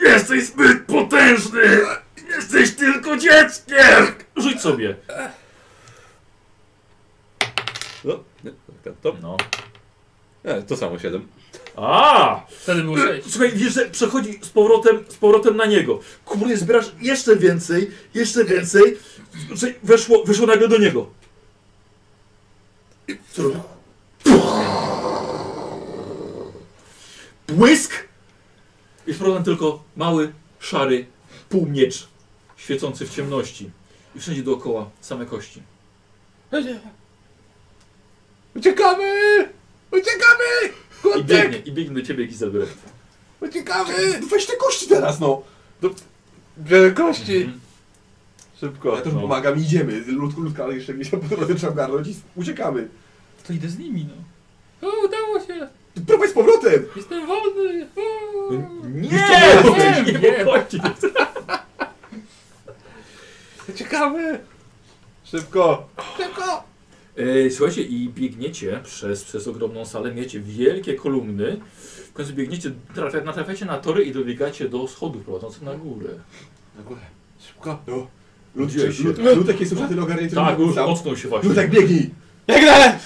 Speaker 1: Jesteś zbyt potężny! Jesteś tylko dzieckiem! Rzuć sobie.
Speaker 3: No, nie, tak, to,
Speaker 1: No.
Speaker 3: nie, to samo 7.
Speaker 1: A!
Speaker 4: Wtedy było sześć.
Speaker 1: Słuchaj, wiesz, że przechodzi z powrotem, z powrotem na niego. Kumuluje, zbierasz jeszcze więcej, jeszcze więcej. Słuchaj, weszło, weszło nagle do niego. I- Co robi? Błysk! I z powrotem tylko mały, szary półmiecz świecący w ciemności. I wszędzie dookoła same kości.
Speaker 3: Uciekamy! Uciekamy!
Speaker 1: I
Speaker 3: Chłopczyk!
Speaker 1: biegnie, i biegnie do ciebie, Gizelbrecht.
Speaker 3: Uciekamy!
Speaker 5: no weź te kości teraz, no!
Speaker 3: Biorę kości! Szybko.
Speaker 5: Ja też
Speaker 1: No.
Speaker 5: pomagam, idziemy. Ludku, Ludka, ale jeszcze gdzieś po drodze trzeba ogarnąć i uciekamy.
Speaker 4: To idę z nimi, no. O, udało się!
Speaker 5: Prowadź z powrotem!
Speaker 4: Jestem wolny! O.
Speaker 1: Nie!
Speaker 4: Nie,
Speaker 1: Nie,
Speaker 4: nie,
Speaker 1: nie, kości.
Speaker 3: Uciekamy! Szybko! Szybko!
Speaker 1: E, Słuchajcie, i biegniecie przez, przez ogromną salę, miecie wielkie kolumny. W końcu biegniecie, trafia, natrafiacie na tory i dobiegacie do schodów prowadzących na górę.
Speaker 3: Na górę. Szybko.
Speaker 5: No.
Speaker 1: Dzieje
Speaker 5: Ludek,
Speaker 1: się.
Speaker 5: Lud, Ludek jest już na tyle ogarnięty,
Speaker 1: Tak,
Speaker 5: Ludek
Speaker 1: już
Speaker 5: sam.
Speaker 1: mocno się właśnie.
Speaker 5: Ludek, biegnij!
Speaker 2: Biegnę!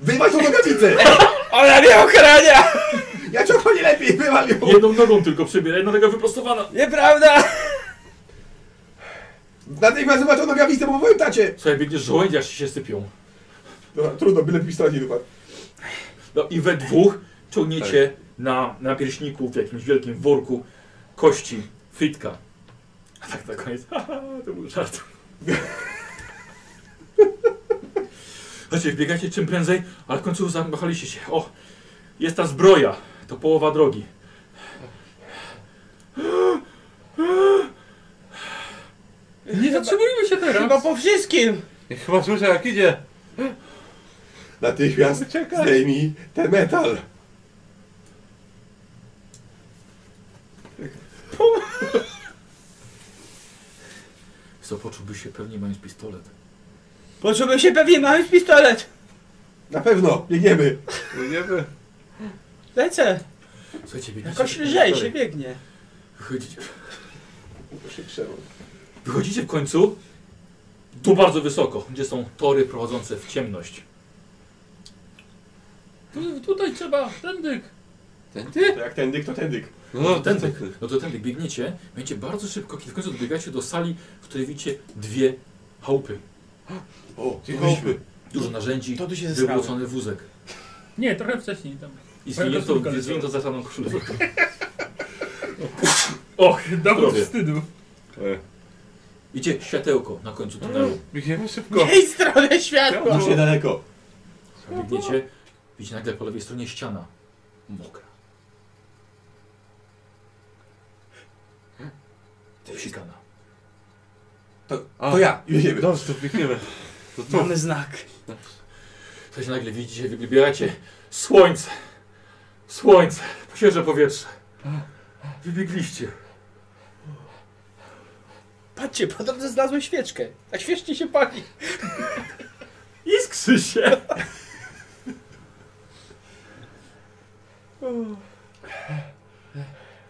Speaker 5: Wywal tą nogawicę!
Speaker 2: Ona mnie ochrania!
Speaker 5: Ja cię ochronię lepiej, wywal ją!
Speaker 1: Jedną nogą tylko przebiera, jedna noga wyprostowana.
Speaker 2: Nieprawda!
Speaker 5: Natychmiast zobacz tą nogawicę, bo powiem tacie!
Speaker 1: Słuchaj, biegniesz żołędzie, aż ci się sypią.
Speaker 5: Dobra, trudno, byle pistolet nie dopadł.
Speaker 1: No i we dwóch ciągniecie na, na pierśniku w jakimś wielkim worku kości Fritka. A tak na koniec, haha, to był żart. Znaczy, biegacie czym prędzej, ale w końcu zamachaliście się. O, jest ta zbroja. To połowa drogi.
Speaker 4: Nie zatrzymujmy się teraz.
Speaker 2: Chyba po wszystkim!
Speaker 3: Chyba słyszę jak idzie.
Speaker 5: Natychmiast
Speaker 3: Uciekaj.
Speaker 5: zdejmij ten metal.
Speaker 1: Co poczułbyś się pewnie mając pistolet?
Speaker 2: Poczułbym się pewnie mając pistolet!
Speaker 5: Na pewno, biegniemy.
Speaker 3: Biegniemy.
Speaker 2: Lecę!
Speaker 1: Słuchajcie, biegacie.
Speaker 2: Jakoś lżej się biegnie.
Speaker 1: Wychodzicie,
Speaker 5: Proszę krzewo.
Speaker 1: wychodzicie w końcu tu bardzo wysoko, gdzie są tory prowadzące w ciemność.
Speaker 4: Tu, tutaj trzeba, tędyk.
Speaker 5: To jak ten dyk, to ten dyk.
Speaker 1: No to tędy, no to tędy biegniecie, będziecie bardzo szybko, kiedy w końcu dobiegacie do sali, w której widzicie dwie chałupy.
Speaker 5: O,
Speaker 3: Cicho.
Speaker 5: byliśmy.
Speaker 1: Dużo narzędzi,
Speaker 2: To tu się zesrało.
Speaker 1: wywrócony wózek.
Speaker 4: Nie, trochę wcześniej tam.
Speaker 1: I
Speaker 4: Moja
Speaker 1: zwinięto,
Speaker 4: koszulka leciała.
Speaker 1: zwinięto zasadą koszulę.
Speaker 4: Och, dawno
Speaker 3: Zdrowie.
Speaker 4: wstydu.
Speaker 1: Widzicie światełko na końcu
Speaker 3: Mm.
Speaker 1: tunelu.
Speaker 3: No, Biegniemy szybko.
Speaker 2: Miej stronę światła!
Speaker 5: Już niedaleko.
Speaker 1: Biegniecie, widzicie nagle po lewej stronie ściana. Mokra. Wsikana.
Speaker 3: A,
Speaker 5: To ja, jedziemy.
Speaker 3: Dobrze, No, to biegniemy. To tu.
Speaker 2: Mamy znak.
Speaker 1: Coś nagle widzicie, wybieracie słońce. Słońce, świeże powietrze. Wybiegliście.
Speaker 2: Patrzcie, podobno znalazłem świeczkę. A świeczki się pali.
Speaker 1: Iskrzy się.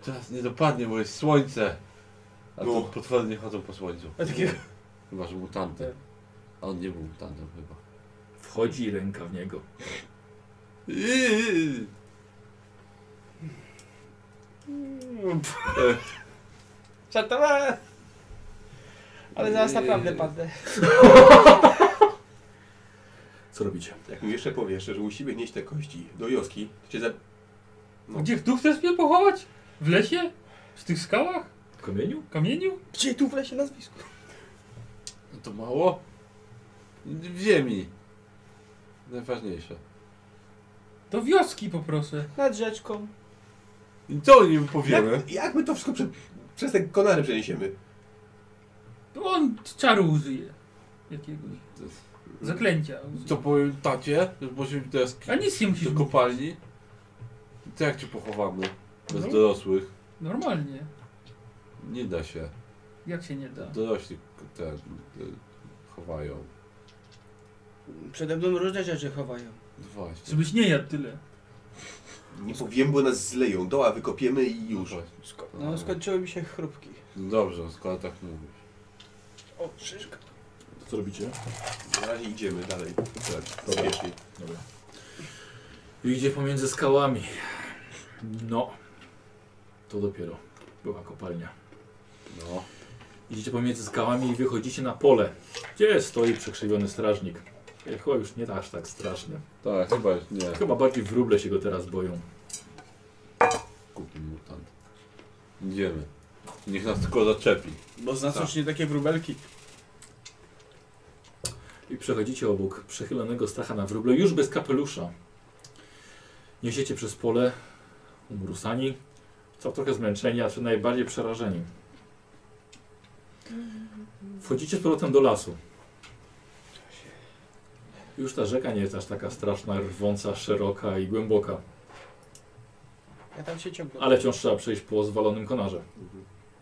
Speaker 3: Teraz nie dopadnie, bo jest słońce. A
Speaker 5: No.
Speaker 3: no. potwory nie chodzą po słońcu.
Speaker 2: A takie...
Speaker 3: Chyba, że mutantem. A on nie był mutantem chyba.
Speaker 1: Wchodzi ręka w niego.
Speaker 3: Iiii.
Speaker 2: Żartowałem! Ale zaraz naprawdę padnę.
Speaker 1: Co robicie?
Speaker 5: Jak mi jeszcze powiesz, że musimy nieść te kości do wioski, to cię za... No.
Speaker 4: Gdzie tu chcesz mnie pochować? W lesie? W tych skałach?
Speaker 1: W kamieniu?
Speaker 4: W kamieniu?
Speaker 2: Gdzie tu w lesie nazwisko?
Speaker 3: No to mało? W ziemi. Najważniejsze.
Speaker 4: Do wioski poproszę.
Speaker 2: Nad rzeczką.
Speaker 3: I co o nim powiemy?
Speaker 5: Jak, jak my to wszystko prze, przez te konary przeniesiemy?
Speaker 4: On czaru użyje. Jakiegoś. Zaklęcia. użyje.
Speaker 3: To powiem tacie, że możemy teraz
Speaker 4: A nic nie musisz
Speaker 3: do
Speaker 4: mówić.
Speaker 3: kopalni. I To jak cię pochowamy? Bez
Speaker 4: No.
Speaker 3: dorosłych.
Speaker 4: Normalnie.
Speaker 3: Nie da się.
Speaker 4: Jak się nie da.
Speaker 3: Dorośli te, te chowają.
Speaker 2: Przede mną różne rzeczy chowają.
Speaker 3: No Właśnie.
Speaker 4: Żebyś nie jadł tyle.
Speaker 5: Nie powiem, bo nas zleją. Doła wykopiemy i
Speaker 3: No
Speaker 5: już.
Speaker 3: właśnie.
Speaker 2: Sko- no skończyły mi się chrupki.
Speaker 3: No dobrze, skoro tak mówisz.
Speaker 2: O, szyszka.
Speaker 1: Co robicie?
Speaker 5: Na razie idziemy dalej. Tak,
Speaker 1: Dobra.
Speaker 5: spiesznie.
Speaker 1: Dobra. Idzie pomiędzy skałami. No. To dopiero była kopalnia.
Speaker 3: No.
Speaker 1: Idziecie pomiędzy skałami i wychodzicie na pole, gdzie stoi przekrzywiony strażnik. Ej, Chyba już nie aż tak straszny.
Speaker 3: Tak, chyba już nie.
Speaker 1: Chyba bardziej wróble się go teraz boją.
Speaker 3: Kupi mutant. Idziemy. Niech nas tylko zaczepi. Tak.
Speaker 2: Bo znasz nie takie wróbelki.
Speaker 1: I przechodzicie obok przechylonego stacha na wróble, już bez kapelusza. Niesiecie przez pole, umrusani, co trochę zmęczeni, a co najbardziej przerażeni. Wchodzicie z powrotem do lasu. Już ta rzeka nie jest aż taka straszna, rwąca, szeroka i głęboka,
Speaker 2: Ja tam się ciągnę.
Speaker 1: ale wciąż trzeba przejść po zwalonym konarze.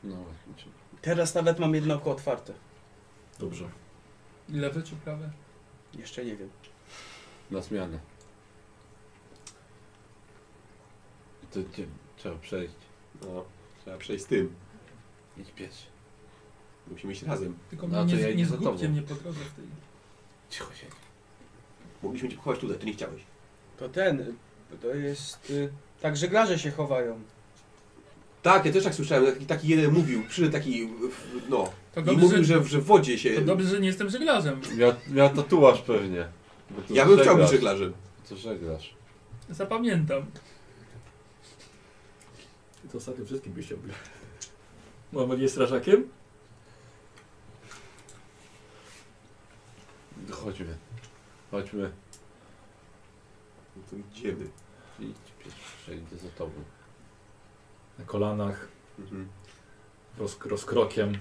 Speaker 3: No właśnie.
Speaker 2: Teraz nawet mam jedno oko otwarte.
Speaker 1: Dobrze.
Speaker 4: Lewe czy prawe?
Speaker 2: Jeszcze nie wiem.
Speaker 3: Na zmianę. To gdzie trzeba przejść.
Speaker 5: No, trzeba przejść z tym.
Speaker 3: Idź pieszy.
Speaker 5: Musimy iść razem.
Speaker 4: Tylko
Speaker 3: No,
Speaker 4: mnie
Speaker 3: to ja
Speaker 4: nie,
Speaker 3: idę
Speaker 4: nie
Speaker 3: za
Speaker 4: zgubcie
Speaker 3: tobą.
Speaker 4: mnie po drodze w tej.
Speaker 3: Cicho się.
Speaker 5: Mogliśmy cię pochować tutaj, ty nie chciałeś.
Speaker 2: To ten, y, to jest... Y, tak żeglarze się chowają.
Speaker 5: Tak, ja też tak słyszałem. Taki, taki jeden mówił, przyszedł taki, w- no.
Speaker 4: To
Speaker 5: I
Speaker 4: dobrze,
Speaker 5: mówił,
Speaker 4: że,
Speaker 5: że, w- że w wodzie się...
Speaker 4: to dobrze, że nie jestem żeglarzem.
Speaker 3: Miał, miał tatuaż pewnie. Bo to
Speaker 5: Ja bym chciał
Speaker 3: żeglarz.
Speaker 5: być żeglarzem.
Speaker 3: To żeglarz.
Speaker 4: Zapamiętam.
Speaker 1: I to ostatnim wszystkim byście byli. Mamy nie strażakiem?
Speaker 3: Chodźmy. Chodźmy.
Speaker 5: No to gdzie my?
Speaker 3: Idź, pierwszy, idę za tobą.
Speaker 1: Na kolanach,
Speaker 5: Mhm.
Speaker 1: roz, rozkrokiem.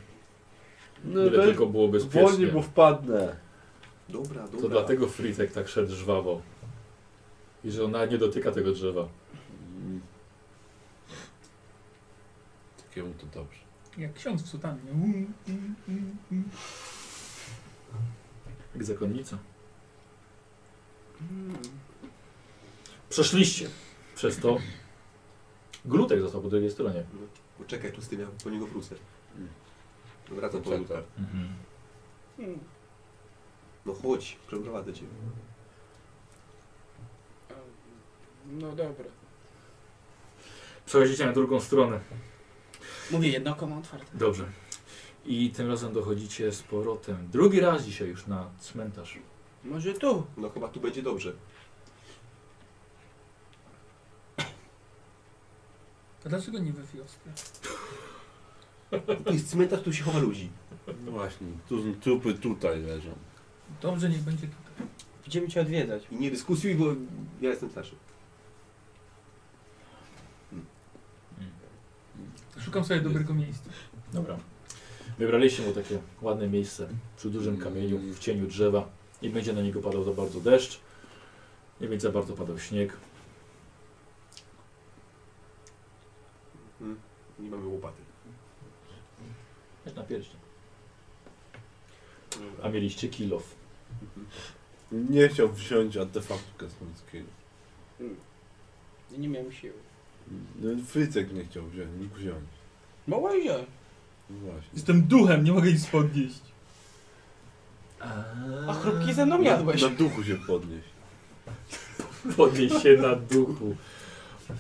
Speaker 3: No,
Speaker 1: Ile tylko było bezpiecznie.
Speaker 3: Wolniej, bo wpadnę.
Speaker 5: Dobra, dobra.
Speaker 1: To dlatego Fritek tak szedł żwawo. I że ona nie dotyka tego drzewa.
Speaker 3: Mm. Takiemu to dobrze.
Speaker 4: Jak ksiądz w sutannie. Mm, mm, mm, mm.
Speaker 1: Jak zakonnica.
Speaker 2: Hmm.
Speaker 1: Przeszliście. Przez to glutek został po drugiej stronie.
Speaker 5: Poczekaj tu z tym, ja po niego wrócę. Hmm.
Speaker 3: Mm.
Speaker 5: Wracam po
Speaker 3: Poczekaj.
Speaker 5: niego.
Speaker 2: Hmm.
Speaker 5: No chodź, przeprowadzę cię.
Speaker 2: No dobra.
Speaker 1: Przechodzicie na drugą stronę.
Speaker 2: Mówię, jedno koło otwarte.
Speaker 1: Dobrze. I tym razem dochodzicie z powrotem. Drugi raz dzisiaj już na cmentarz.
Speaker 2: Może tu?
Speaker 5: No chyba tu będzie dobrze.
Speaker 4: To dlaczego nie we wioskę?
Speaker 5: Tu jest cmentarz, tu się chowa ludzi.
Speaker 3: No właśnie, tu, trupy tutaj leżą.
Speaker 4: Dobrze, niech będzie tutaj.
Speaker 2: Będziemy cię odwiedzać.
Speaker 5: I nie dyskusuj, bo ja jestem starszy.
Speaker 4: Szukam sobie dobrego miejsca.
Speaker 1: Dobra. Wybraliście mu takie ładne miejsce przy dużym kamieniu, w cieniu drzewa. Nie będzie na niego padał za bardzo deszcz. Nie będzie za bardzo padał śnieg.
Speaker 5: Mhm. Nie mamy łopaty.
Speaker 1: Jak na pierścień. A mieliście kilof.
Speaker 3: Nie chciał wziąć artefaktu kosmickiego.
Speaker 2: Ja Nie miałem siły.
Speaker 3: No, Frycek nie chciał wziąć, mógł wziąć.
Speaker 2: Mogłeś wziąć.
Speaker 3: No właśnie.
Speaker 4: Jestem duchem, nie mogę nic podnieść.
Speaker 2: A chrupki ze mną jadłeś.
Speaker 3: Na, na duchu się podnieść.
Speaker 1: Podnieś się na duchu.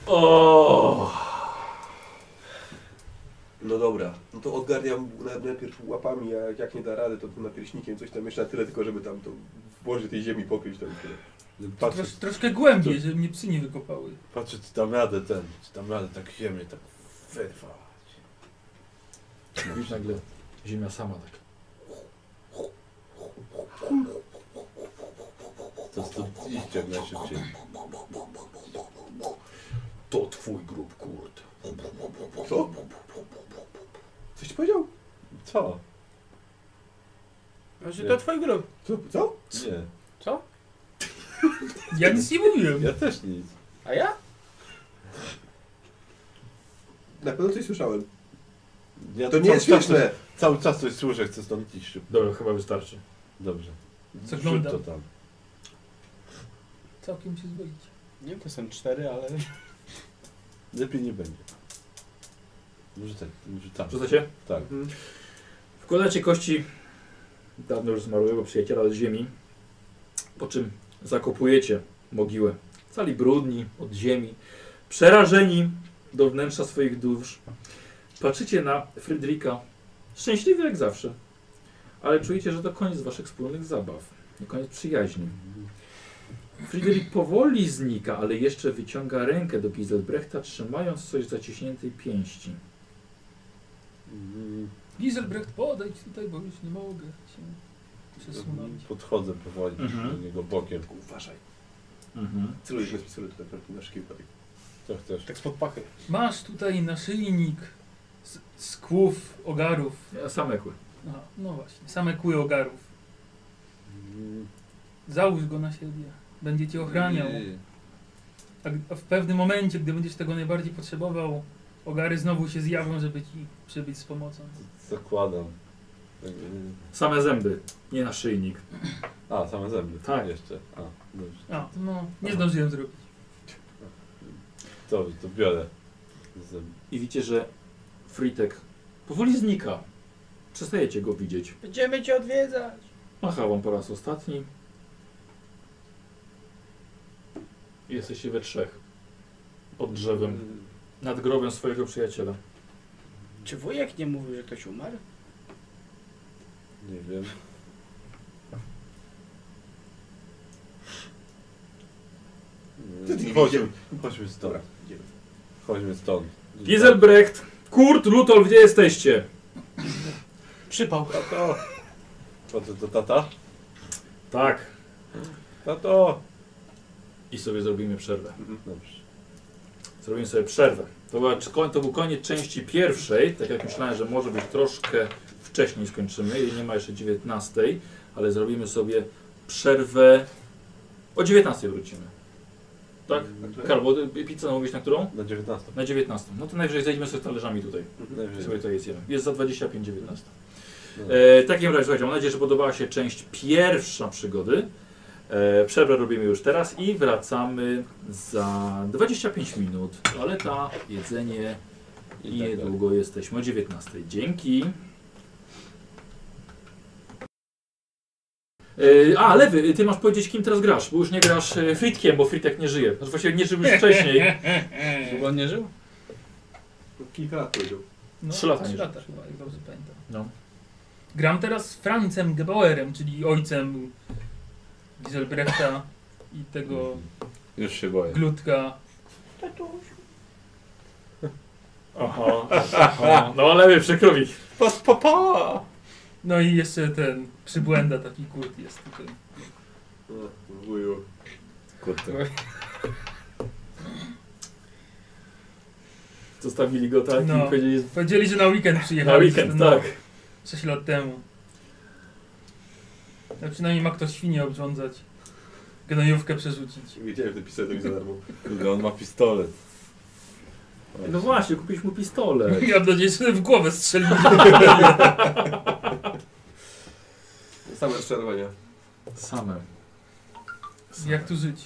Speaker 1: O!
Speaker 5: No dobra, no to odgarniam na- najpierw łapami, a jak nie da rady, to tu napierśnikiem coś tam jeszcze na tyle, tylko żeby tam to włożyć tej ziemi pokryć tam tyle.
Speaker 3: Patrzę,
Speaker 4: Trosz, troszkę głębiej, żeby mnie psy nie wykopały.
Speaker 3: patrzę, czy tam radę ten, czy tam radę tak ziemię tak wyrwać.
Speaker 1: Już nagle ziemia sama tak.
Speaker 3: To stąd iść jak najszybciej.
Speaker 1: To twój grób, kurde.
Speaker 5: Co? Coś ci powiedział?
Speaker 3: Co?
Speaker 2: Może to twój grób.
Speaker 5: Co? Co?
Speaker 3: Nie,
Speaker 2: Co?
Speaker 4: Ja nic nie mówiłem.
Speaker 3: ja też nic.
Speaker 2: A ja?
Speaker 5: Na pewno coś słyszałem.
Speaker 3: Ja
Speaker 5: To nie
Speaker 3: cały
Speaker 5: jest
Speaker 3: czas
Speaker 5: śmieszne.
Speaker 3: coś- Cały czas coś słyszę, chcę stąd iść szybko.
Speaker 1: Dobra, chyba wystarczy.
Speaker 3: Dobrze. Rzuć
Speaker 4: Zaglądam.
Speaker 3: to tam.
Speaker 4: Całkiem się zboić.
Speaker 2: Nie wiem, to są cztery, ale...
Speaker 3: Lepiej nie będzie. Rzucaj, rzucam.
Speaker 1: Rzucacie?
Speaker 3: Tak.
Speaker 5: Mhm.
Speaker 1: Wkładacie kości dawno już zmarłego przyjaciela z ziemi, po czym zakopujecie mogiłę. Cali brudni od ziemi, przerażeni do wnętrza swoich dusz. Patrzycie na Frydrika, szczęśliwy jak zawsze, ale czujecie, że to koniec waszych wspólnych zabaw, nie koniec przyjaźni.
Speaker 3: Mhm.
Speaker 1: Fryderyk powoli znika, ale jeszcze wyciąga rękę do Giselbrechta, trzymając coś w zaciśniętej pięści.
Speaker 3: Mm,
Speaker 4: Giselbrecht, podejdź tutaj, bo już nie mogę się przesunąć.
Speaker 3: Podchodzę powoli
Speaker 1: Mhm.
Speaker 3: do niego bokiem.
Speaker 5: Tylko uważaj.
Speaker 1: Mhm.
Speaker 5: Celujesz bez pistoletu tak naprawdę na szkielkę.
Speaker 3: Co chcesz?
Speaker 2: Tak spod pachy.
Speaker 4: Masz tutaj naszyjnik z, z kłów ogarów.
Speaker 1: Same kły.
Speaker 4: Aha, no właśnie, same kły ogarów.
Speaker 3: Mm,
Speaker 4: Załóż go na siebie. Będzie cię ochraniał.
Speaker 3: nie.
Speaker 4: A g- a w pewnym momencie, gdy będziesz tego najbardziej potrzebował, ogary znowu się zjawią, żeby ci przybyć z pomocą.
Speaker 3: Zakładam. Tak, y,
Speaker 1: Same zęby, nie naszyjnik.
Speaker 3: A, same zęby.
Speaker 1: Tak.
Speaker 3: Jeszcze. A, dobrze.
Speaker 4: A, no, nie
Speaker 1: Aha.
Speaker 4: zdążyłem zrobić.
Speaker 3: Dobrze, to biorę. Zęby.
Speaker 1: I widzicie, że Fritek powoli znika. Przestajecie go widzieć.
Speaker 2: Będziemy cię odwiedzać.
Speaker 1: Macha wam po raz ostatni. I Jesteście we trzech. Pod drzewem. Nad grobem swojego przyjaciela.
Speaker 2: Czy wujek nie mówił, że ktoś umarł?
Speaker 3: Nie wiem.
Speaker 5: Ty, ty,
Speaker 3: Chodźmy,
Speaker 5: idziemy.
Speaker 3: chodźmy stąd.
Speaker 5: Dobra, idziemy.
Speaker 3: Chodźmy stąd.
Speaker 1: Giselbrecht! Kurt, Lutolf, gdzie jesteście?
Speaker 2: Przypał.
Speaker 3: Tato! Co to, to tata?
Speaker 1: Tak.
Speaker 3: Tato!
Speaker 1: I sobie zrobimy przerwę.
Speaker 5: Mhm.
Speaker 3: Dobrze.
Speaker 1: Zrobimy sobie przerwę. To, była, koń- to był koniec części pierwszej. Tak jak myślałem, że może być troszkę wcześniej skończymy. Jej nie ma jeszcze 19, ale zrobimy sobie przerwę. O 19 wrócimy. Tak?
Speaker 5: Mhm.
Speaker 1: Karol, bo ty- pizzę mówisz na którą?
Speaker 3: Na 19.
Speaker 1: Na 19. No to najwyżej zejdziemy sobie talerzami tutaj.
Speaker 5: Mhm.
Speaker 1: Sobie
Speaker 3: Najwyżej.
Speaker 1: to jest jeden. Jest za 25,19.
Speaker 3: No.
Speaker 1: E, w takim razie, słuchajcie, mam nadzieję, że podobała się część pierwsza przygody. E, przerwę robimy już teraz i wracamy za 25 minut. Toaleta, jedzenie i
Speaker 3: tak dalej.
Speaker 1: niedługo jesteśmy o 19. Dzięki. E, A, Lewy, ty masz powiedzieć, kim teraz grasz, bo już nie grasz e, Fritkiem, bo Fritek nie żyje. Znaczy, właściwie nie żył już wcześniej.
Speaker 4: Eee.
Speaker 2: Długo on nie żył?
Speaker 5: Kilka lat powiedział.
Speaker 4: No,
Speaker 1: Trzy lata
Speaker 4: Trzy
Speaker 1: już.
Speaker 4: lata chyba, jak dobrze pamiętam.
Speaker 1: No.
Speaker 4: Gram teraz Francem Gebauerem, czyli ojcem Giselbrechta i tego
Speaker 3: Już się boję.
Speaker 4: glutka.
Speaker 1: Aha, aha. No, Lewy, przykro mi.
Speaker 3: Pas papa!
Speaker 4: No i jeszcze ten przybłęda taki kurt jest tutaj.
Speaker 5: No, wuju.
Speaker 3: Kurde.
Speaker 1: Zostawili go tak
Speaker 4: No.
Speaker 1: i powiedzieli
Speaker 4: Powiedzieli, że na weekend
Speaker 1: na
Speaker 4: przyjechali.
Speaker 1: weekend, tak.
Speaker 4: 6 lat temu. No przynajmniej ma kto świnie obrządzać. Gnojówkę przerzucić.
Speaker 5: Wiedziałem, że napisałem tak za darmo.
Speaker 3: Kurde, on ma pistolet.
Speaker 1: No właśnie, kupić mu pistolet.
Speaker 4: Ja mam nadzieję, że w głowę strzelił.
Speaker 5: Same rozczarowania.
Speaker 1: Same. Same.
Speaker 4: Jak tu żyć?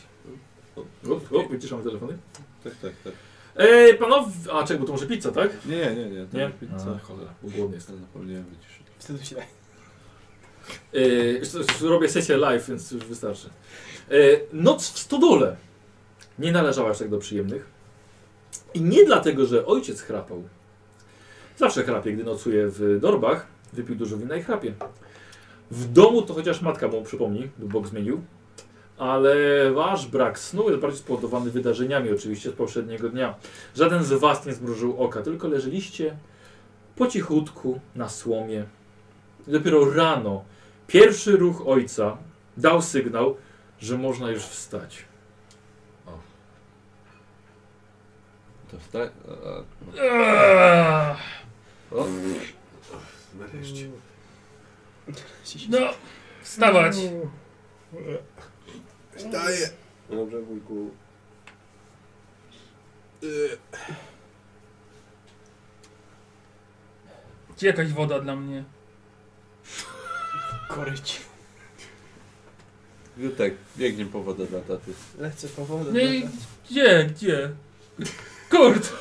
Speaker 1: O, o, widzisz, mam telefony?
Speaker 3: Tak, tak, tak.
Speaker 1: Ej, panowie... A, czego, to może pizza, tak?
Speaker 3: Nie, nie, nie. to
Speaker 1: Nie?
Speaker 3: Pizza.
Speaker 1: A, cholera, bo głodny jestem.
Speaker 3: Zapomniałem wyciszyć.
Speaker 2: Wtedy się
Speaker 1: Ej, już- już Y, robię sesję live, więc już wystarczy. Ej, noc w stodole nie należała aż tak do przyjemnych. I nie dlatego, że ojciec chrapał. Zawsze chrapie, gdy nocuje w dorbach. Wypił dużo wina i chrapie. W domu to chociaż matka mu przypomni, bo Bóg zmienił. Ale wasz brak snu jest bardziej spowodowany wydarzeniami oczywiście z poprzedniego dnia. Żaden z was nie zmrużył oka, tylko leżeliście po cichutku na słomie. I dopiero rano pierwszy ruch ojca dał sygnał, że można już wstać.
Speaker 3: Dostaj? a, a,
Speaker 4: Eee,
Speaker 3: O,
Speaker 5: Nareszcie.
Speaker 4: No, wstawać.
Speaker 5: Wstaję. No dobrze, wujku. Yy,
Speaker 4: Czy jakaś woda dla mnie?
Speaker 2: koryć.
Speaker 3: Jutek, biegnie po wodę dla taty.
Speaker 2: Lecę po wodę.
Speaker 4: No
Speaker 1: tak.
Speaker 4: i gdzie, gdzie? Kurt!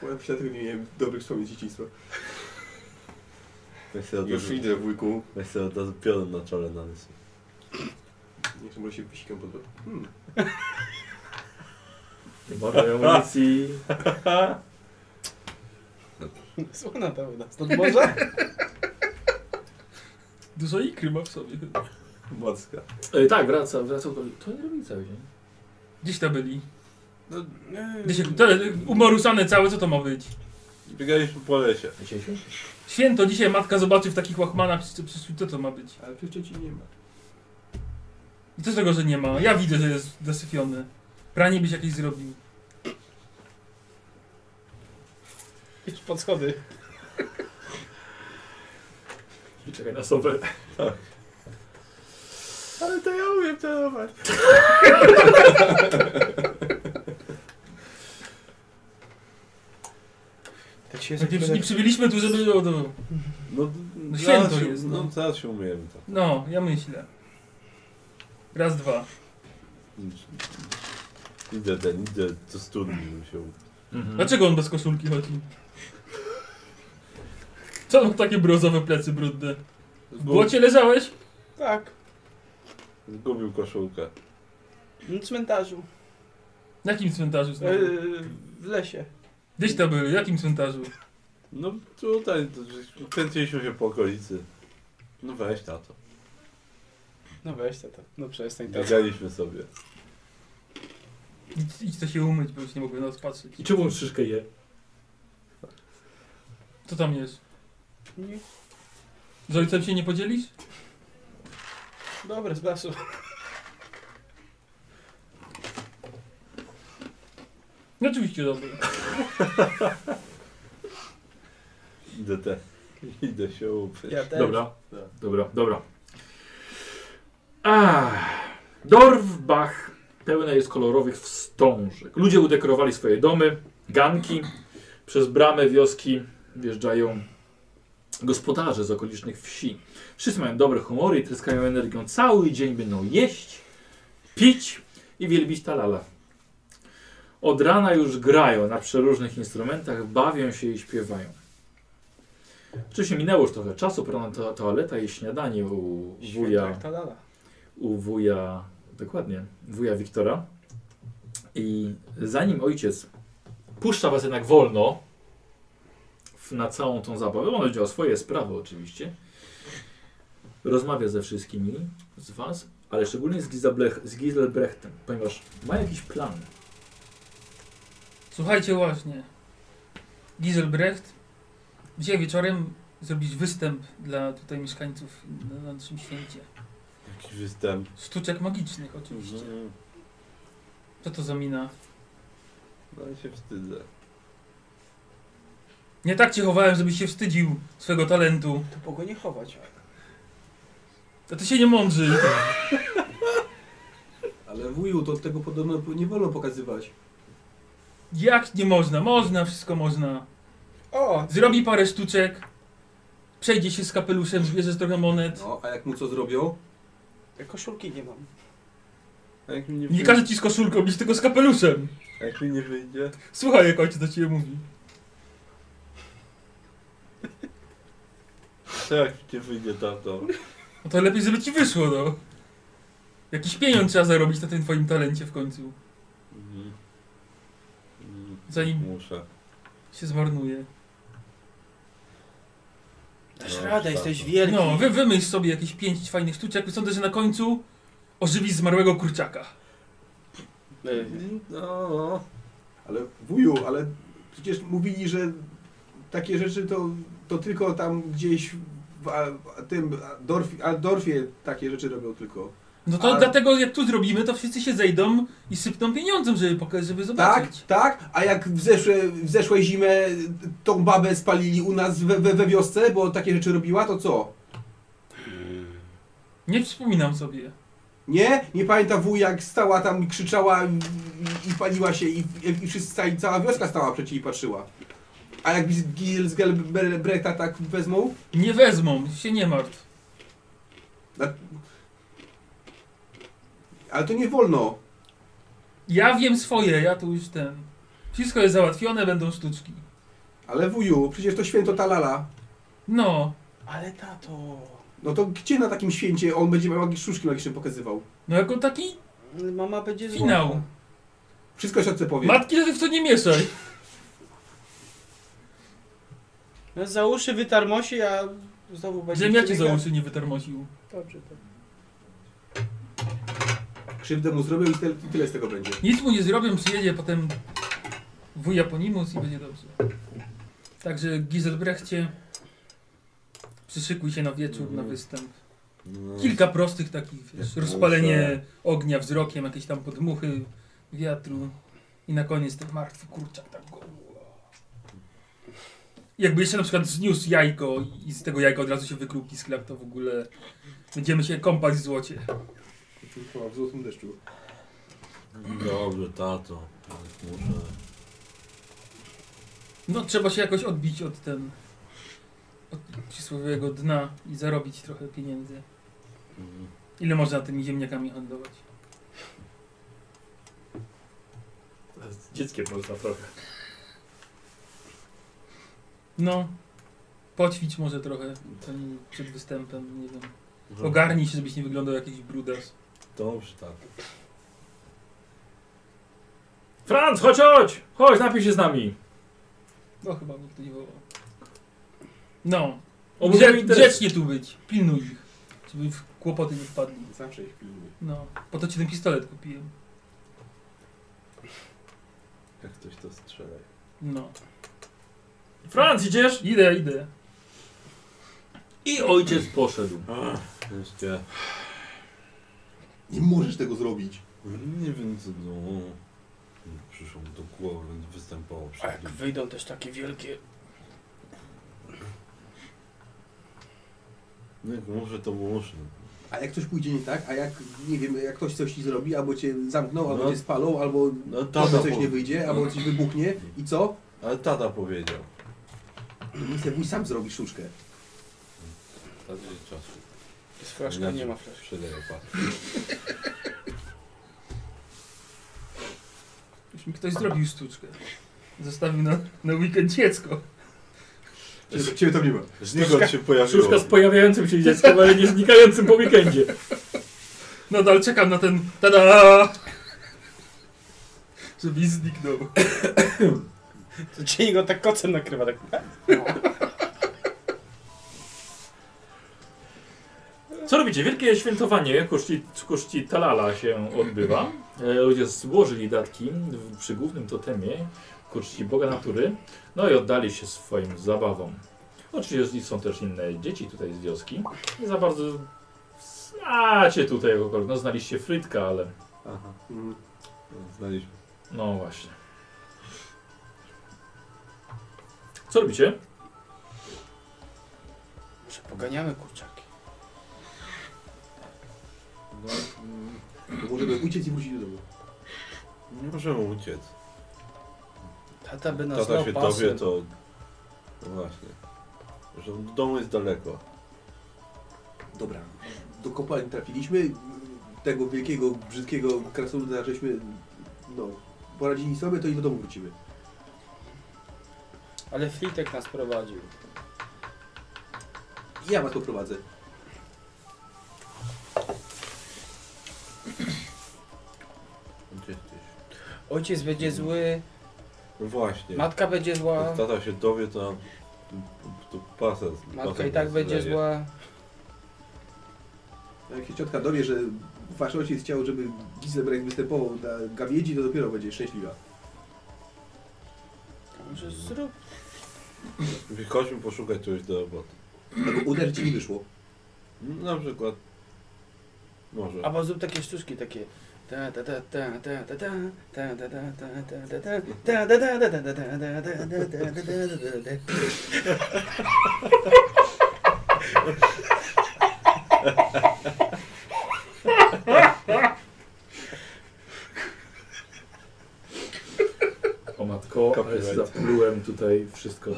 Speaker 5: Powiem ci, dlatego nie miałem dobrych wspomnień z dzieciństwa.
Speaker 3: Weź sobie od
Speaker 5: Już
Speaker 3: razu-
Speaker 5: idę, wujku.
Speaker 3: weź sobie od razu pionem na czole narysuj.
Speaker 5: Jeszcze może się wysikam pod wodę. Hmm.
Speaker 1: Bardzo amunicji.
Speaker 2: Słona ta woda. Stąd morza?
Speaker 4: Dużo ikry ma w sobie.
Speaker 3: Mocka.
Speaker 1: E, tak, wraca, wraca. do- To nie robi cały dzień.
Speaker 4: Gdzieś to byli.
Speaker 5: No, nie.
Speaker 4: Gdzieś, to, umarusane całe, co to ma być?
Speaker 3: Biegaliśmy po lesie.
Speaker 1: Dzisiejszy?
Speaker 4: Święto, dzisiaj matka zobaczy w takich łachmanach, przy- przy- przy- co to ma być?
Speaker 5: Ale przecież ci nie ma.
Speaker 4: I co z tego, że nie ma? Ja widzę, że jest dosyfiony. Pranie byś jakieś zrobił.
Speaker 2: Idź pod schody.
Speaker 1: I czekaj na sobę.
Speaker 3: Ale to ja umiem celować.
Speaker 2: Tak się
Speaker 4: Nie, przy, nie przybyliśmy tu, żeby... O, do...
Speaker 3: No,
Speaker 4: No
Speaker 3: zaraz
Speaker 4: święto
Speaker 3: się-
Speaker 4: jest,
Speaker 3: No,
Speaker 4: no.
Speaker 3: zaraz się umiemy to.
Speaker 4: No, ja myślę. Raz, dwa.
Speaker 3: Idę ten, idę do studni, żeby się u-
Speaker 1: Mhm.
Speaker 4: Dlaczego on bez koszulki chodzi? Co on takie brązowe plecy brudne? W błocie leżałeś?
Speaker 2: Tak.
Speaker 3: Zgubił koszulkę.
Speaker 2: Na cmentarzu.
Speaker 4: Na jakim cmentarzu znowu?
Speaker 2: Yy, w lesie.
Speaker 4: Gdzieś to były, w jakim cmentarzu?
Speaker 3: No tutaj, to, że- kręciliśmy się po okolicy. No weź tato.
Speaker 2: No weź to. to. No przestań teraz.
Speaker 3: Biegaliśmy sobie.
Speaker 4: Idź, idź to się umyć, bo już nie mogłem na nas patrzeć.
Speaker 1: I czemu on szyszkę je?
Speaker 4: Co tam jest?
Speaker 5: Nie.
Speaker 4: Z ojcem się nie podzielisz?
Speaker 2: Dobra, z basu.
Speaker 4: No oczywiście dobry.
Speaker 3: Idę te. Idę się upyć.
Speaker 2: Ja też.
Speaker 1: Dobra, dobra, dobra. Ach, Dorfbach pełne jest kolorowych wstążek. Ludzie udekorowali swoje domy, ganki. Przez bramę wioski wjeżdżają gospodarze z okolicznych wsi. Wszyscy mają dobre humory i tryskają energią. Cały dzień będą jeść, pić i wielbić talala. Od rana już grają na przeróżnych instrumentach, bawią się i śpiewają. Wcześniej minęło już trochę czasu, prawda, to, toaleta i śniadanie u wuja,
Speaker 2: Tak, ta lala.
Speaker 1: u wuja, dokładnie, wuja Wiktora. I zanim ojciec puszcza was jednak wolno w, na całą tą zabawę, on będzie o swoje sprawy oczywiście, rozmawia ze wszystkimi z was, ale szczególnie z, Gizablech, z Giselbrechtem, ponieważ ma jakiś plan.
Speaker 4: Słuchajcie właśnie. Giselbrecht dzisiaj wieczorem zrobić występ dla tutaj mieszkańców na naszym święcie.
Speaker 3: Jakiś występ.
Speaker 4: Sztuczek magicznych oczywiście.
Speaker 3: Mhm.
Speaker 4: Co to za mina?
Speaker 3: No i się wstydzę.
Speaker 4: Nie tak cię chowałem, żebyś się wstydził swego talentu.
Speaker 2: To po go nie chować.
Speaker 4: A ty się nie mądrzy.
Speaker 5: Ale wuju, to tego podobno nie wolno pokazywać.
Speaker 4: Jak nie można? Można, wszystko można.
Speaker 2: O!
Speaker 4: Zrobi parę sztuczek. Przejdzie się z kapeluszem, zbierze trochę monet.
Speaker 5: No, a jak mu co zrobią?
Speaker 2: Koszulki nie mam.
Speaker 3: A jak mi nie
Speaker 4: Nie
Speaker 3: wyjdzie?
Speaker 4: każe ci z koszulką być tylko z kapeluszem.
Speaker 3: A jak mi nie wyjdzie?
Speaker 4: Słuchaj, jak ojciec do ciebie mówi.
Speaker 3: Co jak mi nie wyjdzie tato?
Speaker 4: No to lepiej, żeby ci wyszło, no. Jakiś pieniądz trzeba zarobić na tym twoim talencie w końcu.
Speaker 3: Mhm. Mhm.
Speaker 4: Zanim
Speaker 3: Muszę.
Speaker 4: się zmarnuje.
Speaker 2: Dasz
Speaker 3: No,
Speaker 2: radę,
Speaker 3: tak,
Speaker 2: jesteś
Speaker 3: no.
Speaker 2: wielki.
Speaker 4: No, wy, wymyśl sobie jakieś pięć fajnych sztuczek. Sądzę, że na końcu ożywisz zmarłego kurczaka.
Speaker 3: No.
Speaker 5: Ale wuju, ale przecież mówili, że takie rzeczy to, to tylko tam gdzieś w, a, w tym a Dorf, a Dorfie takie rzeczy robią tylko.
Speaker 4: No to
Speaker 5: A-
Speaker 4: dlatego jak tu zrobimy, to wszyscy się zejdą i sypną pieniądzem, żeby pokazać, żeby
Speaker 5: Tak,
Speaker 4: zobaczyć.
Speaker 5: tak, a jak w, zeszłe, w zeszłej zimę tą babę spalili u nas we, we, we wiosce, bo takie rzeczy robiła, to co?
Speaker 4: Nie przypominam sobie.
Speaker 5: Nie? Nie pamięta wuj jak stała tam i krzyczała i, i paliła się i, i wszyscy stali, cała wioska stała przeciw i patrzyła. A jak Gil z Gelbreta tak wezmą,
Speaker 4: Nie wezmą, się nie martw.
Speaker 5: ale to nie wolno.
Speaker 4: Ja wiem swoje, ja tu już ten. Wszystko jest załatwione, będą sztuczki.
Speaker 5: Ale wuju, przecież to święto Talala.
Speaker 4: No,
Speaker 2: Ale tato...
Speaker 5: No to gdzie na takim święcie on będzie miał jakieś sztuczki magiczne pokazywał?
Speaker 4: no jako taki
Speaker 2: Mama będzie zła.
Speaker 4: Finał.
Speaker 5: Wszystko siatce powiem.
Speaker 4: matki lepiej w to nie mieszaj.
Speaker 2: No, za uszy wytarmosi, a znowu będzie...
Speaker 4: Ziemia cię za uszy nie wytarmosił.
Speaker 2: Dobrze, dobrze.
Speaker 5: Krzywdę mu zrobił i, tyle- i tyle z tego będzie.
Speaker 4: Nic mu nie zrobią, przyjedzie potem wuja Ponimus i będzie dobrze. Także Giselbrechcie, przyszykuj się na wieczór, na
Speaker 3: Mhm.
Speaker 4: występ.
Speaker 3: no.
Speaker 4: Kilka prostych takich, wiesz,
Speaker 3: Muszę.
Speaker 4: rozpalenie ognia wzrokiem, jakieś tam podmuchy wiatru i na koniec ten martwy kurczak tak go... Jakby jeszcze na przykład zniósł jajko i z tego jajka od razu się wykluł pisklak, to w ogóle będziemy się kąpać w złocie.
Speaker 5: Chyba w złotym deszczu.
Speaker 3: Dobrze, tato. Ale Muszę.
Speaker 4: No trzeba się jakoś odbić od ten... od przysłowiowego dna i zarobić trochę pieniędzy.
Speaker 3: Mhm.
Speaker 4: Ile można tymi ziemniakami handlować?
Speaker 1: Z dzieckiem można trochę.
Speaker 4: No, poćwicz może trochę zanim przed występem, nie wiem. Ogarnij się, żebyś nie wyglądał jak jakiś brudas.
Speaker 3: Dobrze, tato.
Speaker 1: Franz, chodź, chodź! Chodź, napij się z nami!
Speaker 4: No chyba mnie ktoś wołał. No.
Speaker 1: Obudzimy
Speaker 4: Grze-
Speaker 1: interes.
Speaker 4: Grzecznie tu być. Pilnuj ich. Żeby w kłopoty nie wpadli.
Speaker 5: Zawsze ich pilnuję.
Speaker 4: No. Po to ci ten pistolet kupiłem.
Speaker 3: Jak ktoś to strzela.
Speaker 4: No.
Speaker 1: Franz, idziesz?
Speaker 4: Idę, idę.
Speaker 1: I ojciec poszedł.
Speaker 3: Wreszcie.
Speaker 5: Nie możesz tego zrobić.
Speaker 3: Nie wiem co, no... Przyszło mi do głowy, więc występowało
Speaker 2: A
Speaker 3: przed
Speaker 2: jak
Speaker 3: nim.
Speaker 2: wyjdą też takie wielkie...
Speaker 3: No jak może to można.
Speaker 5: A jak coś pójdzie nie tak, a jak, nie wiem, jak ktoś coś ci zrobi, albo cię zamknął, albo
Speaker 3: No.
Speaker 5: cię spalą, albo
Speaker 3: No
Speaker 5: tobie
Speaker 3: tata,
Speaker 5: coś
Speaker 3: po...
Speaker 5: nie wyjdzie, albo ci wybuchnie i co?
Speaker 3: Ale tata powiedział.
Speaker 5: Mister Wuj sam zrobi sztuczkę.
Speaker 3: Tata jest czasu.
Speaker 2: Jest flaszka, nie ma flaszki.
Speaker 3: Przydaje pan.
Speaker 4: Już mi ktoś zrobił sztuczkę. Zostawił na, na weekend dziecko.
Speaker 5: Ciebie, ciebie tam nie ma.
Speaker 3: Znikąd się pojawiło.
Speaker 1: Szuszka z pojawiającym się dzieckiem, ale nie znikającym po weekendzie.
Speaker 4: Nadal czekam na ten. Tada! Żeby mi zniknął.
Speaker 2: To Dzień go tak kocem nakrywa, tak...
Speaker 1: Co robicie? Wielkie świętowanie koszci, koszci Talala się odbywa. E, Ludzie złożyli datki w, przy głównym totemie ku czci Boga Natury. No i oddali się swoim zabawom. Oczywiście są też inne dzieci tutaj z wioski. Nie za bardzo znacie tutaj kogokolwiek. No znaliście Frytka, ale
Speaker 3: Aha,
Speaker 5: Mm.
Speaker 3: znaliśmy.
Speaker 1: no właśnie. Co robicie?
Speaker 2: Może poganiamy kurczaki.
Speaker 3: No, mm,
Speaker 5: To możemy uciec i wrócić do domu.
Speaker 3: nie możemy uciec.
Speaker 2: Tata by nas
Speaker 3: Tata
Speaker 2: znał
Speaker 3: się
Speaker 2: pasem.
Speaker 3: dowie, to... No właśnie. Że do domu jest daleko.
Speaker 5: Dobra, do kopalni trafiliśmy, tego wielkiego, brzydkiego krasnoluda żeśmy, no, poradzili sobie, to i do domu wrócimy.
Speaker 2: Ale Fritek nas prowadził.
Speaker 5: Ja was poprowadzę.
Speaker 3: Gdzie jesteś?
Speaker 2: Ojciec będzie zły,
Speaker 3: No właśnie.
Speaker 2: matka będzie zła,
Speaker 3: Jak tata się dowie, to nam... To pasa z-
Speaker 2: matka
Speaker 3: pasem
Speaker 2: i tak
Speaker 3: nas
Speaker 2: będzie
Speaker 3: zleje.
Speaker 2: zła.
Speaker 5: A Jak się ciotka dowie, że wasz ojciec chciał, żeby Gizelbrecht występował na gawiedzi, to dopiero będzie szczęśliwa.
Speaker 2: Może zrób.
Speaker 3: Mówi, Chodźmy poszukać czegoś do roboty.
Speaker 5: Tego uderzyć nie wyszło.
Speaker 3: Na przykład... Może.
Speaker 2: Albo zrób takie sztuczki, takie... Ta ta ta ta ta ta ta ta ta ta ta ta ta ta ta ta ta ta ta ta ta ta ta ta ta ta ta ta ta
Speaker 1: O matko, ale
Speaker 3: Copyright.
Speaker 1: zaplułem tutaj wszystko. No,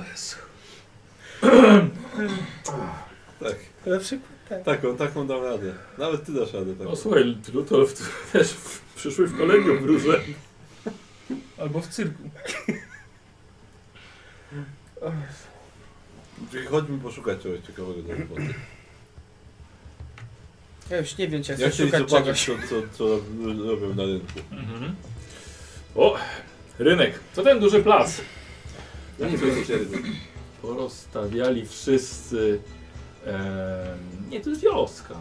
Speaker 3: Tak.
Speaker 2: Na przykład.
Speaker 3: Taką, taką dam radę. Nawet ty dasz radę taką.
Speaker 1: No słuchaj, Rudolf tu też w- przyszły w kolegium wróżę.
Speaker 4: Albo w cyrku.
Speaker 3: Czyli chodźmy poszukać czegoś ciekawego do roboty.
Speaker 2: Ja już nie wiem, czy ja
Speaker 3: Ja
Speaker 2: chcę
Speaker 3: chcieli
Speaker 2: szukać
Speaker 3: zobaczyć,
Speaker 2: czegoś.
Speaker 3: co, co, co rob- robią na rynku.
Speaker 1: O, rynek. To ten duży plac.
Speaker 5: Ja nie wiem, co się robi.
Speaker 1: Porozstawiali wszyscy. E, nie, to jest wioska.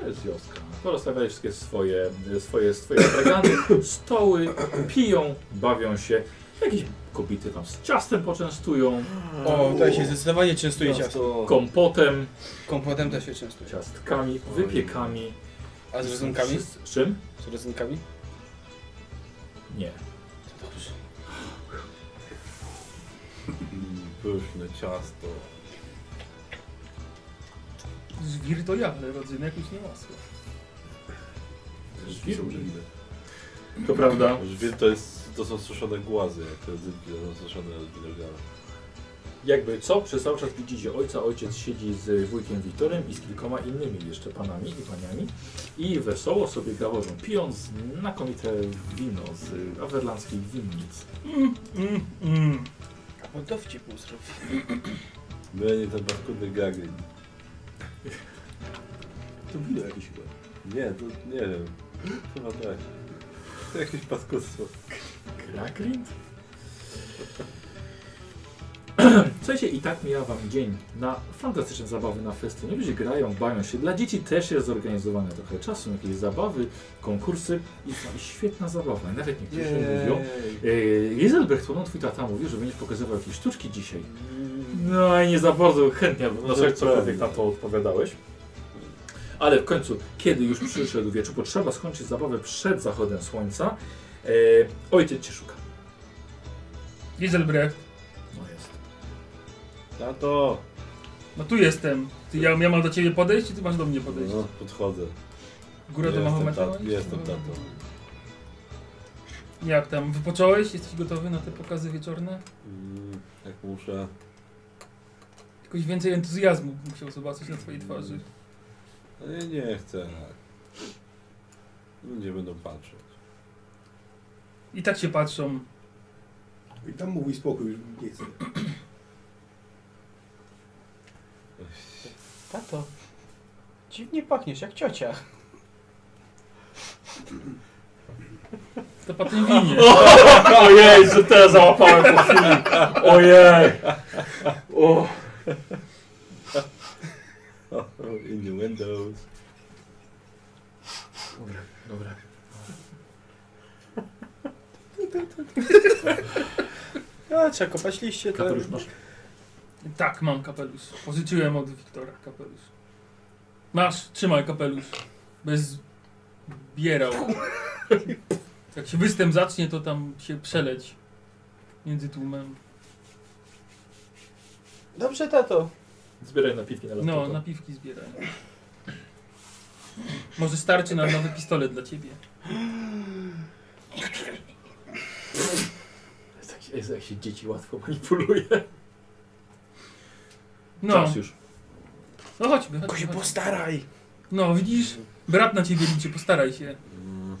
Speaker 1: To jest wioska. Porozstawiali wszystkie swoje, swoje, swoje stragany, stoły, piją, bawią się. Jakieś kobiety tam z ciastem poczęstują,
Speaker 2: O, tutaj się zdecydowanie częstuje ciasto.
Speaker 3: Ciasto.
Speaker 1: kompotem,
Speaker 2: Kompotem też się częstuje.
Speaker 1: ciastkami, wypiekami.
Speaker 2: A z rysunkami?
Speaker 1: Wszyscy- Z czym?
Speaker 2: Z rysunkami?
Speaker 1: Nie.
Speaker 3: Mm, Pyszne ciasto.
Speaker 4: Żwir to ja, ale rodzynek już nie ma słów.
Speaker 1: Żwir? To prawda.
Speaker 3: Żwir to, jest, to są suszone głazy, jak te rynki to są suszone z winogronami.
Speaker 1: Jakby co, przez cały czas widzicie ojca, ojciec siedzi z wujkiem Witorem i z kilkoma innymi jeszcze panami i paniami i wesoło sobie gaworzą, pijąc znakomite wino z awerlandzkich winnic.
Speaker 4: Mm, mm.
Speaker 2: A bo dowcip mu zrobił.
Speaker 3: Bylenie No ten paskudny gagin.
Speaker 5: To wino jakieś chyba.
Speaker 3: Nie, to nie wiem. Chyba tak. To jakieś paskudstwo.
Speaker 1: Krakrind? Słuchajcie, i tak mija wam dzień na fantastyczne zabawy na festynie. Ludzie grają, bawią się. Dla dzieci też jest zorganizowane trochę czasu, jakieś zabawy, konkursy i i świetna zabawa. Nawet niektórzy mówią. Yy, Giselbrecht, no twój tata mówił, że będziesz pokazywał jakieś sztuczki dzisiaj.
Speaker 4: Mm.
Speaker 1: No i nie za bardzo chętnie na coś cokolwiek na to odpowiadałeś. Ale w końcu, kiedy już przyszedł wieczór, bo trzeba skończyć zabawę przed zachodem słońca, e, ojciec cię szuka.
Speaker 4: Giselbrecht,
Speaker 1: No jest.
Speaker 3: Tato!
Speaker 4: no tu jestem. Ty, ja, ja mam do ciebie podejść i ty masz do mnie podejść.
Speaker 3: No, podchodzę.
Speaker 4: Góra do
Speaker 3: Jestem
Speaker 4: Mahometa.
Speaker 3: tato,
Speaker 4: no i-
Speaker 3: jestem tato.
Speaker 4: Jak tam, wypocząłeś? Jesteś gotowy na te pokazy wieczorne?
Speaker 3: Mm, Jak muszę.
Speaker 4: Jakoś więcej entuzjazmu bym musiał zobaczyć na twojej twarzy.
Speaker 3: No nie, nie chcę. Ludzie będą patrzeć.
Speaker 4: I tak się patrzą.
Speaker 5: I tam mówi spokój, już nie chcę.
Speaker 2: Tato, dziwnie pachniesz, jak ciocia.
Speaker 4: To po tym winie.
Speaker 1: Ojej, że te załapałem po chwili. Ojej. O.
Speaker 3: In the windows.
Speaker 1: Dobra, dobra.
Speaker 2: A, trzeba kopać liście, to...
Speaker 1: Kapelusz masz?
Speaker 4: Tak, mam kapelusz. Pożyczyłem od Wiktora kapelusz. Masz, trzymaj kapelusz. Bez bierał. Jak się występ zacznie, to tam się przeleć między tłumem.
Speaker 2: Dobrze, tato.
Speaker 1: Zbieraj napiwki na laptopa.
Speaker 4: No, napiwki zbieraj. Może starczy na nowy pistolet dla ciebie.
Speaker 1: Jest jak, jest jak się dzieci łatwo manipuluje.
Speaker 4: No,
Speaker 1: Czas już.
Speaker 4: no
Speaker 2: Tylko
Speaker 4: chodźmy,
Speaker 2: się
Speaker 4: chodźmy, chodźmy.
Speaker 2: postaraj.
Speaker 4: No, widzisz? Brat na ciebie liczy, postaraj się.
Speaker 3: Mm.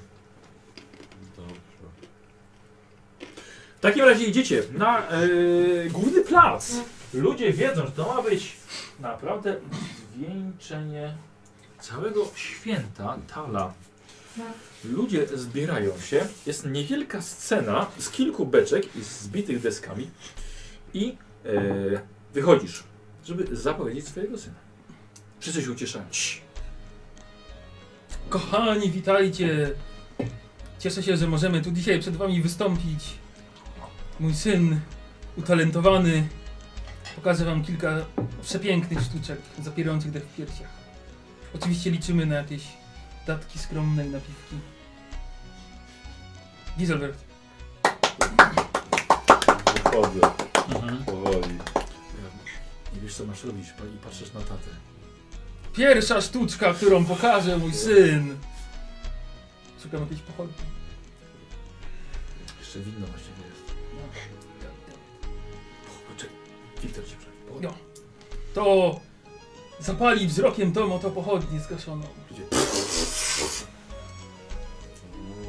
Speaker 3: Dobrze.
Speaker 1: W takim razie idziecie na e, główny plac. Ludzie wiedzą, że to ma być naprawdę zwieńczenie całego święta Tala. Ludzie zbierają się. Jest niewielka scena z kilku beczek i z zbitych deskami. I e, wychodzisz, żeby zapowiedzieć swojego syna. Wszyscy się ucieszają. Cii.
Speaker 4: Kochani, witajcie! Cieszę się, że możemy tu dzisiaj przed wami wystąpić. Mój syn, utalentowany, pokaże wam kilka przepięknych sztuczek zapierających dech w piersiach. Oczywiście liczymy na jakieś datki skromnej napiwki. Gizelbert,
Speaker 3: Wychodzę Mhm. powoli.
Speaker 1: Nie wiesz co masz robić pa- i patrzysz na tatę.
Speaker 4: pierwsza sztuczka, którą pokaże mój syn! Szukam jakiejś pochodni.
Speaker 1: Jeszcze winno właściwie jest. Poczekaj, Wiktor cię przed.
Speaker 4: No. To zapali wzrokiem tą oto pochodnię zgaszoną.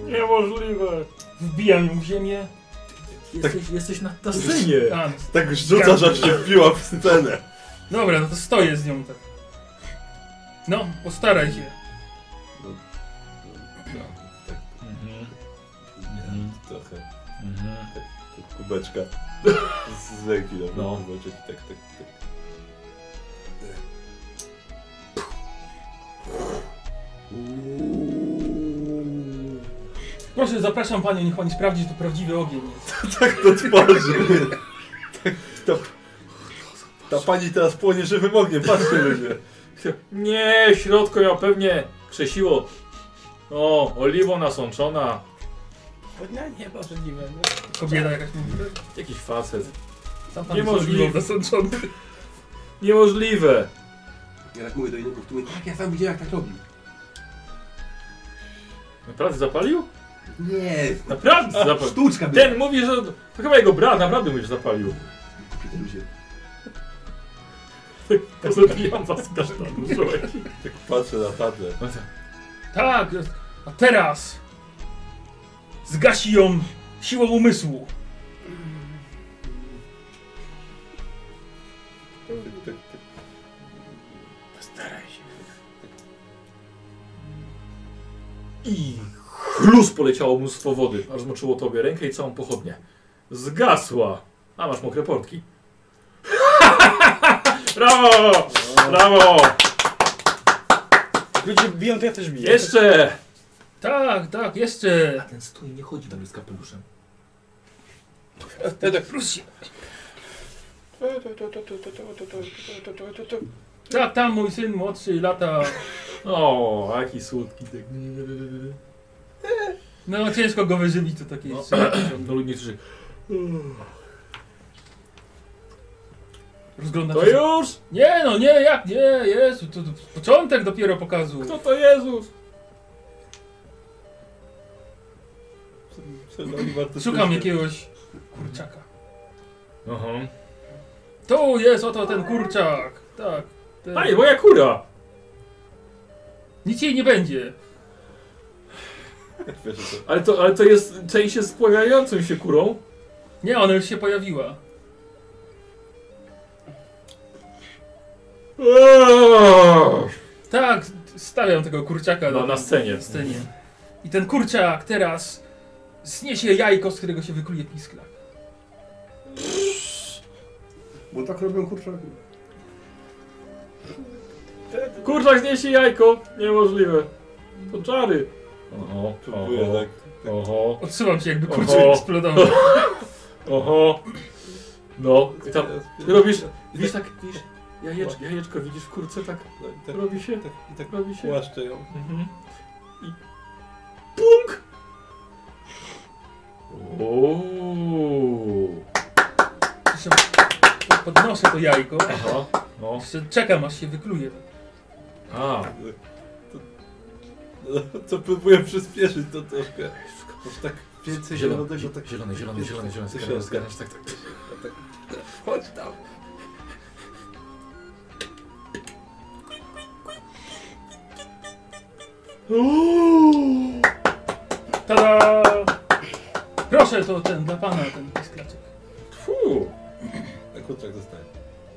Speaker 4: Niemożliwe. Wbijam ją w ziemię.
Speaker 1: Jesteś, jesteś na, na scenie.
Speaker 4: Tam.
Speaker 3: Tak rzuca, że się wbiła w scenę.
Speaker 4: Dobra, no to stoję z nią tak. No, postaraj się.
Speaker 1: Mhm.
Speaker 3: Nie, Trochę.
Speaker 1: Mhm.
Speaker 3: Tak Kubeczka. Z- Z ręki na
Speaker 1: No.
Speaker 3: no. kubeczek. Tak, tak, tak.
Speaker 4: Proszę, zapraszam panią, niech pani sprawdzi, czy to prawdziwy ogień jest.
Speaker 3: Tak do twarzy. Tak, to... Ta pani teraz płonie żywym ogniem, patrzcie ludzie.
Speaker 1: Nie, środko ja pewnie krzesiło. O, oliwą nasączona.
Speaker 2: No nie, możliwe. No.
Speaker 4: Kobieta jakaś mówi.
Speaker 1: Jakiś facet.
Speaker 4: Sam pan
Speaker 1: Niemożliwe.
Speaker 4: jest zasączony.
Speaker 1: Niemożliwe.
Speaker 5: Ja tak mówię do innego, który mówi, tak, ja sam widziałem, jak tak robił.
Speaker 1: Naprawdę zapalił?
Speaker 5: Nie,
Speaker 1: Naprawdę zapalił.
Speaker 5: sztuczka była.
Speaker 1: Ten mówi, że to chyba jego brat naprawdę mówisz zapalił.
Speaker 5: Kupię te ludzie.
Speaker 1: Tak zabijam was kasztanu, człowiek.
Speaker 3: Patrzę na tatę.
Speaker 4: Tak, a teraz zgasi ją siłą umysłu.
Speaker 2: Postaraj się.
Speaker 1: I chlus poleciało mnóstwo wody, aż zmoczyło tobie rękę i całą pochodnię. Zgasła. A masz mokre portki. Brawo! Brawo!
Speaker 2: Ludzie biją, to ja też biję.
Speaker 1: Jeszcze!
Speaker 4: Tak, tak, jeszcze.
Speaker 1: ten stój nie chodzi do mnie z kapeluszem.
Speaker 2: Ja tak,
Speaker 4: Proszę. Tak, tam mój syn młodszy lata.
Speaker 1: O, jaki słodki tak.
Speaker 4: No ciężko go wyżywić, to takie
Speaker 1: No.
Speaker 4: no.
Speaker 1: Do ludzi krzyczy.
Speaker 4: Rozgląda
Speaker 1: To
Speaker 4: się.
Speaker 1: już!
Speaker 4: Nie no, nie, jak, nie, Jezu, to, to początek dopiero pokazu.
Speaker 1: Kto to Jezus?
Speaker 4: Szukam jakiegoś kurczaka.
Speaker 1: Aha.
Speaker 4: Tu jest oto ten kurczak. Tak. ten-
Speaker 1: Ej, moja kura!
Speaker 4: Nic jej nie będzie.
Speaker 3: Wiesz, że
Speaker 1: Ale to, ale to jest część jest z pławiającą się kurą.
Speaker 4: Nie, ona już się pojawiła.
Speaker 1: Eee!
Speaker 4: Tak, stawiam tego kurczaka
Speaker 1: No, Na,
Speaker 4: na,
Speaker 1: na scenie.
Speaker 4: na scenie. I ten kurczak teraz zniesie jajko, z którego się wykluje pisklak.
Speaker 5: Bo tak robią kurczaki.
Speaker 1: Kurczak zniesie jajko! Niemożliwe. To czary. Oho,
Speaker 3: Próbuję tak.
Speaker 1: oho,
Speaker 4: Odsyłam się, jakby
Speaker 1: Oho.
Speaker 4: kurczak eksplodował.
Speaker 1: oho. No, i tam robisz, widzisz tak, widzisz, jajeczko, jajeczko widzisz w kurce, tak
Speaker 5: No i tak,
Speaker 1: robi się,
Speaker 5: i tak, i tak
Speaker 1: robi się.
Speaker 5: płaszczę ją.
Speaker 1: Mhm. I punk! Ooo.
Speaker 4: Jeszcze Podnoszę to jajko.
Speaker 1: Aha, no.
Speaker 4: Jeszcze czekam, aż się wykluje.
Speaker 1: A,
Speaker 5: No, To próbuję przyspieszyć to troszkę. Aż tak więcej zielonego tak...
Speaker 1: zielony, zielony, zielony, zielony,
Speaker 5: Coś
Speaker 1: zgarniasz,
Speaker 5: się
Speaker 1: zgarniasz, tak, tak.
Speaker 5: Chodź tam.
Speaker 4: Tada! Proszę to ten dla pana, ten pisklaczek.
Speaker 1: Fuu,
Speaker 5: A kurczak zostaje.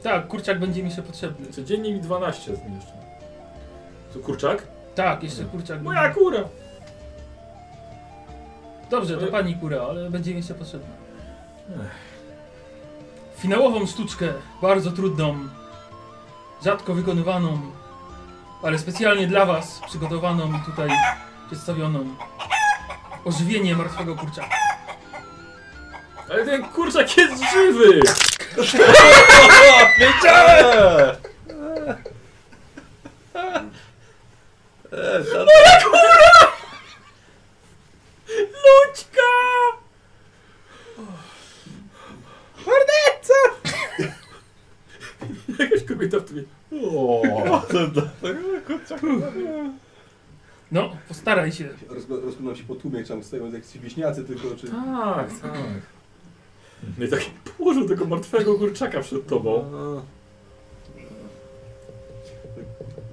Speaker 4: Tak, kurczak będzie mi jeszcze potrzebny.
Speaker 1: codziennie mi 12 zniszczy. To kurczak?
Speaker 4: Tak, jeszcze kurczak.
Speaker 1: Moja kura!
Speaker 4: Dobrze, to pani kura, ale będzie mi jeszcze potrzebna. Finałową sztuczkę, bardzo trudną, rzadko wykonywaną, ale specjalnie dla was przygotowaną i tutaj przedstawioną. Ożywienie martwego kurczaka.
Speaker 1: Ale ten kurczak jest żywy!
Speaker 3: Wiedziałem! Eee, tato,
Speaker 1: Lućka! Morderca! Jakaś kobieta w tobie. O,
Speaker 4: No, postaraj się.
Speaker 5: Rozgl- Rozglądam się po tłumie, czy tam stoją jakieś wieśniacy tylko, czy...
Speaker 1: tak, tak. No i tak położył tego martwego kurczaka przed tobą.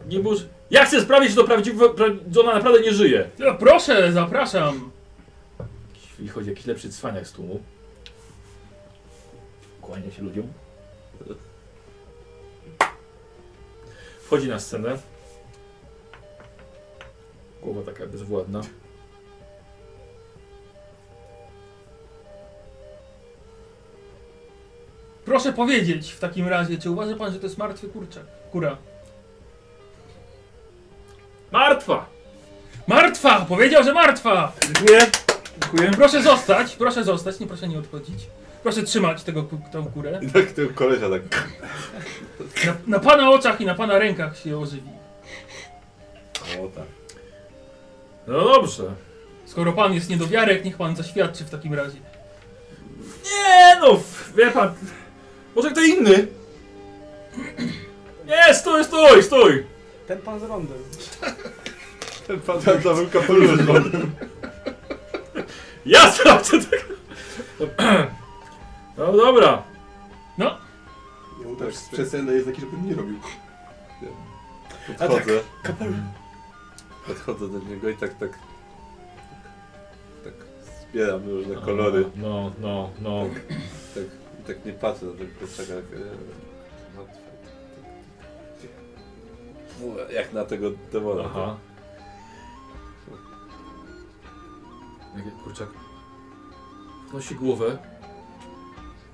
Speaker 1: Nie burz. Ja chcę sprawdzić, czy to prawdziwe, pra... że ona naprawdę nie żyje.
Speaker 4: No, proszę, zapraszam.
Speaker 1: Jeśli chodzi jakiś lepszy cwaniak z tłumu. Kłania się ludziom. Wchodzi na scenę. Głowa taka bezwładna.
Speaker 4: Proszę powiedzieć w takim razie, czy uważa pan, że to jest martwy kurczak? Kura.
Speaker 1: Martwa!
Speaker 4: Martwa! Powiedział, że martwa!
Speaker 1: Dziękuję. Dziękuję.
Speaker 4: Proszę zostać, proszę zostać, nie proszę nie odchodzić. Proszę trzymać tego, ku- tą kurę.
Speaker 3: I tak ten kolesia tak.
Speaker 4: Na, na pana oczach i na pana rękach się ożywi.
Speaker 3: O tak.
Speaker 1: No dobrze.
Speaker 4: Skoro pan jest niedowiarek, niech pan zaświadczy w takim razie.
Speaker 1: Nie no, f- wie pan. Może kto inny? Nie, stój, stój, stój!
Speaker 2: ten pan z rondem.
Speaker 3: Ten pan tam zamył kapelusz.
Speaker 1: Ja sprawdzę tego! No dobra.
Speaker 5: Ja mu tak przecenę jest taki, żeby nie robił.
Speaker 3: Podchodzę. Podchodzę do niego i tak, tak. Tak zbieram różne kolory.
Speaker 1: No, no, no.
Speaker 3: Tak, I tak nie patrzę na ten kurczaka. tak, e, martwy. No, Jak na tego demona.
Speaker 1: no. Aha. Jakie- Kurczak. Wnosi głowę.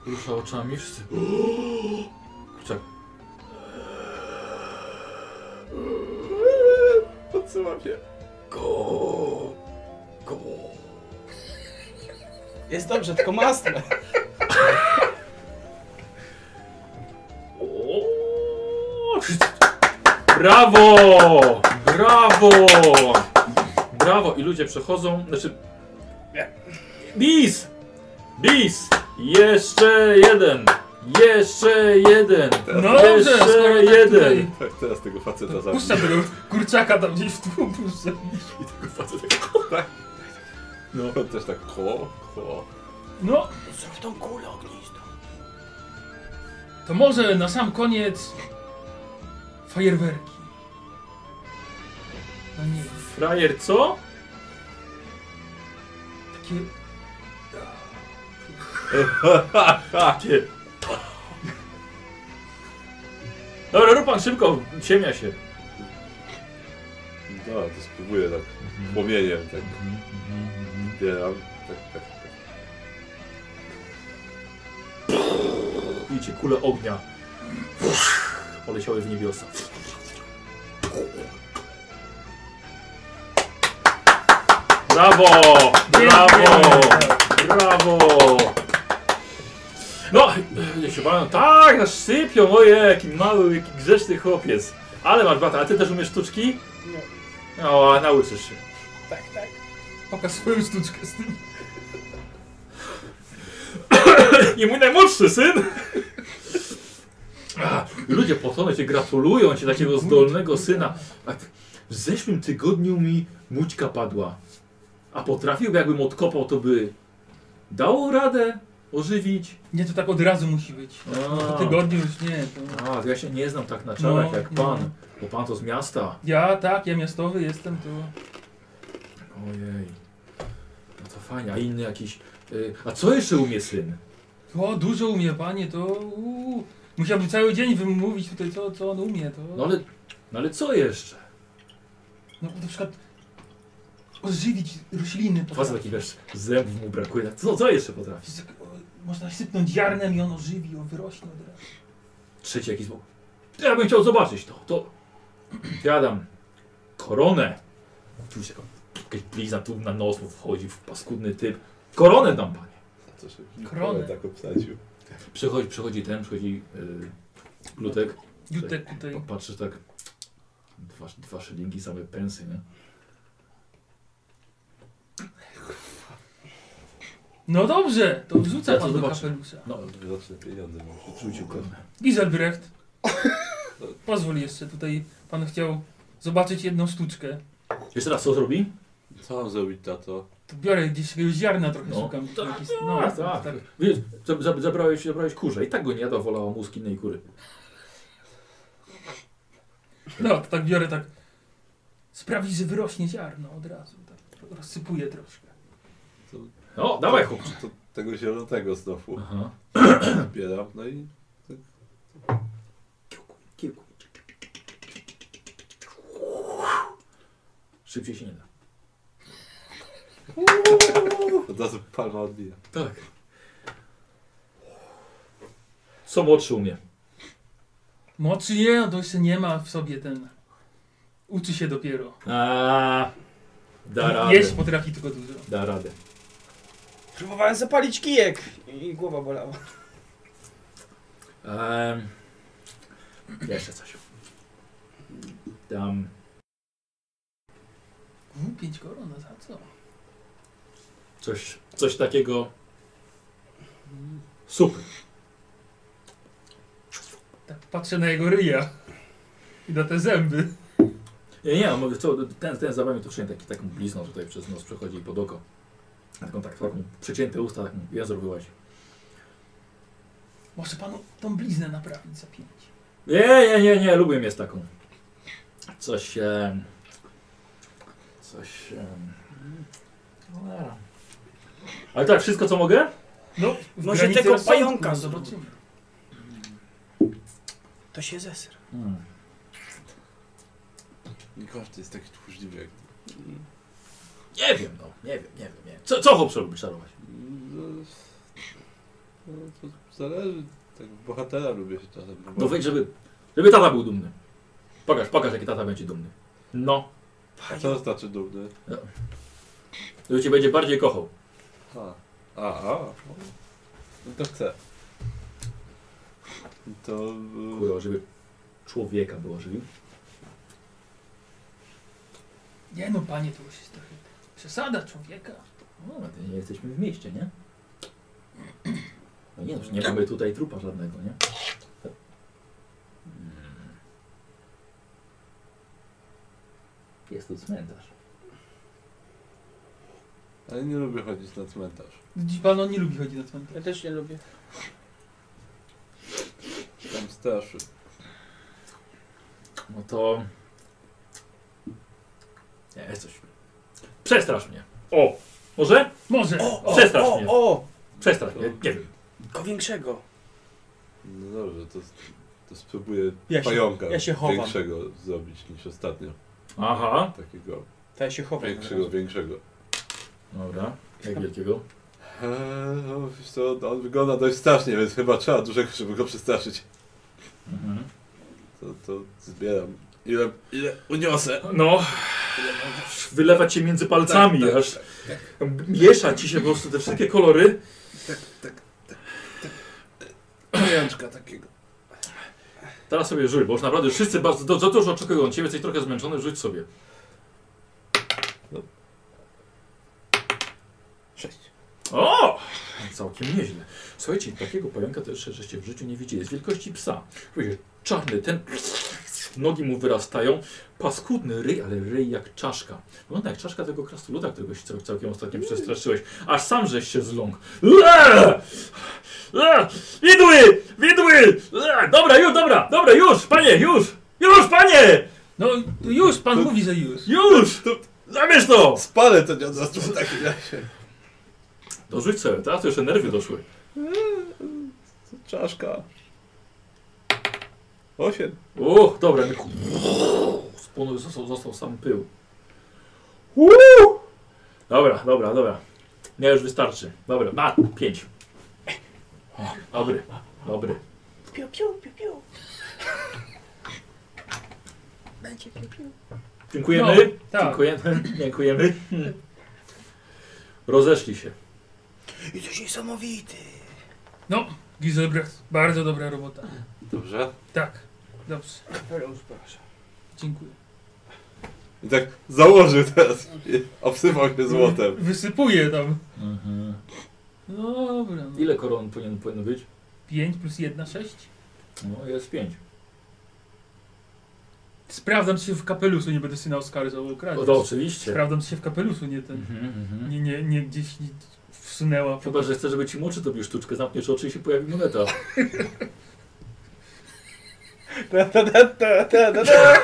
Speaker 1: Rusza oczami. Wszyscy. Kurczak.
Speaker 3: odsyła mnie.
Speaker 5: Go! Go!
Speaker 2: Jest dobrze, tylko masne.
Speaker 1: O! Brawo! Brawo! Brawo! I ludzie przechodzą, znaczy... Bis! Bis! Jeszcze jeden! Jeszcze jeden!
Speaker 4: No dobrze,
Speaker 1: Jeszcze
Speaker 4: skoro tak
Speaker 1: jeden.
Speaker 4: Tutaj...
Speaker 3: Tak, teraz tego faceta zabiję.
Speaker 4: Puszczę tego kurczaka tam gdzieś w tłum, puszczę.
Speaker 3: No. On też tak ko, ko.
Speaker 4: No,
Speaker 2: Zrób tą kulę ognistą.
Speaker 4: to może na sam koniec... Fajerwerki. No nie,
Speaker 1: Frajer co?
Speaker 4: takie...
Speaker 1: Takie. Dobra, rób pan szybko, ciemia się.
Speaker 3: No, to spróbuję tak płomieniem, tak zbieram. Tak, tak, tak.
Speaker 1: Widzicie, kule ognia poleciały w niebiosa. Brawo! Brawo! Brawo! No, ja się bawią. Tak, aż sypią. Ojej, jaki mały, jaki grzeczny chłopiec. Ale masz bata, a ty też umiesz sztuczki? Nie. O, nauczysz się.
Speaker 2: Tak, tak.
Speaker 4: Pokaż swoją sztuczkę z tym.
Speaker 1: I mój najmłodszy syn! A, Ludzie posłowie cię gratulują cię takiego zdolnego syna. A W zeszłym tygodniu mi mućka padła. A potrafiłby, jakbym odkopał, to by dało radę ożywić.
Speaker 4: Nie, to tak od razu musi być.
Speaker 1: No.
Speaker 4: Po tygodniu już nie. To...
Speaker 1: A, to ja się nie znam tak na czarach
Speaker 4: No,
Speaker 1: jak
Speaker 4: no.
Speaker 1: pan, bo pan to z miasta.
Speaker 4: Ja tak, ja miastowy jestem, to...
Speaker 1: Ojej. No to fajnie, a inny jakiś... y, A co jeszcze umie syn?
Speaker 4: O, dużo umie, panie, to... Uuu. Musiałby cały dzień wymówić tutaj, co, co on umie, to...
Speaker 1: No ale, no ale co jeszcze?
Speaker 4: No, na przykład... Ożywić rośliny.
Speaker 1: Facet taki, wiesz, zębów mu brakuje. Co, co jeszcze potrafi?
Speaker 4: Z- o, Można sypnąć ziarnem i on ożywi, on wyrośnie od razu.
Speaker 1: Trzeci jakiś bok. Ja bym chciał zobaczyć to. To. Jadam. Koronę. Tu się jakaś blizna tu na nos mu wchodzi, w paskudny typ. Koronę dam panie.
Speaker 3: Co się
Speaker 4: Kronę.
Speaker 3: tak obsadził.
Speaker 1: Przychodzi, przychodzi ten, przychodzi yy, glutek.
Speaker 4: Jutek tutaj.
Speaker 1: Pa- Patrzysz tak. Dwa, dwa szylingi, same pensy, nie?
Speaker 4: No dobrze, to wrzuca
Speaker 1: Ja to
Speaker 4: pan do
Speaker 1: zobaczę.
Speaker 4: kapelusza.
Speaker 1: No,
Speaker 3: Widoczne pieniądze mu
Speaker 1: rzucił
Speaker 3: przyczucił.
Speaker 1: koronę.
Speaker 4: Giselbrecht. Pozwól jeszcze, tutaj pan chciał zobaczyć jedną sztuczkę.
Speaker 1: Jeszcze raz, co zrobi?
Speaker 3: Co mam zrobić, tato?
Speaker 4: To biorę gdzieś jakiegoś ziarna trochę
Speaker 1: No.
Speaker 4: szukam.
Speaker 1: Tak,
Speaker 4: Jakieś-
Speaker 1: tak, tak. Wiesz, za- za- zabrałeś, zabrałeś kurze i tak go nie jadła, wolała mózg innej kury.
Speaker 4: No, to tak biorę tak. Sprawi, że wyrośnie ziarno od razu. Tak rozsypuję troszkę.
Speaker 1: No, dawaj chłopcze.
Speaker 3: To tego zielonego znowu
Speaker 1: Aha.
Speaker 3: zbieram, no i
Speaker 1: Szybciej się nie da.
Speaker 3: od razu palma odbija.
Speaker 1: Tak. Co młodszy umie?
Speaker 4: Moczy nie, no to jeszcze nie ma w sobie ten. Uczy się dopiero.
Speaker 1: A, Eee, da radę.
Speaker 4: Jeść potrafi tylko dużo.
Speaker 1: Da radę.
Speaker 2: Próbowałem zapalić kijek i głowa bolała.
Speaker 1: Em, Eee, jeszcze coś. Dam
Speaker 4: U, pięć koron, no za co?
Speaker 1: coś, coś takiego. Super.
Speaker 4: Tak patrzę na jego ryja. I na te zęby.
Speaker 1: Nie, nie, mówię, co, ten, ten zabawił to wszędzie taki, taką blizną tutaj przez nos przechodzi i pod oko. Taką, tak, taką przecięte usta, taką język wyłazi.
Speaker 4: Może panu tą bliznę naprawić za pięć.
Speaker 1: Nie, nie, nie, nie, lubię mieć taką. Coś. em, coś. em, cholera. Ale tak, wszystko co mogę?
Speaker 4: No, w
Speaker 2: Może
Speaker 4: granicy
Speaker 2: tego
Speaker 4: rozsądku,
Speaker 2: pająka
Speaker 4: no,
Speaker 2: zrób.
Speaker 4: zobaczymy.
Speaker 2: To się zesra.
Speaker 1: Hmm.
Speaker 3: Nikolasz, to jest taki tchórzliwy jak ty.
Speaker 1: Nie wiem, no, nie wiem, nie wiem. Nie. wiem. Co, co chłopcze lubisz czarować?
Speaker 3: No, no, to zależy. Tak bohatera lubię się czasem.
Speaker 1: No
Speaker 3: próbować.
Speaker 1: wejdź, żeby, żeby tata był dumny. Pokaż, pokaż, jaki tata będzie dumny. No.
Speaker 3: A co to znaczy dumny?
Speaker 1: To cię będzie bardziej kochał.
Speaker 3: A, a, a. No to chcę. To... y,
Speaker 1: Kurwa, żeby człowieka było żywił.
Speaker 4: Nie no, panie, to już jest trochę przesada człowieka.
Speaker 1: No, ale to nie jesteśmy w mieście, nie? No nie, no, nie mamy tutaj trupa żadnego, nie? Hmm. Jest tu cmentarz.
Speaker 3: Ale nie lubię chodzić na cmentarz.
Speaker 4: Widzi pan, on nie lubi chodzić na cmentarz.
Speaker 2: Ja też nie lubię.
Speaker 3: Tam straszy.
Speaker 1: No to... Nie, jest coś. Przestrasz mnie. O! Może?
Speaker 4: Może!
Speaker 1: Przestrasz
Speaker 2: o,
Speaker 1: mnie.
Speaker 2: o!
Speaker 1: Przestrasz mnie. Nie wiem.
Speaker 2: Go większego.
Speaker 3: No dobrze, to, to spróbuję
Speaker 2: Ja się-
Speaker 3: pająka
Speaker 2: ja się chowam.
Speaker 3: większego zrobić niż ostatnio.
Speaker 1: Aha.
Speaker 3: Takiego
Speaker 2: To ja się chowam.
Speaker 3: większego, większego.
Speaker 1: Dobra. Jak wielkiego?
Speaker 3: Eee, no, wiesz co, no, on wygląda dość strasznie, więc chyba trzeba dużego, żeby go przestraszyć.
Speaker 1: Mhm.
Speaker 3: To, to zbieram. Ile, ile
Speaker 5: E,
Speaker 3: uniosę.
Speaker 1: No, wylewa cię między palcami,
Speaker 5: Tak, tak,
Speaker 1: aż miesza ci się po prostu te wszystkie kolory.
Speaker 3: Pajączka takiego.
Speaker 1: Teraz sobie żyj, bo już naprawdę wszyscy bardzo do, za dużo oczekują od ciebie, jesteś trochę zmęczony, rzuć sobie.
Speaker 2: Sześć.
Speaker 1: O! Całkiem nieźle. Słuchajcie, takiego pająka to jeszcze żeście w życiu nie widzieli. Jest wielkości psa. Słuchajcie, czarny, ten... Nogi mu wyrastają. Paskudny ryj, ale ryj jak czaszka. Wygląda jak czaszka tego krasnoluda, którego się cał- całkiem ostatnio przestraszyłeś. Aż sam żeś się zląkł. Eee! Eee! Widły! Widły! Eee! Dobra, już, dobra, dobra, już, panie, już! Już, panie!
Speaker 4: No to już, pan mówi, że już.
Speaker 1: Już! Zabierz to!
Speaker 3: Spalę to dziadostwo w takim razie.
Speaker 1: To rzuć sobie, teraz to jeszcze nerwy doszły.
Speaker 3: Czaszka. Osiem.
Speaker 1: Uch, dobra. Spłonął, został, został sam pył. Uuu! Dobra, dobra, dobra. Nie, już wystarczy. Dobra, ma, pięć. O, Dobry, dobry.
Speaker 6: Piu, piu, piu, piu. Będzie piu, piu.
Speaker 1: Dziękujemy.
Speaker 4: No, tak.
Speaker 1: Dziękujemy. Dziękujemy. Rozeszli się.
Speaker 2: Jesteś niesamowity.
Speaker 4: No, Giselbrecht, bardzo dobra robota.
Speaker 3: Dobrze.
Speaker 4: Tak, dobrze,
Speaker 2: Kapelusz, proszę.
Speaker 4: dziękuję.
Speaker 3: I tak założył teraz. I obsypał się złotem.
Speaker 4: Wysypuję tam. Dobra. No.
Speaker 1: Ile koron powinien, powinno być?
Speaker 4: 5 plus 1, 6?
Speaker 1: No, jest pięć.
Speaker 4: Sprawdzam czy się w kapeluszu, nie będę synał skarżał o
Speaker 1: No
Speaker 4: kradzież.
Speaker 1: to oczywiście.
Speaker 4: Sprawdzam czy się w kapeluszu, nie ten.
Speaker 1: Mhm, mhm.
Speaker 4: Nie, nie, nie gdzieś nie wsunęła.
Speaker 1: Chyba, że chcę, żeby ci młodszy zrobił sztuczkę, zamkniesz oczy i się pojawi moneta.
Speaker 2: Ta, ta, ta, ta, ta, ta, ta.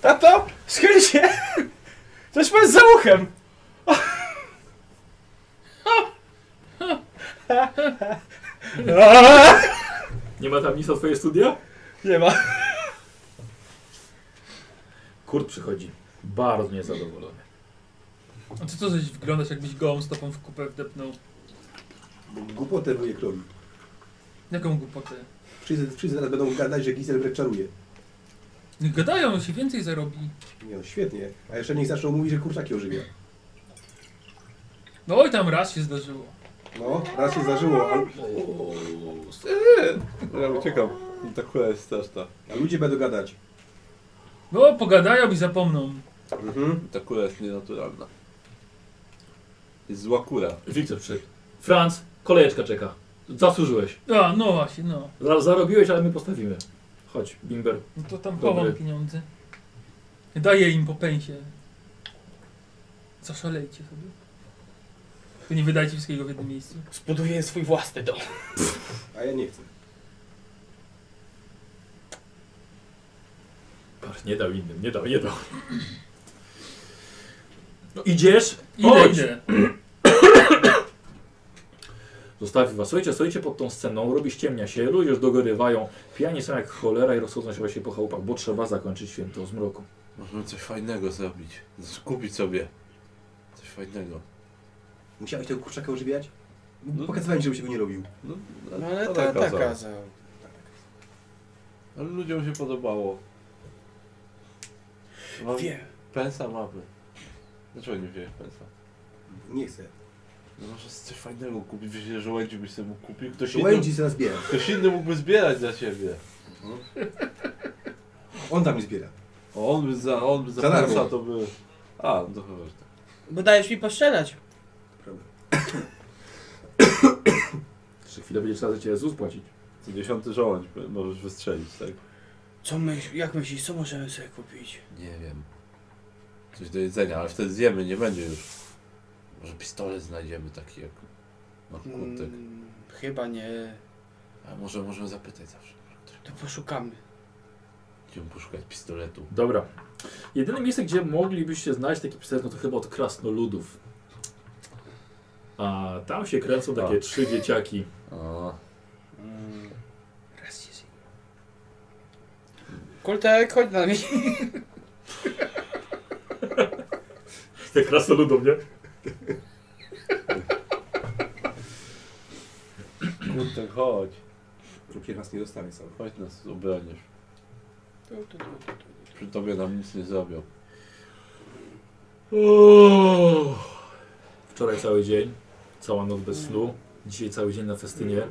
Speaker 2: Tato, schyl się! Coś masz za uchem!
Speaker 1: Nie ma tam nic o twoje studia?
Speaker 2: Nie ma.
Speaker 1: Kurt przychodzi. Bardzo niezadowolony.
Speaker 4: A co to coś wyglądasz jakbyś gołą stopą w kupę wdepnął?
Speaker 5: Bo Głupotę wuje król.
Speaker 4: Jaką głupotę?
Speaker 5: Wszyscy, wszyscy zaraz będą gadać, że Giselbrecht czaruje.
Speaker 4: No Gadają, się więcej zarobi.
Speaker 5: Nie no, świetnie. A jeszcze niech zaczną mówić, że kurczaki ożywia.
Speaker 4: No oj tam raz się zdarzyło.
Speaker 5: No, raz się zdarzyło, a,
Speaker 3: Ja uciekam. No Ta kula jest straszna.
Speaker 5: a ludzie będą gadać.
Speaker 4: No pogadają i zapomną.
Speaker 5: Mhm.
Speaker 3: Ta kula jest nienaturalna. Jest zła kura.
Speaker 1: Wiktor przyszedł. Franz, kolejeczka czeka. Zasłużyłeś.
Speaker 4: A, no właśnie, no.
Speaker 1: Za- Zarobiłeś, ale my postawimy. Chodź, Bimber.
Speaker 4: No to tam
Speaker 1: Dobry.
Speaker 4: chowam pieniądze. Daję im po pęsie. Zaszalejcie sobie. To nie wydajcie wszystkiego w jednym miejscu.
Speaker 2: Zbuduję swój własny dom.
Speaker 5: A ja nie chcę.
Speaker 1: Patrz, nie dał innym, nie dał, nie dał. No idziesz?
Speaker 4: Ile
Speaker 1: Chodź.
Speaker 4: idę?
Speaker 1: Zostawił was. Słuchajcie, stoicie pod tą sceną, robi ściemnia się, ludzie już dogorywają. Pijani są jak cholera i rozchodzą się właśnie po chałupach, bo trzeba zakończyć święto o zmroku.
Speaker 3: Możemy coś fajnego zrobić. Znaczy kupić sobie. Coś fajnego.
Speaker 5: Musiałeś tego kurczaka ożywiać?
Speaker 3: No.
Speaker 5: Pokazywałem, żebyś tego nie robił.
Speaker 3: No,
Speaker 2: No ale
Speaker 3: tata
Speaker 2: tak, tak
Speaker 3: kazał.
Speaker 2: kazał.
Speaker 3: Ale ludziom się podobało. Mam,
Speaker 2: Wiem.
Speaker 3: Pensa mamy. Dlaczego nie wziąłeś pensa?
Speaker 5: Nie chcę.
Speaker 3: No może coś fajnego kupić, wiesz, że Łędzi byś sobie mógł kupił. Ktoś inny,
Speaker 5: Łędzi se zbiera.
Speaker 3: ktoś inny mógłby zbierać za ciebie.
Speaker 5: On tam mi zbiera.
Speaker 3: O, on by za, on by za,
Speaker 5: Za darmo.
Speaker 3: pensa to by... A, no to chyba, że tak.
Speaker 2: Bo dajesz mi postrzelać.
Speaker 5: Prawda.
Speaker 1: Jeszcze chwilę będzie trzeba za ciebie ZUS płacić.
Speaker 3: Co dziesiąty żołądź by- możesz wystrzelić, tak?
Speaker 2: Co myśl, jak myślisz, co możemy sobie kupić?
Speaker 3: Nie wiem. Coś do jedzenia, ale wtedy zjemy, nie będzie już. Może pistolet znajdziemy taki jak narkotyk.
Speaker 2: Mm, chyba nie.
Speaker 3: A może możemy zapytać zawsze. Piotrek.
Speaker 2: To poszukamy.
Speaker 3: Idziemy poszukać pistoletu.
Speaker 1: Dobra. Jedyne miejsce, gdzie moglibyście znaleźć taki pistolet, no to chyba od krasnoludów. A tam się kręcą takie
Speaker 3: A.
Speaker 1: trzy dzieciaki.
Speaker 3: A,
Speaker 2: Raz jest. Kultek, chodź na mnie.
Speaker 1: Te krasnoludów, nie?
Speaker 3: Kurtek, chodź.
Speaker 5: Drugi raz nie dostanę sam.
Speaker 3: Chodź nas obronisz.
Speaker 2: Tu, tu, tu, tu, tu.
Speaker 3: Przy tobie nam nic nie zrobią.
Speaker 1: Uuu. Wczoraj cały dzień, cała noc bez snu, dzisiaj cały dzień na festynie.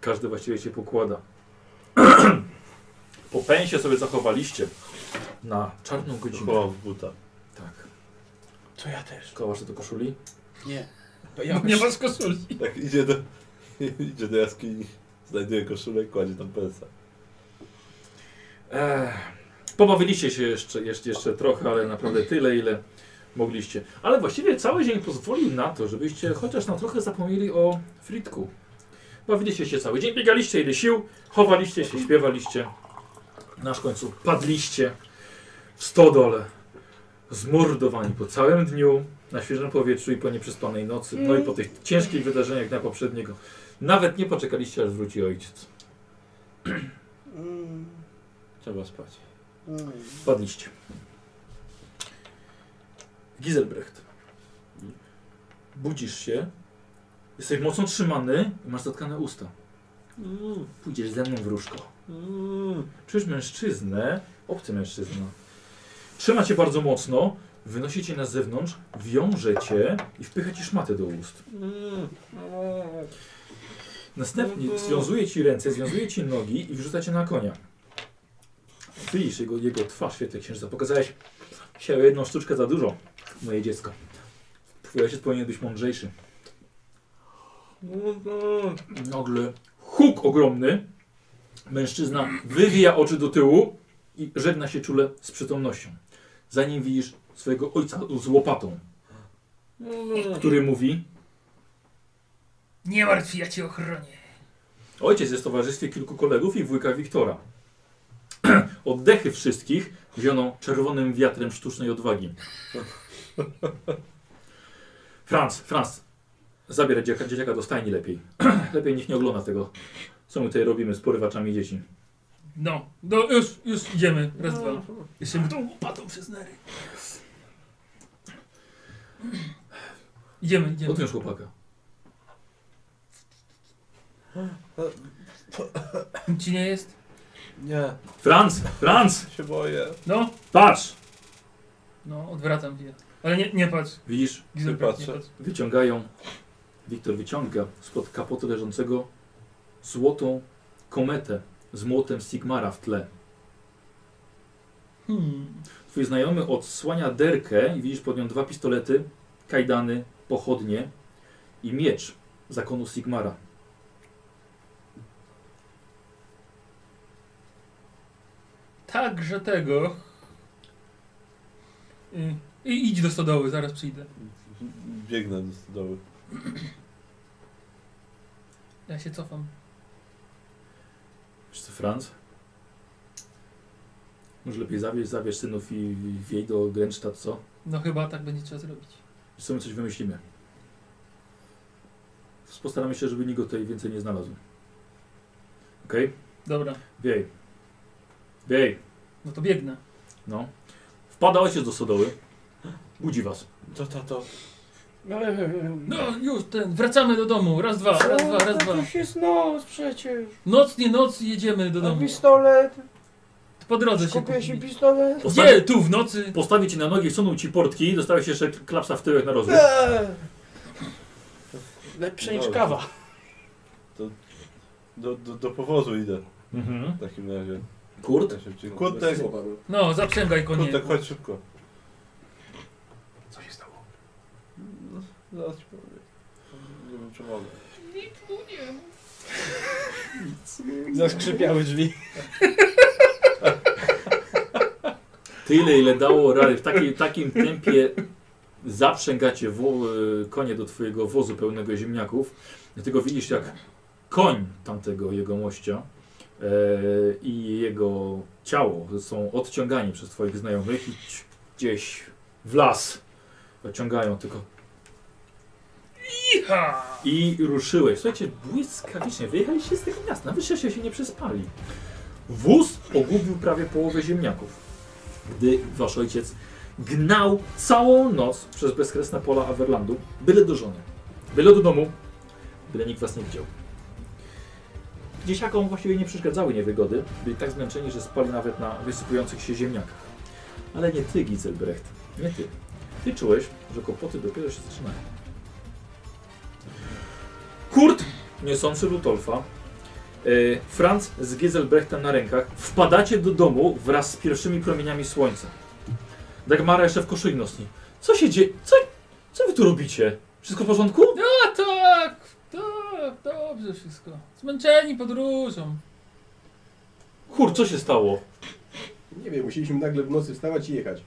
Speaker 1: Każdy właściwie się pokłada. Po pęsie sobie zachowaliście na czarną godzinę.
Speaker 3: Chowam w buta.
Speaker 1: Tak.
Speaker 2: To ja też.
Speaker 1: Kołasz do koszuli?
Speaker 2: Nie. Bo ja
Speaker 4: Nie masz koszuli.
Speaker 3: Tak idzie do, idzie do jaskini, znajduje koszulę i kładzie tam pensa.
Speaker 1: Ech, pobawiliście się jeszcze, jeszcze, jeszcze trochę, ale naprawdę tyle, ile mogliście. Ale właściwie cały dzień pozwolił na to, żebyście chociaż na trochę zapomnieli o Fritku. Bawiliście się cały dzień, biegaliście ile sił, chowaliście się, śpiewaliście. Na końcu padliście w stodole, zmordowani po całym dniu, na świeżym powietrzu i po nieprzespanej nocy. No i po tych ciężkich wydarzeniach na poprzedniego. Nawet nie poczekaliście, aż wróci ojciec.
Speaker 2: Mm,
Speaker 3: Trzeba spać.
Speaker 2: mm.
Speaker 1: Padliście. Giselbrecht. Budzisz się. Jesteś mocno trzymany i masz zatkane usta. Pójdziesz ze mną w różko. Czujesz mężczyznę, obcy mężczyzna. Trzyma cię bardzo mocno, wynosi cię na zewnątrz, wiąże cię i wpycha ci szmatę do ust. Następnie związuje ci ręce, związuje ci nogi i wrzuca cię na konia. Widzisz jego, jego twarz w świetle księżyca. Pokazałeś się jedną sztuczkę za dużo, moje dziecko. Twój ojciec powinien być mądrzejszy. Nagle huk ogromny. Mężczyzna wywija oczy do tyłu i żegna się czule z przytomnością. Zanim widzisz swojego ojca z łopatą, który mówi
Speaker 4: Nie martw się, ja cię ochronię.
Speaker 1: Ojciec jest w towarzystwie kilku kolegów i wujka Wiktora. Oddechy wszystkich wioną czerwonym wiatrem sztucznej odwagi. Franz, Franz, zabieraj dzieciaka, dzieciaka do stajni lepiej. lepiej niech nie ogląda tego, co my tutaj robimy z porywaczami dzieci.
Speaker 4: No, no już, już idziemy. Raz, dwa. Jeszcze mu tą łopatą przez nery. Idziemy, idziemy.
Speaker 1: Odwiąż chłopaka.
Speaker 4: Nic ci nie jest?
Speaker 3: Nie,
Speaker 1: Franz, Franz,
Speaker 3: się boję.
Speaker 4: No,
Speaker 1: patrz!
Speaker 4: no, odwracam się. Ale nie, nie patrz.
Speaker 1: Widzisz,
Speaker 4: Gizelbrecht, nie
Speaker 3: patrzę.
Speaker 4: patrz.
Speaker 1: wyciągają, Wiktor wyciąga spod kapoty leżącego złotą kometę z młotem Sigmara w tle.
Speaker 4: Hmm.
Speaker 1: Twój znajomy odsłania derkę i widzisz pod nią dwa pistolety, kajdany, pochodnie i miecz zakonu Sigmara.
Speaker 4: Także tego. Y, I idź do stodoły, zaraz przyjdę.
Speaker 3: Biegnę do stodoły.
Speaker 4: Ja się cofam.
Speaker 1: Wiesz co, Franz? Może lepiej zawieź, zawieź synów i, i wiej do Grenstadt, co?
Speaker 4: No chyba tak będzie trzeba zrobić.
Speaker 1: Wiesz co, my coś wymyślimy. Postaramy się, żeby nikt go tutaj więcej nie znalazł. Okej?
Speaker 4: Dobra,
Speaker 1: Wiej. Wiej.
Speaker 4: no to biegnę.
Speaker 1: No. Wpada ojciec do sodoły. Budzi was.
Speaker 3: To, to, to.
Speaker 4: No już ten, wracamy do domu. Raz, dwa, raz, dwa, raz,
Speaker 2: No, To
Speaker 4: dwa.
Speaker 2: już jest noc przecież.
Speaker 4: Noc, nie noc, jedziemy do
Speaker 2: A
Speaker 4: domu.
Speaker 2: pistolet.
Speaker 4: Po drodze się
Speaker 2: Kupiłeś mi
Speaker 4: kupili.
Speaker 2: pistolet?
Speaker 1: Postawi,
Speaker 4: Gdzie? Tu w nocy?
Speaker 1: postawię ci na nogi, wsunął ci portki, dostałeś jeszcze klapsa w tyłek na rozwój.
Speaker 2: Eee. Lepsze niż
Speaker 3: Dobra.
Speaker 2: kawa.
Speaker 3: Do, do, do powozu idę
Speaker 1: Mhm.
Speaker 3: w takim razie.
Speaker 5: Kurt?
Speaker 3: Ja szybciej.
Speaker 5: Kurde,
Speaker 3: Kutek,
Speaker 5: słowa, no.
Speaker 4: No, zaprzęgaj konie.
Speaker 3: kutek, chodź szybko.
Speaker 5: Co się stało?
Speaker 3: No, zaraz ci powiem. Nie wiem czy mogę.
Speaker 2: Zaskrzypiały drzwi.
Speaker 1: Tyle ile dało rady, w takiej, takim tempie zaprzęgacie wo, y, konie do twojego wozu pełnego ziemniaków. Dlatego widzisz jak koń tamtego jegomościa e, i jego ciało są odciągani przez twoich znajomych i ci- gdzieś w las odciągają tylko.
Speaker 4: Iha!
Speaker 1: I ruszyłeś. Słuchajcie, błyskawicznie wyjechaliście z tego miasta. Nawet szczerze się nie przespali. Wóz pogubił prawie połowę ziemniaków. gdy wasz ojciec gnał całą noc przez bezkresne pola Averlandu, byle do żony, byle do domu, byle nikt was nie widział. Dzieciakom właściwie nie przeszkadzały niewygody, byli tak zmęczeni, że spali nawet na wysypujących się ziemniakach. Ale nie ty, Gizelbrecht, nie ty. Ty czułeś, że kłopoty dopiero się zaczynają. Kurt, niosący Rudolfa, e, Franz z Gizelbrechtem na rękach, wpadacie do domu wraz z pierwszymi promieniami słońca. Dagmara jeszcze w koszyli nocni. Co się dzieje? Co, co wy tu robicie? Wszystko w porządku?
Speaker 4: A tak, tak, dobrze wszystko. Zmęczeni podróżą.
Speaker 1: Kur, co się stało?
Speaker 5: Nie wiem, musieliśmy nagle w nocy wstawać i jechać.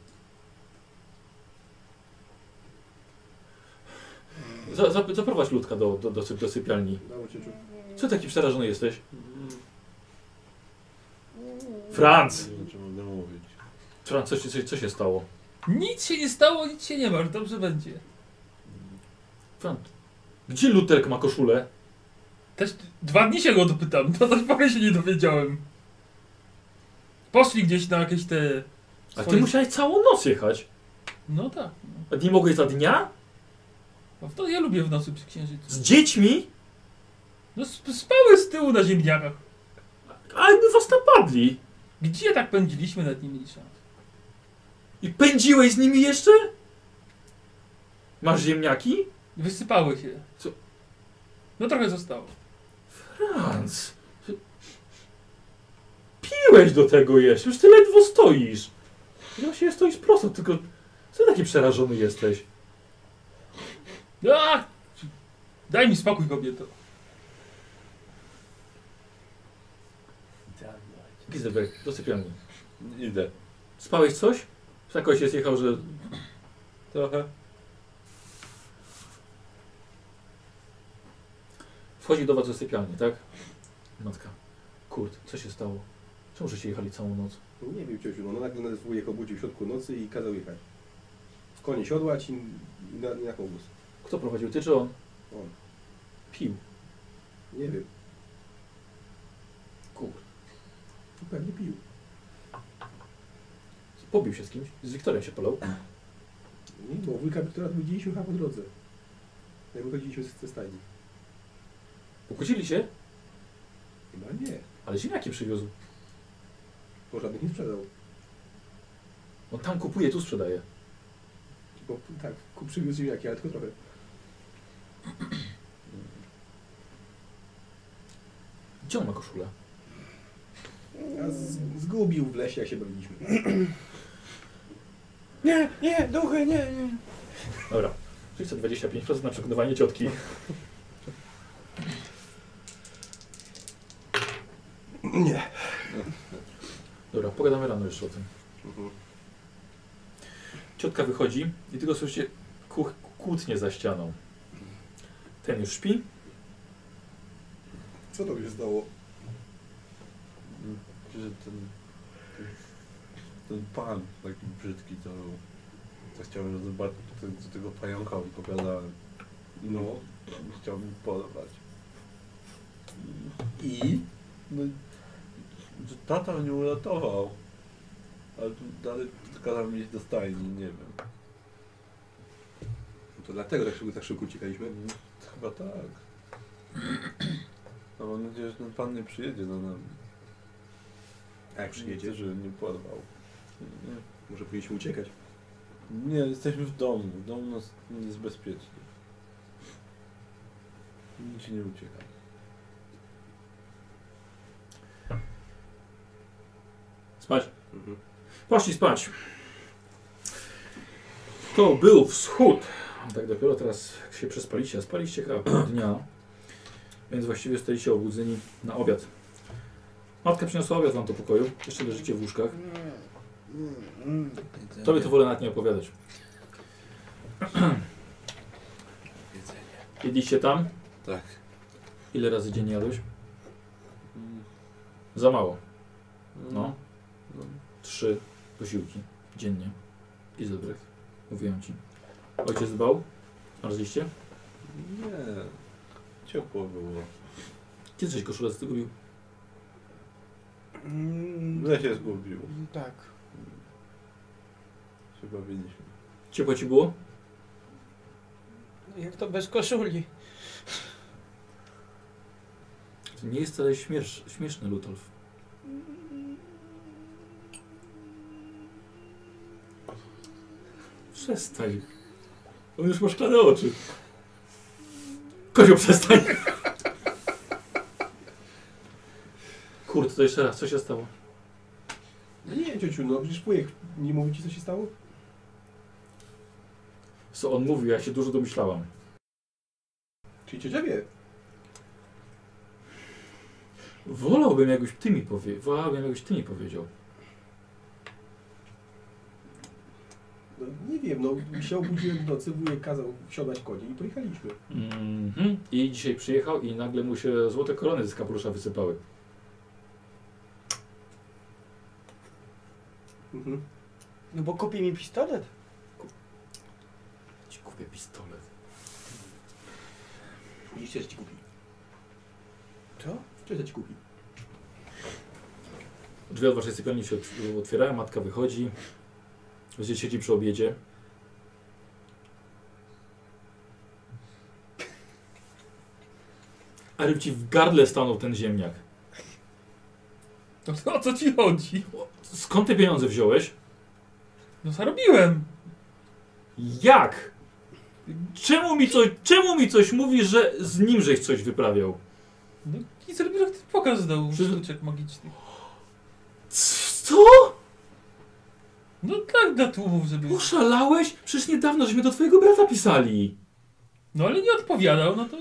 Speaker 1: Za, za, zaprowadź Ludka do, do, do, syp- do sypialni.
Speaker 5: Udało cię, czy-
Speaker 1: Co taki przerażony jesteś? Franz!
Speaker 3: Nie wiem czy mogę mówić.
Speaker 1: Franz, co, się- co, co się stało?
Speaker 4: Nic się nie stało, nic się nie martw, dobrze będzie.
Speaker 1: Franz, gdzie Luterk ma koszulę?
Speaker 4: Też dwa dni się go dopytam, to też powiem się nie dowiedziałem. Poszli gdzieś na jakieś te...
Speaker 1: A ty
Speaker 4: swoje-
Speaker 1: musiałeś całą noc jechać.
Speaker 4: No tak,
Speaker 1: A nie mogłeś za dnia?
Speaker 4: no to ja lubię w nocy przy księżycu.
Speaker 1: Z dziećmi?
Speaker 4: No sp- spały z tyłu na ziemniakach.
Speaker 1: Ale by was napadli.
Speaker 4: Gdzie tak pędziliśmy nad nimi liczą?
Speaker 1: I pędziłeś z nimi jeszcze? Masz ziemniaki?
Speaker 4: Wysypały się.
Speaker 1: Co?
Speaker 4: No trochę zostało.
Speaker 1: Franz! Piłeś do tego jeszcze, już ty ledwo stoisz. No się stoisz prosto, tylko co taki przerażony jesteś?
Speaker 4: No, A! Daj mi spokój, kobieto.
Speaker 1: Gizebek, do sypialni.
Speaker 3: Idę.
Speaker 1: Spałeś coś? Tak ojciec jechał, że...
Speaker 3: Trochę.
Speaker 1: Wchodzi do was do sypialni, tak? Matka. Kurt, co się stało? Czemu żeście jechali całą noc?
Speaker 5: Nie wiem, ciociu, no nagle nas wujek obudził w środku nocy i kazał jechać. Konie siodłać i, i na, i na kołbus.
Speaker 1: Kto prowadził, ty czy on?
Speaker 5: On.
Speaker 1: Pił.
Speaker 5: Nie wiem,
Speaker 1: Kurt.
Speaker 5: No, pewnie pił.
Speaker 1: Pobił się z kimś? Z Wiktorem się polał?
Speaker 5: Nie, bo wujka Wiktora budziliśmy chyba po drodze. Jak wychodziliśmy z ze stajni.
Speaker 1: Pokłócili się?
Speaker 5: Chyba nie,
Speaker 1: Ale ziemniaki przywiózł.
Speaker 5: bo żadnych nie sprzedał.
Speaker 1: On tam kupuje, tu sprzedaje.
Speaker 5: Bo tak, ku- przywiózł ziemniaki, ale tylko trochę.
Speaker 1: Gdzie on ma koszulę?
Speaker 5: A z, zgubił w lesie, jak się bawiliśmy.
Speaker 2: Nie, nie, duchy, nie, nie.
Speaker 1: Dobra. 625% na przekonywanie ciotki.
Speaker 5: Nie.
Speaker 1: Dobra, pogadamy rano jeszcze o tym.
Speaker 5: Mhm.
Speaker 1: Ciotka wychodzi i tylko słyszycie kuch, kłótnie za ścianą. Ten już śpi.
Speaker 5: Co to się stało?
Speaker 3: Że ten, ten, ten pan taki brzydki to był. To chciałem zobaczyć to, do tego pająka opowiadałem. No, chciałbym podobać. I? No, że tata mnie uratował. Ale tu dalej kazał mi iść do stajni, nie wiem.
Speaker 5: To dlatego tak szybko, tak szybko uciekaliśmy.
Speaker 3: Chyba tak. No mam nadzieję, że ten pan nie przyjedzie do nami.
Speaker 5: A jak przyjedzie?
Speaker 3: Widzę, że nie porwał. Nie.
Speaker 5: Może powinniśmy uciekać.
Speaker 3: Nie, jesteśmy w domu. W domu nas jest bezpiecznie. Nigdzie nie ucieka.
Speaker 1: Spać. Poszli spać. To był wschód. Tak dopiero teraz się przespaliście, a spaliście kawałek dnia. Więc właściwie jesteście obudzeni na obiad. Matka przyniosła obiad wam do pokoju. Jeszcze leżycie w łóżkach. Tobie to wolę nawet nie opowiadać. Jedliście tam?
Speaker 3: Tak.
Speaker 1: Ile razy dziennie jadłeś? Za mało. No. Trzy posiłki dziennie. I zebrek. Mówiłem ci. Ojciec dbał? Marzliście?
Speaker 3: Nie. Ciepło było.
Speaker 1: Gdzie coś koszulę zgubił?
Speaker 3: W
Speaker 2: Mm,
Speaker 3: lesie zgubił.
Speaker 2: tak.
Speaker 3: Się bawiliśmy.
Speaker 1: Ciepło ci było?
Speaker 2: Jak to bez koszuli?
Speaker 1: To nie jest wcale śmiesz, śmieszny Lutolf. Przestań. On już ma szklane oczy. Kozio, przestań. Kurde, to jeszcze raz. Co się stało?
Speaker 5: No nie, ciociu, no przecież wujek nie mówi ci co się stało?
Speaker 1: Co on mówił, ja się dużo domyślałam.
Speaker 5: Czyli ciocia wie.
Speaker 1: Wolałbym, jakbyś ty mi powie... Wolałbym, jakbyś ty mi powiedział.
Speaker 5: No nie wiem, no się obudziłem w nocy, wujek kazał wsiadać konie i pojechaliśmy.
Speaker 1: Mhm. I dzisiaj przyjechał i nagle mu się złote korony z kapelusza wysypały.
Speaker 5: Mhm.
Speaker 2: No bo kopie mi pistolet.
Speaker 1: Ci kupię pistolet.
Speaker 5: Widzicie, że ci kupi.
Speaker 2: Co?
Speaker 5: Ciocia ci kupi.
Speaker 1: Drzwi od waszej sypialni się otw- otwierają, matka wychodzi. Będziecie siedzi przy obiedzie. Ale ci w gardle stanął ten ziemniak.
Speaker 4: No to o co ci chodzi?
Speaker 1: Skąd te pieniądze wziąłeś?
Speaker 4: No zarobiłem.
Speaker 1: Jak? Czemu mi, co, czemu mi coś mówi, że z nim żeś coś wyprawiał?
Speaker 4: No i zrobiłem ten pokaz do
Speaker 1: Przy-
Speaker 4: sztuczek magicznych.
Speaker 1: Co?
Speaker 4: No tak dla tłumów, żeby...
Speaker 1: Oszalałeś? Przecież niedawno żeśmy do twojego brata pisali.
Speaker 4: No ale nie odpowiadał, no to...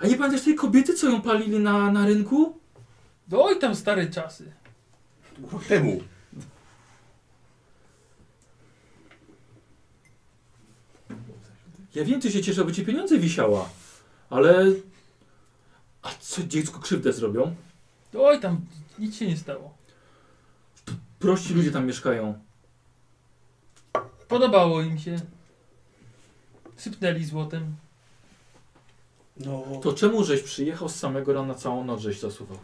Speaker 1: A nie pamiętasz tej kobiety, co ją palili na, na rynku?
Speaker 4: No oj tam stare czasy.
Speaker 5: Rok temu.
Speaker 1: Ja wiem, ty się cieszę, bo ci pieniądze wisiała. Ale... A co dziecku krzywdę zrobią?
Speaker 4: No oj tam nic się nie stało.
Speaker 1: Prości ludzie tam mieszkają.
Speaker 4: Podobało im się. Sypnęli złotem.
Speaker 2: No.
Speaker 1: To czemu żeś przyjechał z samego rana całą noc, żeś zasuwał?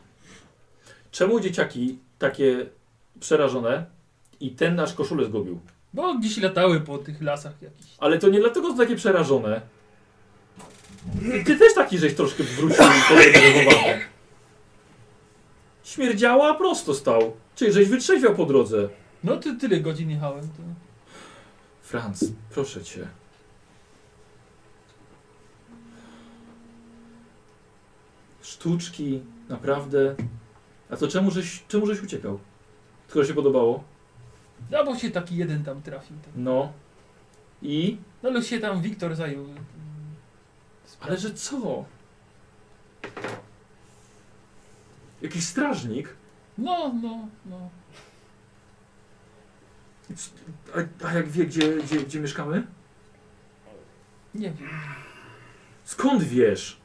Speaker 1: Czemu dzieciaki takie przerażone i ten nasz koszulę zgubił?
Speaker 4: Bo gdzieś latały po tych lasach jakichś.
Speaker 1: Ale to nie dlatego, że są takie przerażone. Ty, ty też taki żeś troszkę wrócił podenerwowany. Śmierdziała, a prosto stał. Czyli żeś wytrzeźwiał po drodze.
Speaker 4: No ty tyle godzin jechałem, to...
Speaker 1: Franz, proszę cię. Sztuczki, naprawdę. A to czemu żeś, czemu żeś uciekał? Tylko że się podobało?
Speaker 4: No bo się taki jeden tam trafił. Tam.
Speaker 1: No. I?
Speaker 4: No ale się tam Wiktor zajął. mm,
Speaker 1: Ale
Speaker 4: sprawą.
Speaker 1: że co? Jakiś strażnik?
Speaker 4: No, no, no.
Speaker 1: A, a jak wie, gdzie, gdzie, gdzie mieszkamy?
Speaker 4: Nie wiem.
Speaker 1: Skąd wiesz?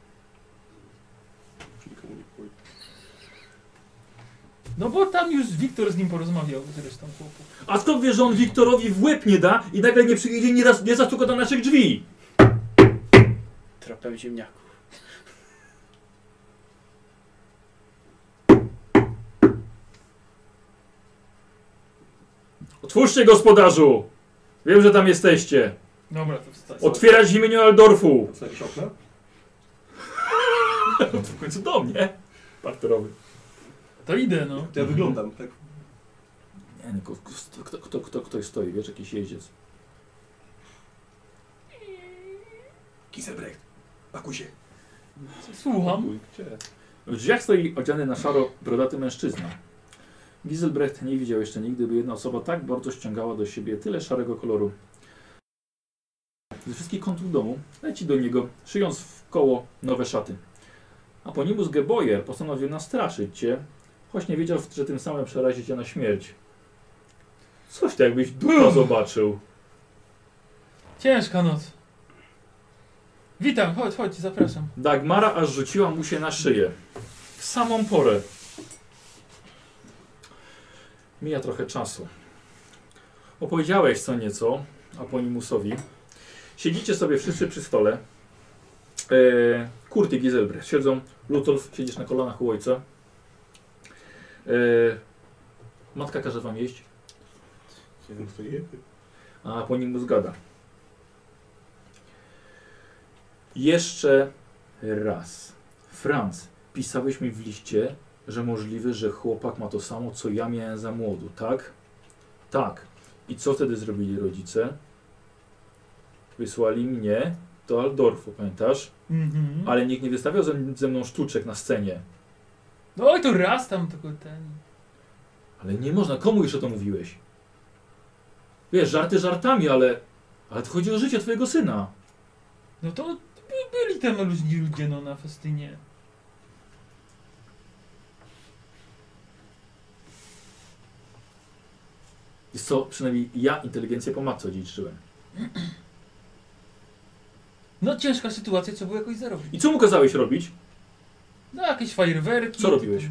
Speaker 5: Już nikomu nie kupi.
Speaker 4: No bo tam już Wiktor z nim porozmawiał zresztą chłopu.
Speaker 1: A skąd wiesz, że on Wiktorowi w łeb nie da i nagle nie przyjdzie, nie, raz, nie zastuka do naszych drzwi?
Speaker 2: Tropem ziemniaków.
Speaker 1: Otwórzcie, gospodarzu! Wiem, że tam jesteście.
Speaker 4: Dobra, to wstań.
Speaker 1: Otwierać w imieniu Aldorfu!
Speaker 5: Otworzysz okna?
Speaker 1: W końcu do mnie. Parterowy.
Speaker 4: To idę, no.
Speaker 5: To ja wyglądam, tak?
Speaker 1: Nie, no, ko- ko- kto, kto, kto, ktoś stoi, wiesz, jakiś jeździec.
Speaker 5: Giselbrecht, pakuj się.
Speaker 4: Słucham.
Speaker 3: Chuj, Gdzie?
Speaker 1: W drzwiach stoi odziany na szaro brodaty mężczyzna. Giselbrecht nie widział jeszcze nigdy, by jedna osoba tak bardzo ściągała do siebie tyle szarego koloru. Ze wszystkich kątów domu leci do niego, szyjąc w koło nowe szaty. A ponimus Geboyer postanowił nastraszyć cię, choć nie wiedział, że tym samym przerazi cię na śmierć. Coś tak jakbyś dużo zobaczył.
Speaker 4: Ciężka noc. Witam, chodź, chodź, zapraszam.
Speaker 1: Dagmara aż rzuciła mu się na szyję. W samą porę. Mija trochę czasu. Opowiedziałeś co nieco Aponimusowi. Siedzicie sobie wszyscy przy stole. E, Kurt i Giselbrecht siedzą. Lutolf, siedzisz na kolanach u ojca. E, matka każe wam jeść, a Aponimus gada. Jeszcze Raz. Franz, pisałeś mi w liście, że możliwe, że chłopak ma to samo, co ja miałem za młodu, tak? Tak. I co wtedy zrobili rodzice? Wysłali mnie do Aldorfu, pamiętasz?
Speaker 4: Mhm.
Speaker 1: Ale nikt nie wystawiał ze- ze mną sztuczek na scenie.
Speaker 4: No oj, to raz tam tylko ten.
Speaker 1: Ale nie można, komu jeszcze to mówiłeś? Wiesz, żarty żartami, ale... Ale to chodzi o życie twojego syna.
Speaker 4: No to by- byli tam luźni ludzie no, na festynie.
Speaker 1: Jest co, przynajmniej ja inteligencję po matce odziedziczyłem.
Speaker 4: No ciężka sytuacja, co było jakoś zarobić.
Speaker 1: I co mu kazałeś robić?
Speaker 4: No jakieś fajerwerki.
Speaker 1: Co robiłeś?
Speaker 3: E,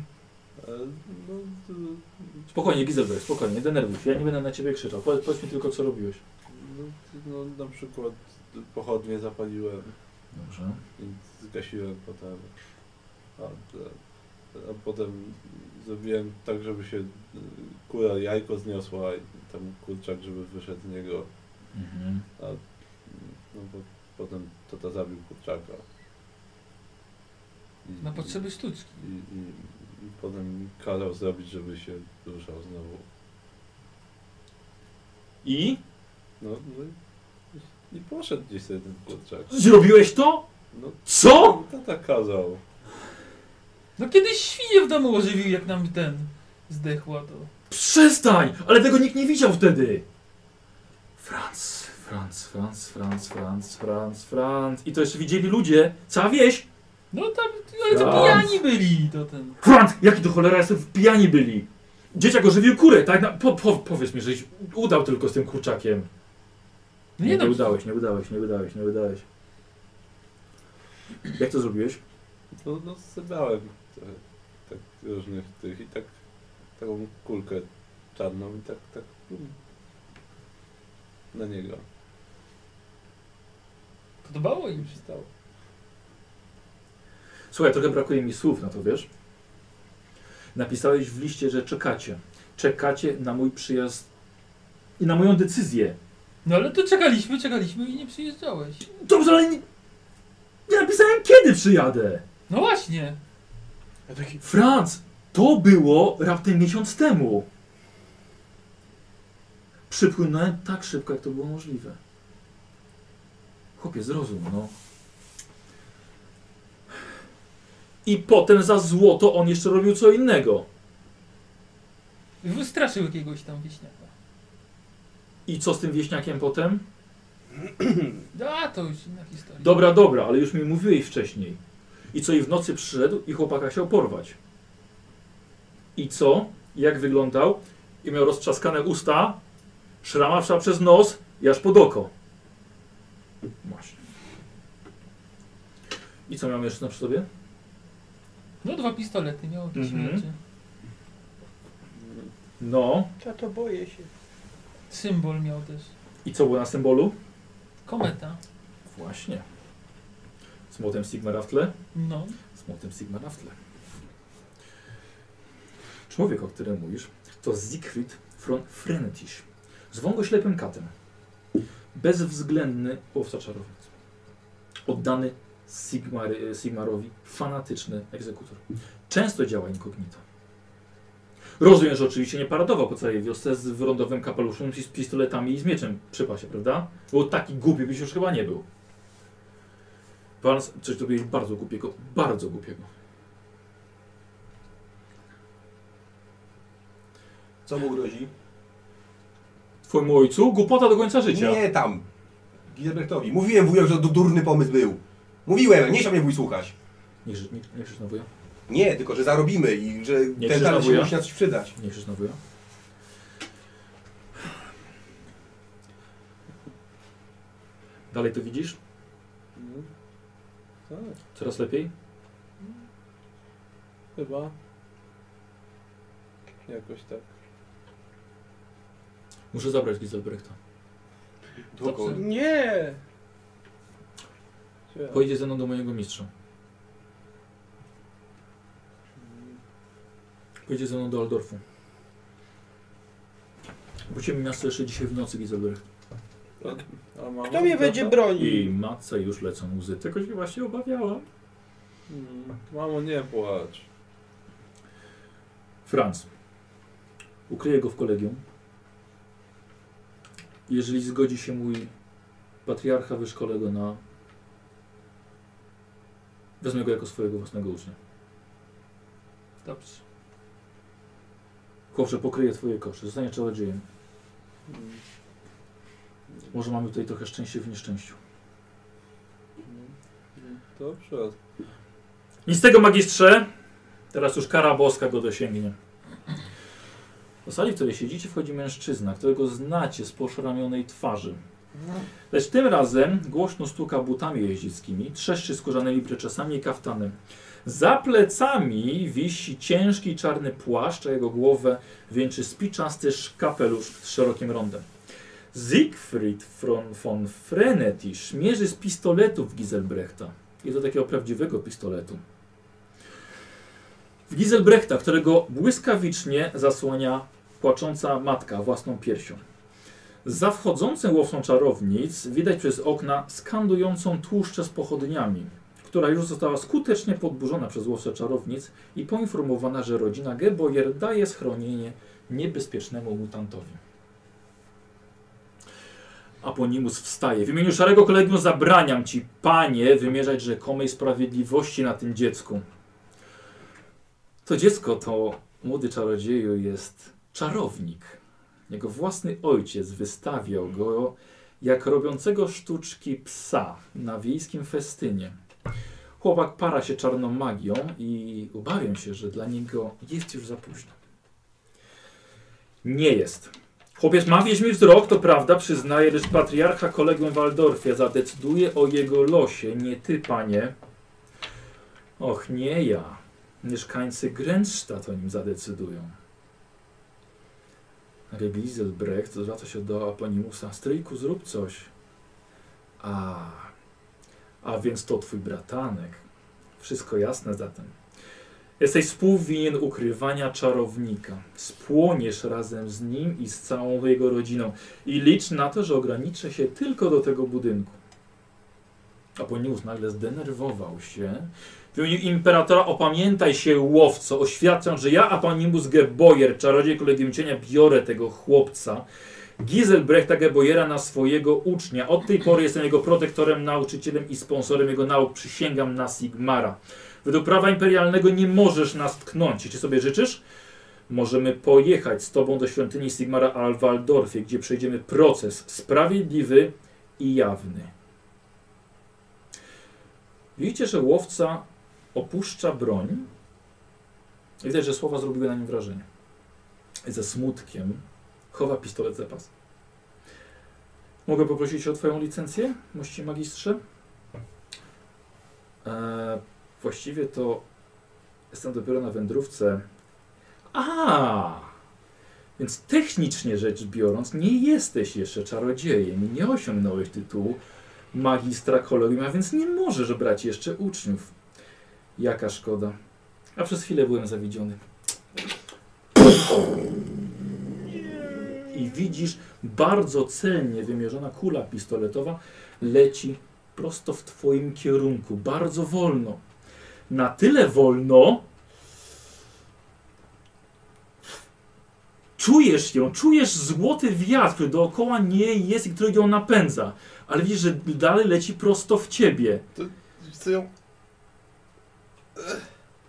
Speaker 3: No, to,
Speaker 1: Spokojnie, Gizelbert, spokojnie, nie denerwuj się, ja nie będę na ciebie krzyczał. Powiedz, powiedz mi tylko, co robiłeś.
Speaker 3: no, to, no na przykład pochodnie zapaliłem,
Speaker 1: Dobrze.
Speaker 3: więc zgasiłem potem. A, a potem zrobiłem tak, żeby się y, kura jajko zniosła i tam kurczak, żeby wyszedł z niego.
Speaker 1: Mhm.
Speaker 3: No bo potem tata zabił kurczaka. I,
Speaker 4: Na potrzeby sztuczki.
Speaker 3: I, i, I potem kazał zrobić, żeby się ruszał znowu.
Speaker 1: I?
Speaker 3: No, no i, i poszedł gdzieś sobie ten kurczak.
Speaker 1: Zrobiłeś to?
Speaker 3: No,
Speaker 1: Co?
Speaker 3: tata kazał.
Speaker 4: No kiedyś świnie w domu ożywił, jak nam ten zdechła to.
Speaker 1: Przestań! Ale tego nikt nie widział wtedy! Franz, Franz, Franz, Franz, Franz, Franz, Franz. I to jeszcze widzieli ludzie, cała wieś.
Speaker 4: No tam, ale to
Speaker 1: Raz.
Speaker 4: pijani byli to ten.
Speaker 1: Franz, jaki to cholera, jestem pijani byli. Dzieciak ożywił kurę, tak? Na, po, po, powiedz mi, żeś udał tylko z tym kurczakiem.
Speaker 4: No
Speaker 1: nie,
Speaker 4: nie no,
Speaker 1: udałeś, nie udałeś, nie udałeś, nie udałeś. Jak to zrobiłeś?
Speaker 3: No, no zebrałem trochę tak różnych tych i tak taką kulkę czarną i tak, tak mm, na niego.
Speaker 4: podobało
Speaker 3: I
Speaker 4: im się.
Speaker 3: wstał.
Speaker 1: Słuchaj, trochę brakuje mi słów na to, wiesz? Napisałeś w liście, że czekacie. Czekacie na mój przyjazd i na moją decyzję.
Speaker 4: No ale to czekaliśmy, czekaliśmy i nie przyjeżdżałeś.
Speaker 1: Dobrze, ale nie, nie napisałem kiedy przyjadę.
Speaker 4: No właśnie.
Speaker 5: Ja taki,
Speaker 1: Franz, to było raptem miesiąc temu. Przypłynąłem tak szybko, jak to było możliwe. Chłopie, zrozum, no. I potem za złoto on jeszcze robił co innego.
Speaker 4: Wystraszył jakiegoś tam wieśniaka.
Speaker 1: I co z tym wieśniakiem potem?
Speaker 4: No, A to już inna historia.
Speaker 1: Dobra, dobra, ale już mi mówiłeś wcześniej. I co i w nocy przyszedł i chłopaka chciał porwać. I co? I Jak wyglądał? I miał roztrzaskane usta, szramawsza przez nos i aż pod oko. Właśnie. I co miał jeszcze na przy sobie?
Speaker 4: No dwa pistolety miał jakieś
Speaker 1: Mhm.
Speaker 4: rzeczy.
Speaker 1: No.
Speaker 2: Tato, boję się.
Speaker 4: Symbol miał też.
Speaker 1: I co było na symbolu?
Speaker 4: Kometa.
Speaker 1: Właśnie. Z młotem Sigmara w tle?
Speaker 4: No.
Speaker 1: Z młotem Sigmara w tle. Człowiek, o którym mówisz, to Siegfried von Frenetisch. Zwą go ślepym katem. Bezwzględny łowca czarownic. Oddany e, Sigmary, Sigmarowi, fanatyczny egzekutor. Często działa inkognito. Rozumiem, że oczywiście nie paradował po całej wiosce z wyrondowym kapeluszem, z pistoletami i z mieczem przy pasie, prawda? Bo taki głupi byś już chyba nie był. Pan, coś zrobiłeś bardzo głupiego, bardzo głupiego.
Speaker 5: Co mu grozi?
Speaker 1: Twojemu ojcu głupota do końca życia.
Speaker 5: Nie tam. Gizelbrechtowi. Mówiłem wujowi, że to durny pomysł był. Mówiłem, nie chciał mnie wuj słuchać.
Speaker 1: Nie, krzycz- nie, nie krzycz na wuja.
Speaker 5: Nie, tylko że zarobimy i że ten
Speaker 1: krzycz na
Speaker 5: talent się
Speaker 1: wuja.
Speaker 5: musi na coś przydać.
Speaker 1: Nie krzycz na wuja. Dalej to widzisz?
Speaker 3: no, Tak,
Speaker 1: Coraz lepiej?
Speaker 3: chyba. Jakoś tak.
Speaker 1: Muszę zabrać Gizelbrechta.
Speaker 5: Dokąd?
Speaker 2: Nie!
Speaker 3: Gdzie?
Speaker 1: Pojedzie ze mną do mojego mistrza. Pojedzie ze mną do Aldorfu. Wrócimy miasto jeszcze dzisiaj w nocy, Gizelbrecht.
Speaker 3: A tak? mama?
Speaker 2: Kto mnie będzie
Speaker 1: I
Speaker 2: bronił?
Speaker 1: matce już lecą łzy. Tego się właśnie obawiałam.
Speaker 3: Mm, Mamo, nie płacz.
Speaker 1: Franz. Ukryję go w kolegium. Jeżeli zgodzi się mój patriarcha, wyszkolę go na... Wezmę go jako swojego własnego ucznia.
Speaker 4: Dobrze.
Speaker 1: Chłopcze, pokryję twoje koszy. Zostanie czarodziejem.
Speaker 3: Mm,
Speaker 1: Może mamy tutaj trochę szczęścia w nieszczęściu.
Speaker 3: mm, mm, Dobrze.
Speaker 1: Nic z tego, magistrze. Teraz już kara boska go dosięgnie. Do sali, w której siedzicie, wchodzi mężczyzna, którego znacie z poszramionej twarzy. Lecz tym razem głośno stuka butami jeździeckimi, trzeszczy skórzanymi bryczesami i kaftanem. Za plecami wisi ciężki czarny płaszcz, a jego głowę wieńczy spiczasty sz- kapelusz z szerokim rondem. Siegfried von, von Frenetisch mierzy z pistoletów Giselbrechta. I do takiego prawdziwego pistoletu. W Giselbrechta, którego błyskawicznie zasłania płacząca matka własną piersią. Za wchodzącym łowcą czarownic widać przez okna skandującą tłuszcze z pochodniami, która już została skutecznie podburzona przez łowcę czarownic i poinformowana, że rodzina Geboyer daje schronienie niebezpiecznemu mutantowi. Aponimus wstaje. W imieniu szarego kolegium zabraniam ci, panie, wymierzać rzekomej sprawiedliwości na tym dziecku. To dziecko, to młody czarodzieju, jest czarownik. Jego własny ojciec wystawiał go jak robiącego sztuczki psa na wiejskim festynie. Chłopak para się czarną magią i obawiam się, że dla niego jest już za późno. Nie jest. Chłopiec ma wiedźmi wzrok, to prawda, przyznaje, lecz patriarcha kolegą w Waldorfie zadecyduje o jego losie, nie ty, panie. Och, nie ja. Mieszkańcy Grenstadt o nim zadecydują. Regizelbrecht zwraca się do Aponimusa. Stryjku, zrób coś. A, a więc to twój bratanek. Wszystko jasne zatem. Jesteś współwinien ukrywania czarownika. Spłoniesz razem z nim i z całą jego rodziną. I licz na to, że ograniczę się tylko do tego budynku. Aponius nagle zdenerwował się. W imieniu imperatora opamiętaj się, łowco. Oświadczam, że ja, Aponimus Geboyer, czarodziej kolegium cienia, biorę tego chłopca. Giselbrechta Gebojera na swojego ucznia. Od tej pory jestem jego protektorem, nauczycielem i sponsorem jego nauk. Przysięgam na Sigmara. Według prawa imperialnego nie możesz nas tknąć. Jeśli sobie życzysz, możemy pojechać z tobą do świątyni Sigmara Al w Waldorfie, gdzie przejdziemy proces sprawiedliwy i jawny. Widzicie, że łowca opuszcza broń. I Widać, że słowa zrobiły na nim wrażenie. Ze smutkiem chowa pistolet za pas. Mogę poprosić o Twoją licencję, mości magistrze? Eee, Właściwie to jestem dopiero na wędrówce. A! Więc technicznie rzecz biorąc, nie jesteś jeszcze czarodziejem i nie osiągnąłeś tytułu magistra kolegium, a więc nie możesz brać jeszcze uczniów. Jaka szkoda. A przez chwilę byłem zawiedziony. I widzisz, bardzo celnie wymierzona kula pistoletowa leci prosto w twoim kierunku, bardzo wolno na tyle wolno, Czujesz ją, czujesz złoty wiatr, który dookoła niej jest i który ją napędza. Ale widzisz, że dalej leci prosto w ciebie.
Speaker 5: Chcę ją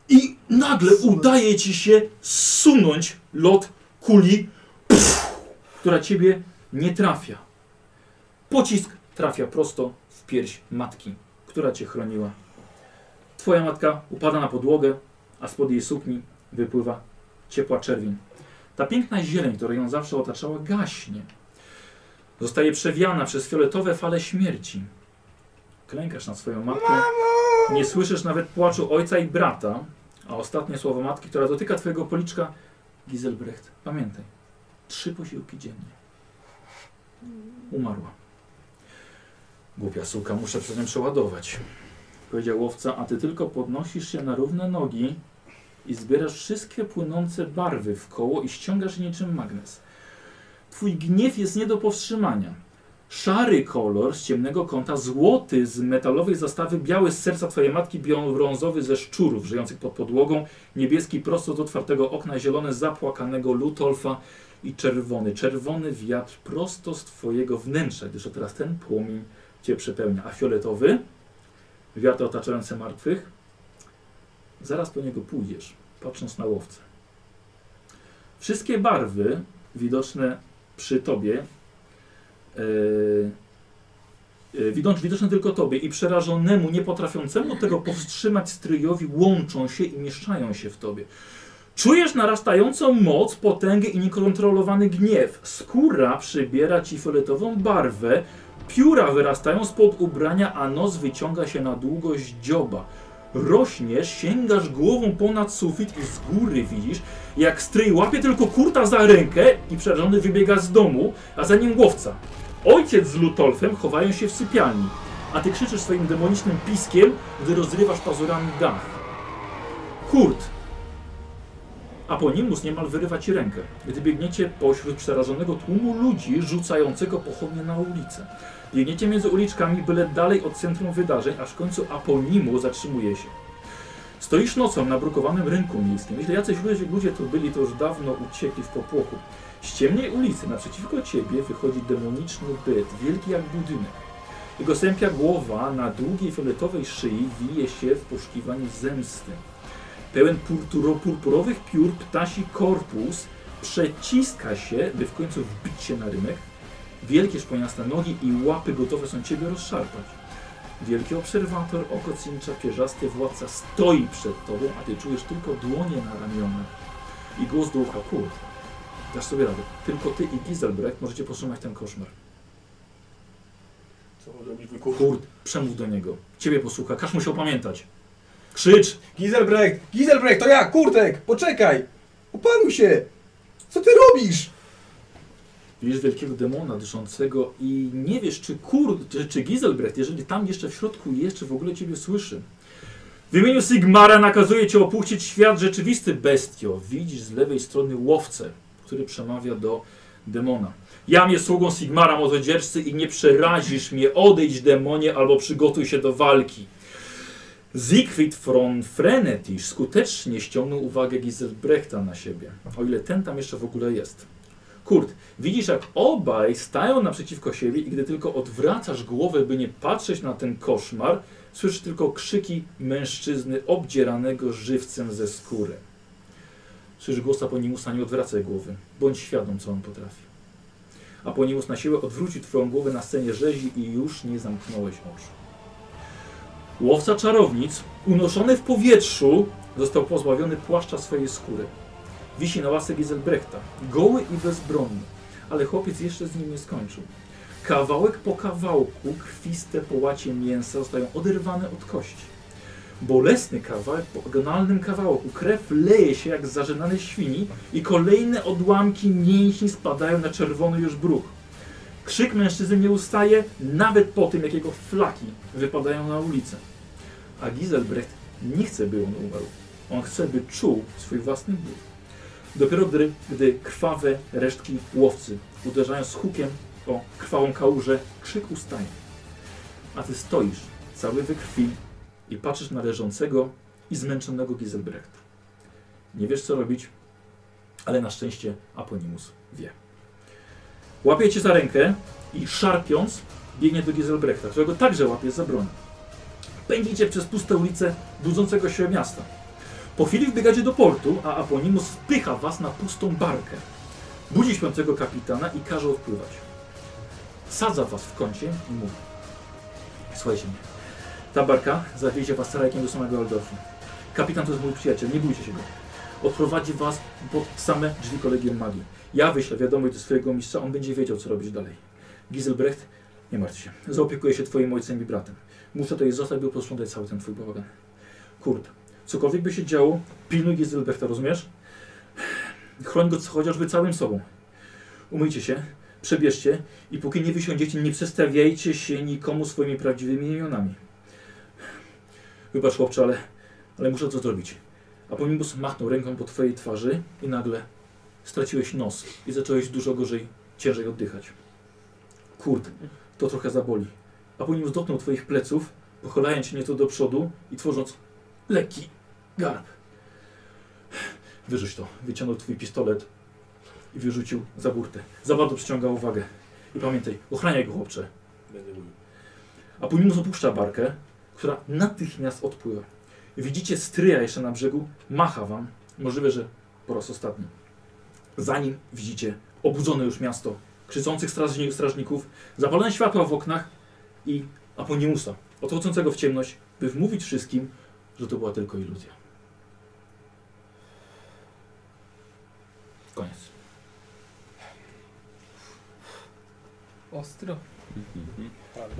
Speaker 1: I nagle udaje ci się zsunąć lot kuli, pff, która ciebie nie trafia. Pocisk trafia prosto w pierś matki, która cię chroniła. Twoja matka upada na podłogę, a spod jej sukni wypływa ciepła czerwień. Ta piękna zieleń, która ją zawsze otaczała, gaśnie. Zostaje przewiana przez fioletowe fale śmierci. Klękasz na swoją matkę. Nie słyszysz nawet płaczu ojca i brata, a ostatnie słowo matki, która dotyka twojego policzka, Giselbrecht, pamiętaj, trzy posiłki dziennie. Umarła. Głupia suka, muszę przez nią przeładować. Powiedział łowca, a ty tylko podnosisz się na równe nogi i zbierasz wszystkie płynące barwy w koło i ściągasz je niczym magnes. Twój gniew jest nie do powstrzymania. Szary kolor z ciemnego kąta, złoty z metalowej zastawy, biały z serca twojej matki, brązowy ze szczurów żyjących pod podłogą, niebieski prosto z otwartego okna, zielony z zapłakanego Lutolfa i czerwony. Czerwony wiatr prosto z twojego wnętrza, gdyż oto teraz ten płomień cię przepełnia. A fioletowy, wiatr otaczający martwych, zaraz po niego pójdziesz, patrząc na łowcę. Wszystkie barwy widoczne przy tobie Yy, widocz, E, widoczne tylko tobie i przerażonemu, niepotrafiącemu tego powstrzymać stryjowi, łączą się i mieszczają się w tobie. Czujesz narastającą moc, potęgę i niekontrolowany gniew. Skóra przybiera ci fioletową barwę, pióra wyrastają spod ubrania, a nos wyciąga się na długość dzioba. Rośniesz, sięgasz głową ponad sufit i z góry widzisz, jak stryj łapie tylko kurta za rękę i przerażony wybiega z domu, a za nim łowca. Ojciec z Lutolfem chowają się w sypialni, a ty krzyczysz swoim demonicznym piskiem, gdy rozrywasz pazurami dach. Kurt! Aponimus niemal wyrywa ci rękę, gdy biegniecie pośród przerażonego tłumu ludzi rzucającego pochodnie na ulicę. Biegniecie między uliczkami, byle dalej od centrum wydarzeń, aż w końcu Aponimu zatrzymuje się. Stoisz nocą na brukowanym rynku miejskim. Jeśli jacyś ludzie, ludzie tu byli, to już dawno uciekli w popłochu. Z ciemnej ulicy naprzeciwko ciebie wychodzi demoniczny byt, wielki jak budynek. Jego sępia głowa na długiej fioletowej szyi wije się w poszukiwaniu zemsty. Pełen purturo- purpurowych piór ptasi korpus przeciska się, by w końcu wbić się na rynek. Wielkie szponiaste nogi i łapy gotowe są ciebie rozszarpać. Wielki obserwator, oko cincza, pierzasty władca stoi przed tobą, a ty czujesz tylko dłonie na ramionach. I głos do ucha, kurde, dasz sobie radę. Tylko ty i Giselbrecht możecie powstrzymać ten koszmar.
Speaker 5: Co on robi, wujku?
Speaker 1: Kurde, przemów do niego. Ciebie posłucha, każ mu się opamiętać. Krzycz!
Speaker 5: Giselbrecht! Giselbrecht, to ja! Kurtek! Poczekaj! Opanuj się! Co ty robisz?
Speaker 1: Widzisz wielkiego demona dyszącego i nie wiesz, czy Kurt, czy, czy Giselbrecht, jeżeli tam jeszcze w środku jest, czy w ogóle ciebie słyszy. W imieniu Sigmara nakazuje cię opuścić świat rzeczywisty, bestio. Widzisz z lewej strony łowcę, który przemawia do demona. Jam jest sługą Sigmara, młodzieżcy i nie przerazisz mnie. Odejdź, demonie, albo przygotuj się do walki. Siegfried von Frenetisch skutecznie ściągnął uwagę Giselbrechta na siebie, o ile ten tam jeszcze w ogóle jest. Kurt, widzisz jak obaj stają naprzeciwko siebie i gdy tylko odwracasz głowę, by nie patrzeć na ten koszmar, słyszysz tylko krzyki mężczyzny obdzieranego żywcem ze skóry. Słyszysz głos Aponimusa, nie odwracaj głowy. Bądź świadom, co on potrafi. Aponimus na siłę odwrócił twoją głowę na scenie rzezi i już nie zamknąłeś oczu. Łowca czarownic, unoszony w powietrzu, został pozbawiony płaszcza swojej skóry. Wisi na łasce Giselbrechta, goły i bezbronny, ale chłopiec jeszcze z nim nie skończył. Kawałek po kawałku krwiste połacie mięsa zostają oderwane od kości. Bolesny kawałek po agonalnym kawałku. Krew leje się jak z zażynanej świni i kolejne odłamki mięśni spadają na czerwony już bruch. Krzyk mężczyzny nie ustaje nawet po tym, jak jego flaki wypadają na ulicę. A Giselbrecht nie chce, by on umarł. On chce, by czuł swój własny ból. Dopiero gdy, gdy krwawe resztki łowcy uderzają z hukiem o krwawą kałużę, krzyk ustaje. A ty stoisz, cały we krwi i patrzysz na leżącego i zmęczonego Giselbrechta. Nie wiesz co robić, Ale na szczęście Aponimus wie. Łapie cię za rękę i szarpiąc biegnie do Giselbrechta, którego także łapie za broń. Pędzicie przez puste ulice budzącego się miasta. Po chwili wbiegacie do portu, a Aponimus wpycha was na pustą barkę. Budzi śpiącego kapitana i każe odpływać. Sadza was w kącie i mówi. Słuchajcie mnie. Ta barka zawiezie was sarajkiem do samego Aldorfu. Kapitan to jest mój przyjaciel, nie bójcie się go. Odprowadzi was pod same drzwi Kolegium Magii. Ja wyślę wiadomość do swojego mistrza, on będzie wiedział, co robić dalej. Giselbrecht, nie martw się. Zaopiekuję się twoim ojcem i bratem. Muszę to jej zostać, by posprzątać cały ten twój bałagan. Kurt, cokolwiek by się działo, pilnuj Giselbrechta, rozumiesz? Chroń go co- chociażby całym sobą. Umyjcie się, przebierzcie i póki nie wysiądziecie, nie przestawiajcie się nikomu swoimi prawdziwymi imionami. Wybacz chłopcze, ale, ale muszę to zrobić. A Ponimbus machnął ręką po twojej twarzy i nagle straciłeś nos i zacząłeś dużo gorzej, ciężej oddychać. Kurt, to trochę zaboli. A Ponimbus dotknął twoich pleców, pochylając się nieco do przodu i tworząc lekki garb. Wyrzuć to. Wyciągnął twój pistolet i wyrzucił za burtę. Za bardzo przyciąga uwagę. I pamiętaj, ochraniaj go chłopcze.
Speaker 5: Będę mówił.
Speaker 1: A Punimus opuszcza barkę, która natychmiast odpływa. Widzicie stryja jeszcze na brzegu, macha wam, możliwe, że po raz ostatni. Za nim widzicie obudzone już miasto, krzyczących strażni strażników, zapalone światła w oknach i Aponimusa, odchodzącego w ciemność, by wmówić wszystkim, że to była tylko iluzja. Koniec.
Speaker 4: Ostro.
Speaker 2: Bardzo.